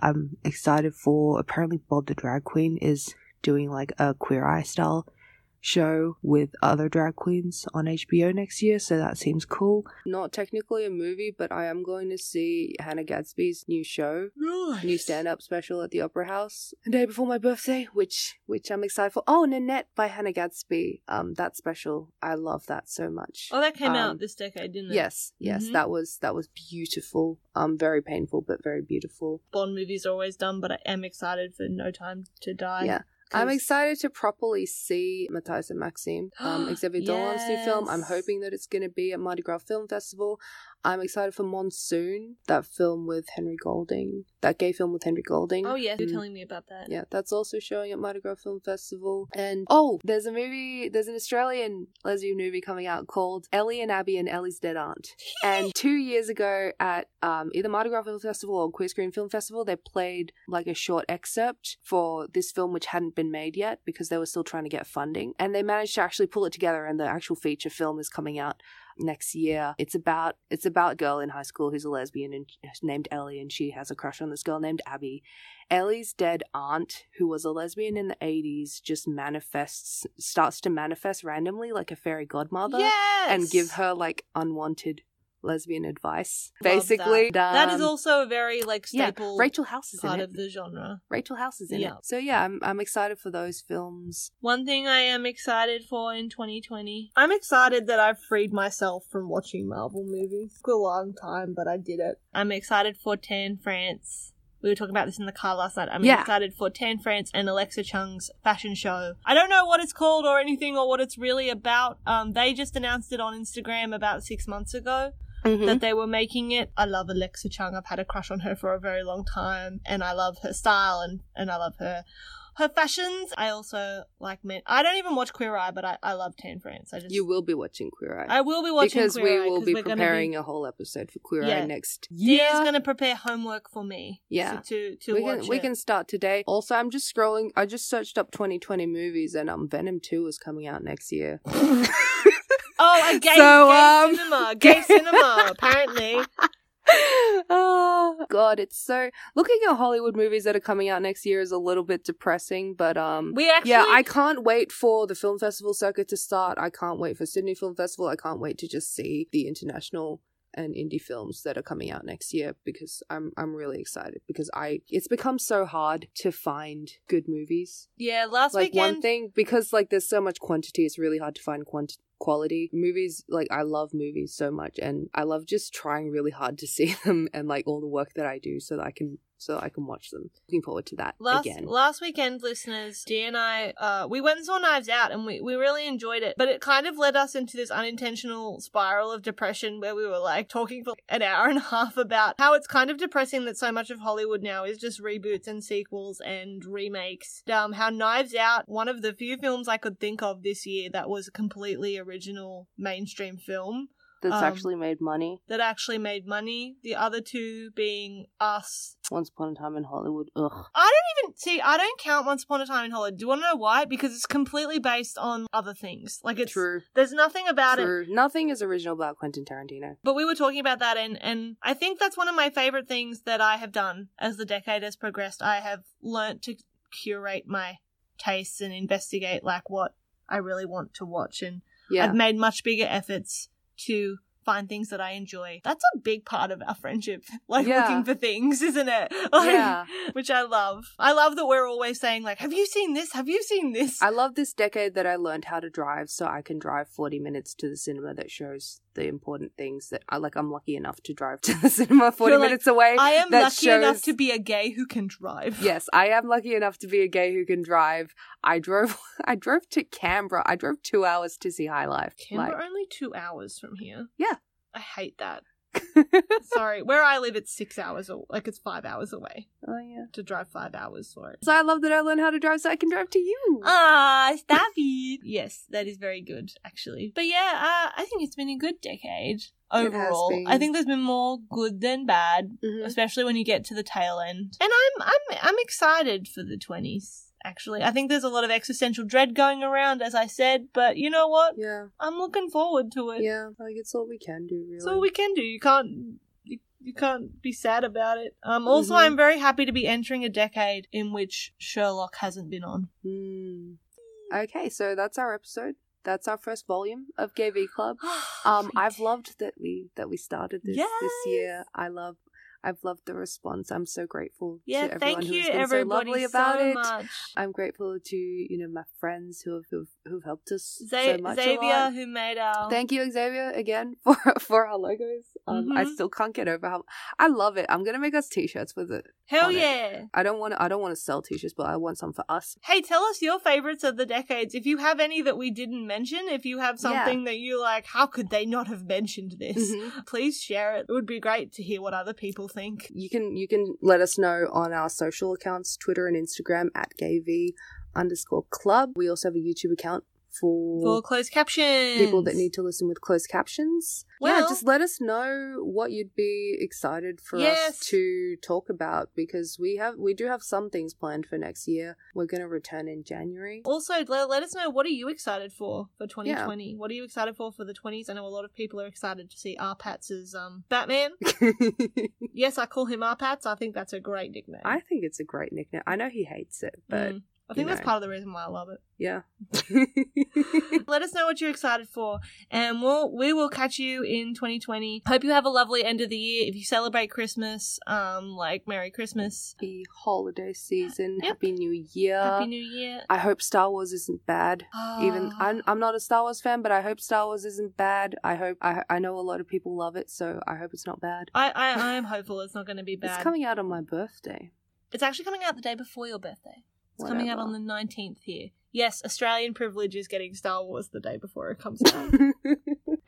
S10: I'm excited for apparently Bob the Drag Queen is doing like a queer eye style show with other drag queens on HBO next year, so that seems cool.
S1: Not technically a movie, but I am going to see Hannah Gadsby's new show, new stand-up special at the Opera House the day before my birthday, which which I'm excited for. Oh, Nanette by Hannah Gadsby. Um, that special. I love that so much.
S2: Oh, that came
S1: Um,
S2: out this decade, didn't it?
S1: Yes, yes,
S2: Mhm.
S1: that was that was beautiful. Um, very painful, but very beautiful.
S2: Bond movies are always done, but I am excited for No Time to Die.
S1: Yeah. I'm
S2: 'cause-
S1: excited to properly see Matthias and Maxime, um, Xavier Dolan's new film. I'm
S2: Yes.
S1: hoping that it's going to be at Mardi Gras Film Festival. I'm excited for Monsoon, that film with Henry Golding, that gay film with Henry Golding.
S2: Oh yeah, you're
S1: Mm.
S2: telling me about that.
S1: Yeah, that's also showing at Mardi Gras Film Festival. And oh, there's a movie, there's an Australian lesbian movie coming out called Ellie and Abby and Ellie's Dead Aunt. And two years ago at um, either Mardi Gras Film Festival or Queer Screen Film Festival, they played like a short excerpt for this film which hadn't been made yet because they were still trying to get funding. And they managed to actually pull it together, and the actual feature film is coming out next year. It's about it's about a girl in high school who's a lesbian and named Ellie, and she has a crush on this girl named Abby. Ellie's dead aunt, who was a lesbian in the eighties, just manifests starts to manifest randomly like a fairy godmother
S2: Yes.
S1: and give her like unwanted lesbian advice.
S2: Love
S1: Basically,
S2: that. that is
S1: um,
S2: also a very like staple
S1: Yeah, Rachel House is in
S2: part
S1: it.
S2: of the genre.
S1: Rachel House is in
S2: Yeah.
S1: it. So yeah, I'm I'm excited for those films.
S2: One thing I am excited for in 2020. I'm excited that I've freed myself from watching Marvel movies. Took a long time, but I did it. I'm excited for Tan France. We were talking about this in the car last night. I'm
S1: Yeah.
S2: excited for Tan France and Alexa Chung's fashion show. I don't know what it's called or anything or what it's really about. Um, they just announced it on Instagram about six months ago.
S1: Mm-hmm.
S2: that they were making it. I love Alexa Chung. I've had a crush on her for a very long time, and I love her style and, and I love her her fashions. I also like men. I don't even watch Queer Eye, but I, I love Tan France. I just
S1: You will be watching Queer Eye.
S2: I will be watching
S1: because
S2: Queer
S1: we
S2: Eye
S1: will be
S2: we're gonna
S1: preparing a whole episode for Queer Eye
S2: Yeah.
S1: next
S2: Dee's
S1: year.
S2: gonna prepare homework for me.
S1: Yeah.
S2: to to, to
S1: we
S2: watch
S1: can we
S2: it.
S1: can start today. Also, I'm just scrolling. I just searched up 2020 movies, and um, Venom 2 is coming out next year.
S2: Oh, a gay,
S1: So,
S2: gay
S1: um,
S2: cinema, gay cinema. Apparently,
S1: oh God, it's so looking at Hollywood movies that are coming out next year is a little bit depressing, but um.
S2: we actually
S1: yeah, I can't wait for the film festival circuit to start. I can't wait for Sydney Film Festival. I can't wait to just see the international and indie films that are coming out next year because I'm I'm really excited because I it's become so hard to find good movies
S2: yeah last
S1: like
S2: weekend.
S1: one thing because like there's so much quantity it's really hard to find quant- quality movies like i love movies so much and i love just trying really hard to see them and like all the work that i do so that i can so I can watch them. Looking forward to that
S2: Last
S1: again.
S2: last weekend, listeners, D and I, uh, we went and saw Knives Out, and we, we really enjoyed it. But it kind of led us into this unintentional spiral of depression, where we were like talking for an hour and a half about how it's kind of depressing that so much of Hollywood now is just reboots and sequels and remakes. Um, how Knives Out, one of the few films I could think of this year that was a completely original mainstream film,
S1: That's
S2: um,
S1: actually made money.
S2: that actually made money. The other two being Us.
S1: Once upon a time in Hollywood. Ugh.
S2: I don't even see. I don't count Once Upon a Time in Hollywood. Do you want to know why? Because it's completely based on other things. Like it's
S1: True.
S2: there's nothing about it.
S1: True. Nothing is original about Quentin Tarantino.
S2: But we were talking about that, and and I think that's one of my favorite things that I have done as the decade has progressed. I have learnt to curate my tastes and investigate like what I really want to watch, and
S1: Yeah.
S2: I've made much bigger efforts to find things that I enjoy. That's a big part of our friendship, like
S1: Yeah.
S2: looking for things, isn't it? Like,
S1: Yeah.
S2: Which I love. I love that we're always saying like, "Have you seen this? Have you seen this?"
S1: I love this decade that I learned how to drive so I can drive 40 minutes to the cinema that shows the important things that I like. I'm lucky enough to drive to the cinema 40
S2: You're like,
S1: minutes away.
S2: I am
S1: that
S2: lucky enough
S1: shows-
S2: to be a gay who can drive.
S1: Yes, I am lucky enough to be a gay who can drive. I drove I drove to Canberra. I drove 2 hours to see High Life.
S2: Canberra only two hours from here.
S1: Yeah.
S2: I hate that.
S1: Like
S2: Sorry, where I live, it's six hours, or like it's five hours away
S1: Oh yeah.
S2: to drive five hours for it.
S1: So I love that I learned how to drive so I can drive to you.
S2: Ah, stop it. Yes, that is very good, actually. But yeah, uh, I think it's been a good decade
S1: has
S2: overall.
S1: been.
S2: I think there's been more good than bad,
S1: Mhm.
S2: especially when you get to the tail end. And I'm I'm I'm excited for the twenties. Actually, I think there's a lot of existential dread going around, as I said. But you know what?
S1: Yeah.
S2: I'm looking forward to it.
S1: Yeah, like it's all we can do really.
S2: It's all we can do. You can't you, you can't be sad about it. Um. Also,
S1: Mhm.
S2: I'm very happy to be entering a decade in which Sherlock hasn't been on.
S1: Hmm. Okay, so that's our episode. That's our first volume of Gay V Club. Um, I've loved that we that we started this this year.
S2: Yes.
S1: I love, I've loved the response. I'm so grateful.
S2: Yeah,
S1: to everyone
S2: thank
S1: who's
S2: you,
S1: been
S2: everybody,
S1: so lovely about
S2: so
S1: it.
S2: much.
S1: I'm grateful to you know my friends who have who've, who've helped us
S2: Za-
S1: so much. a
S2: Xavier,
S1: lot.
S2: who made our
S1: Thank you, Xavier, again for for our logos. Um, I
S2: Mhm.
S1: still can't get over how I love it. I'm gonna make us t-shirts with it.
S2: hell
S1: on it.
S2: yeah.
S1: I don't want to. I don't want to sell t-shirts, but I want some for us.
S2: Hey, tell us your favorites of the decades. If you have any that we didn't mention, if you have
S1: Yeah.
S2: something that you like, how could they not have mentioned this?
S1: Mhm.
S2: Please share it. It would be great to hear what other people think.
S1: you can you can let us know on our social accounts twitter and instagram at gayv underscore club we also have a youtube account
S2: For
S1: for
S2: closed captions,
S1: people that need to listen with closed captions yeah
S2: Well-
S1: just let us know what you'd be excited for
S2: Yes.
S1: us to talk about because we have we do have some things planned for next year we're going to return in january
S2: Also, let, let us know what are you excited for for 2020. What are you excited for for the 20s? I know a lot of people are excited to see R. Patz's um, Batman. yes, I call him R. Patz. I think that's a great nickname.
S1: i think it's a great nickname i know he hates it but
S2: Mm. I think
S1: you
S2: that's
S1: know.
S2: part of the reason why I love it.
S1: yeah
S2: Let us know what you're excited for, and we'll we will catch you in 2020. Hope you have a lovely end of the year. If you celebrate Christmas, um, like Merry Christmas,
S1: happy holiday season
S2: Yep.
S1: happy new year
S2: Happy New Ah. Year.
S1: I hope Star Wars isn't bad. Uh, Even I'm, I'm not a Star Wars fan, but I hope Star Wars isn't bad. I hope I, I know a lot of people love it, so I hope it's not bad.
S2: I I am hopeful it's not going to be bad.
S1: It's coming out on my birthday.
S2: It's actually coming out the day before your birthday. It's coming out on
S1: Whatever.
S2: the 19th here. Yes, Australian privilege is getting Star Wars the day before it comes out.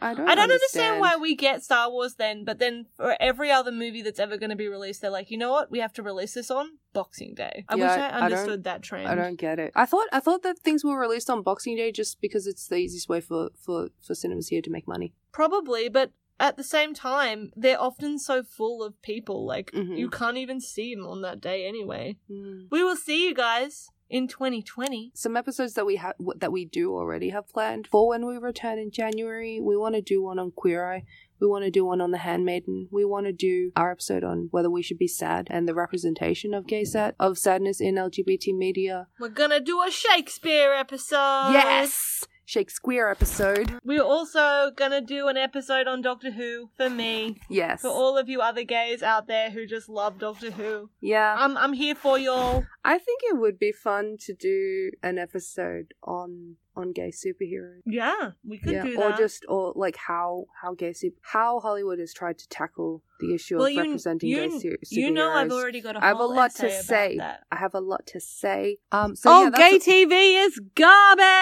S1: I don't.
S2: I don't understand why we get Star Wars then, but then for every other movie that's ever going to be released, they're like, you know what? We have to release this on Boxing Day. I
S1: Yeah,
S2: wish
S1: I-
S2: I
S1: I don't-
S2: understood that trend.
S1: I don't get it. I thought I thought that things were released on Boxing Day just because it's the easiest way for for for cinemas here to make money.
S2: Probably, but at the same time, they're often so full of people. Like,
S1: Mhm.
S2: you can't even see them on that day anyway. We will see you guys in 2020.
S1: Some episodes that we have that we do already have planned for when we return in January. We want to do one on Queer Eye. We want to do one on The Handmaiden. We want to do our episode on whether we should be sad and the representation of gay sad of sadness in LGBT media.
S2: We're going to do a Shakespeare episode.
S1: yes, Shakespeare episode.
S2: We're also going to do an episode on Doctor Who for me.
S1: Yes.
S2: For all of you other gays out there who just love Doctor Who,
S1: yeah,
S2: I'm I'm here for y'all.
S1: I think it would be fun to do an episode on on gay superheroes.
S11: Yeah, we could
S1: yeah,
S11: do
S1: or
S11: that.
S1: just or like how how gay super, how Hollywood has tried to tackle the issue of representing
S11: you,
S1: gay su- superheroes.
S11: you know I've already got a
S1: I have a
S11: whole
S1: lot to
S11: essay about
S1: say.
S11: that.
S1: I have a lot to say. Um, so
S2: oh,
S1: yeah, that's
S2: gay TV is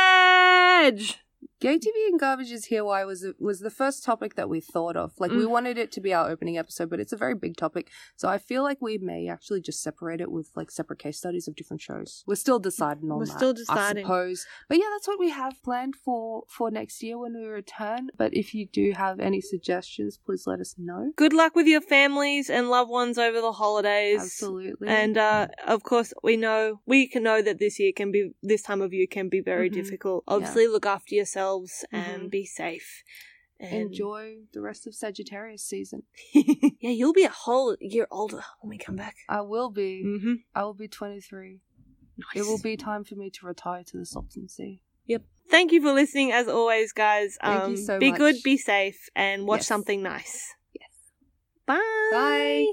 S2: garbage.
S1: Gay TV and garbage is here. Why was was the first topic that we thought of? Like
S2: Mm.
S1: we wanted it to be our opening episode, but it's a very big topic, so I feel like we may actually just separate it with like separate case studies of different shows. We're still deciding on
S2: We're
S1: that.
S2: still
S1: I
S2: deciding.
S1: suppose. But yeah, that's what we have planned for for next year when we return. But if you do have any suggestions, please let us know.
S2: Good luck with your families and loved ones over the holidays.
S1: Absolutely.
S2: And uh, of course, we know we can know that this year can be this time of year can be very
S1: Mhm.
S2: difficult. Obviously, look after yourselves and be safe. And
S1: Mm-hmm. enjoy the rest of Sagittarius season.
S2: yeah, you'll be a whole year older when we come back.
S1: I will be.
S2: Mm-hmm.
S1: I will be 23.
S2: Nice.
S1: It will be time for me to retire to the Sultancy.
S2: Yep. Thank you for listening, as always, guys.
S1: Thank you
S2: Um,
S1: so
S2: be
S1: much.
S2: good, be safe, and watch
S1: Yes.
S2: something nice.
S1: Yes. Bye.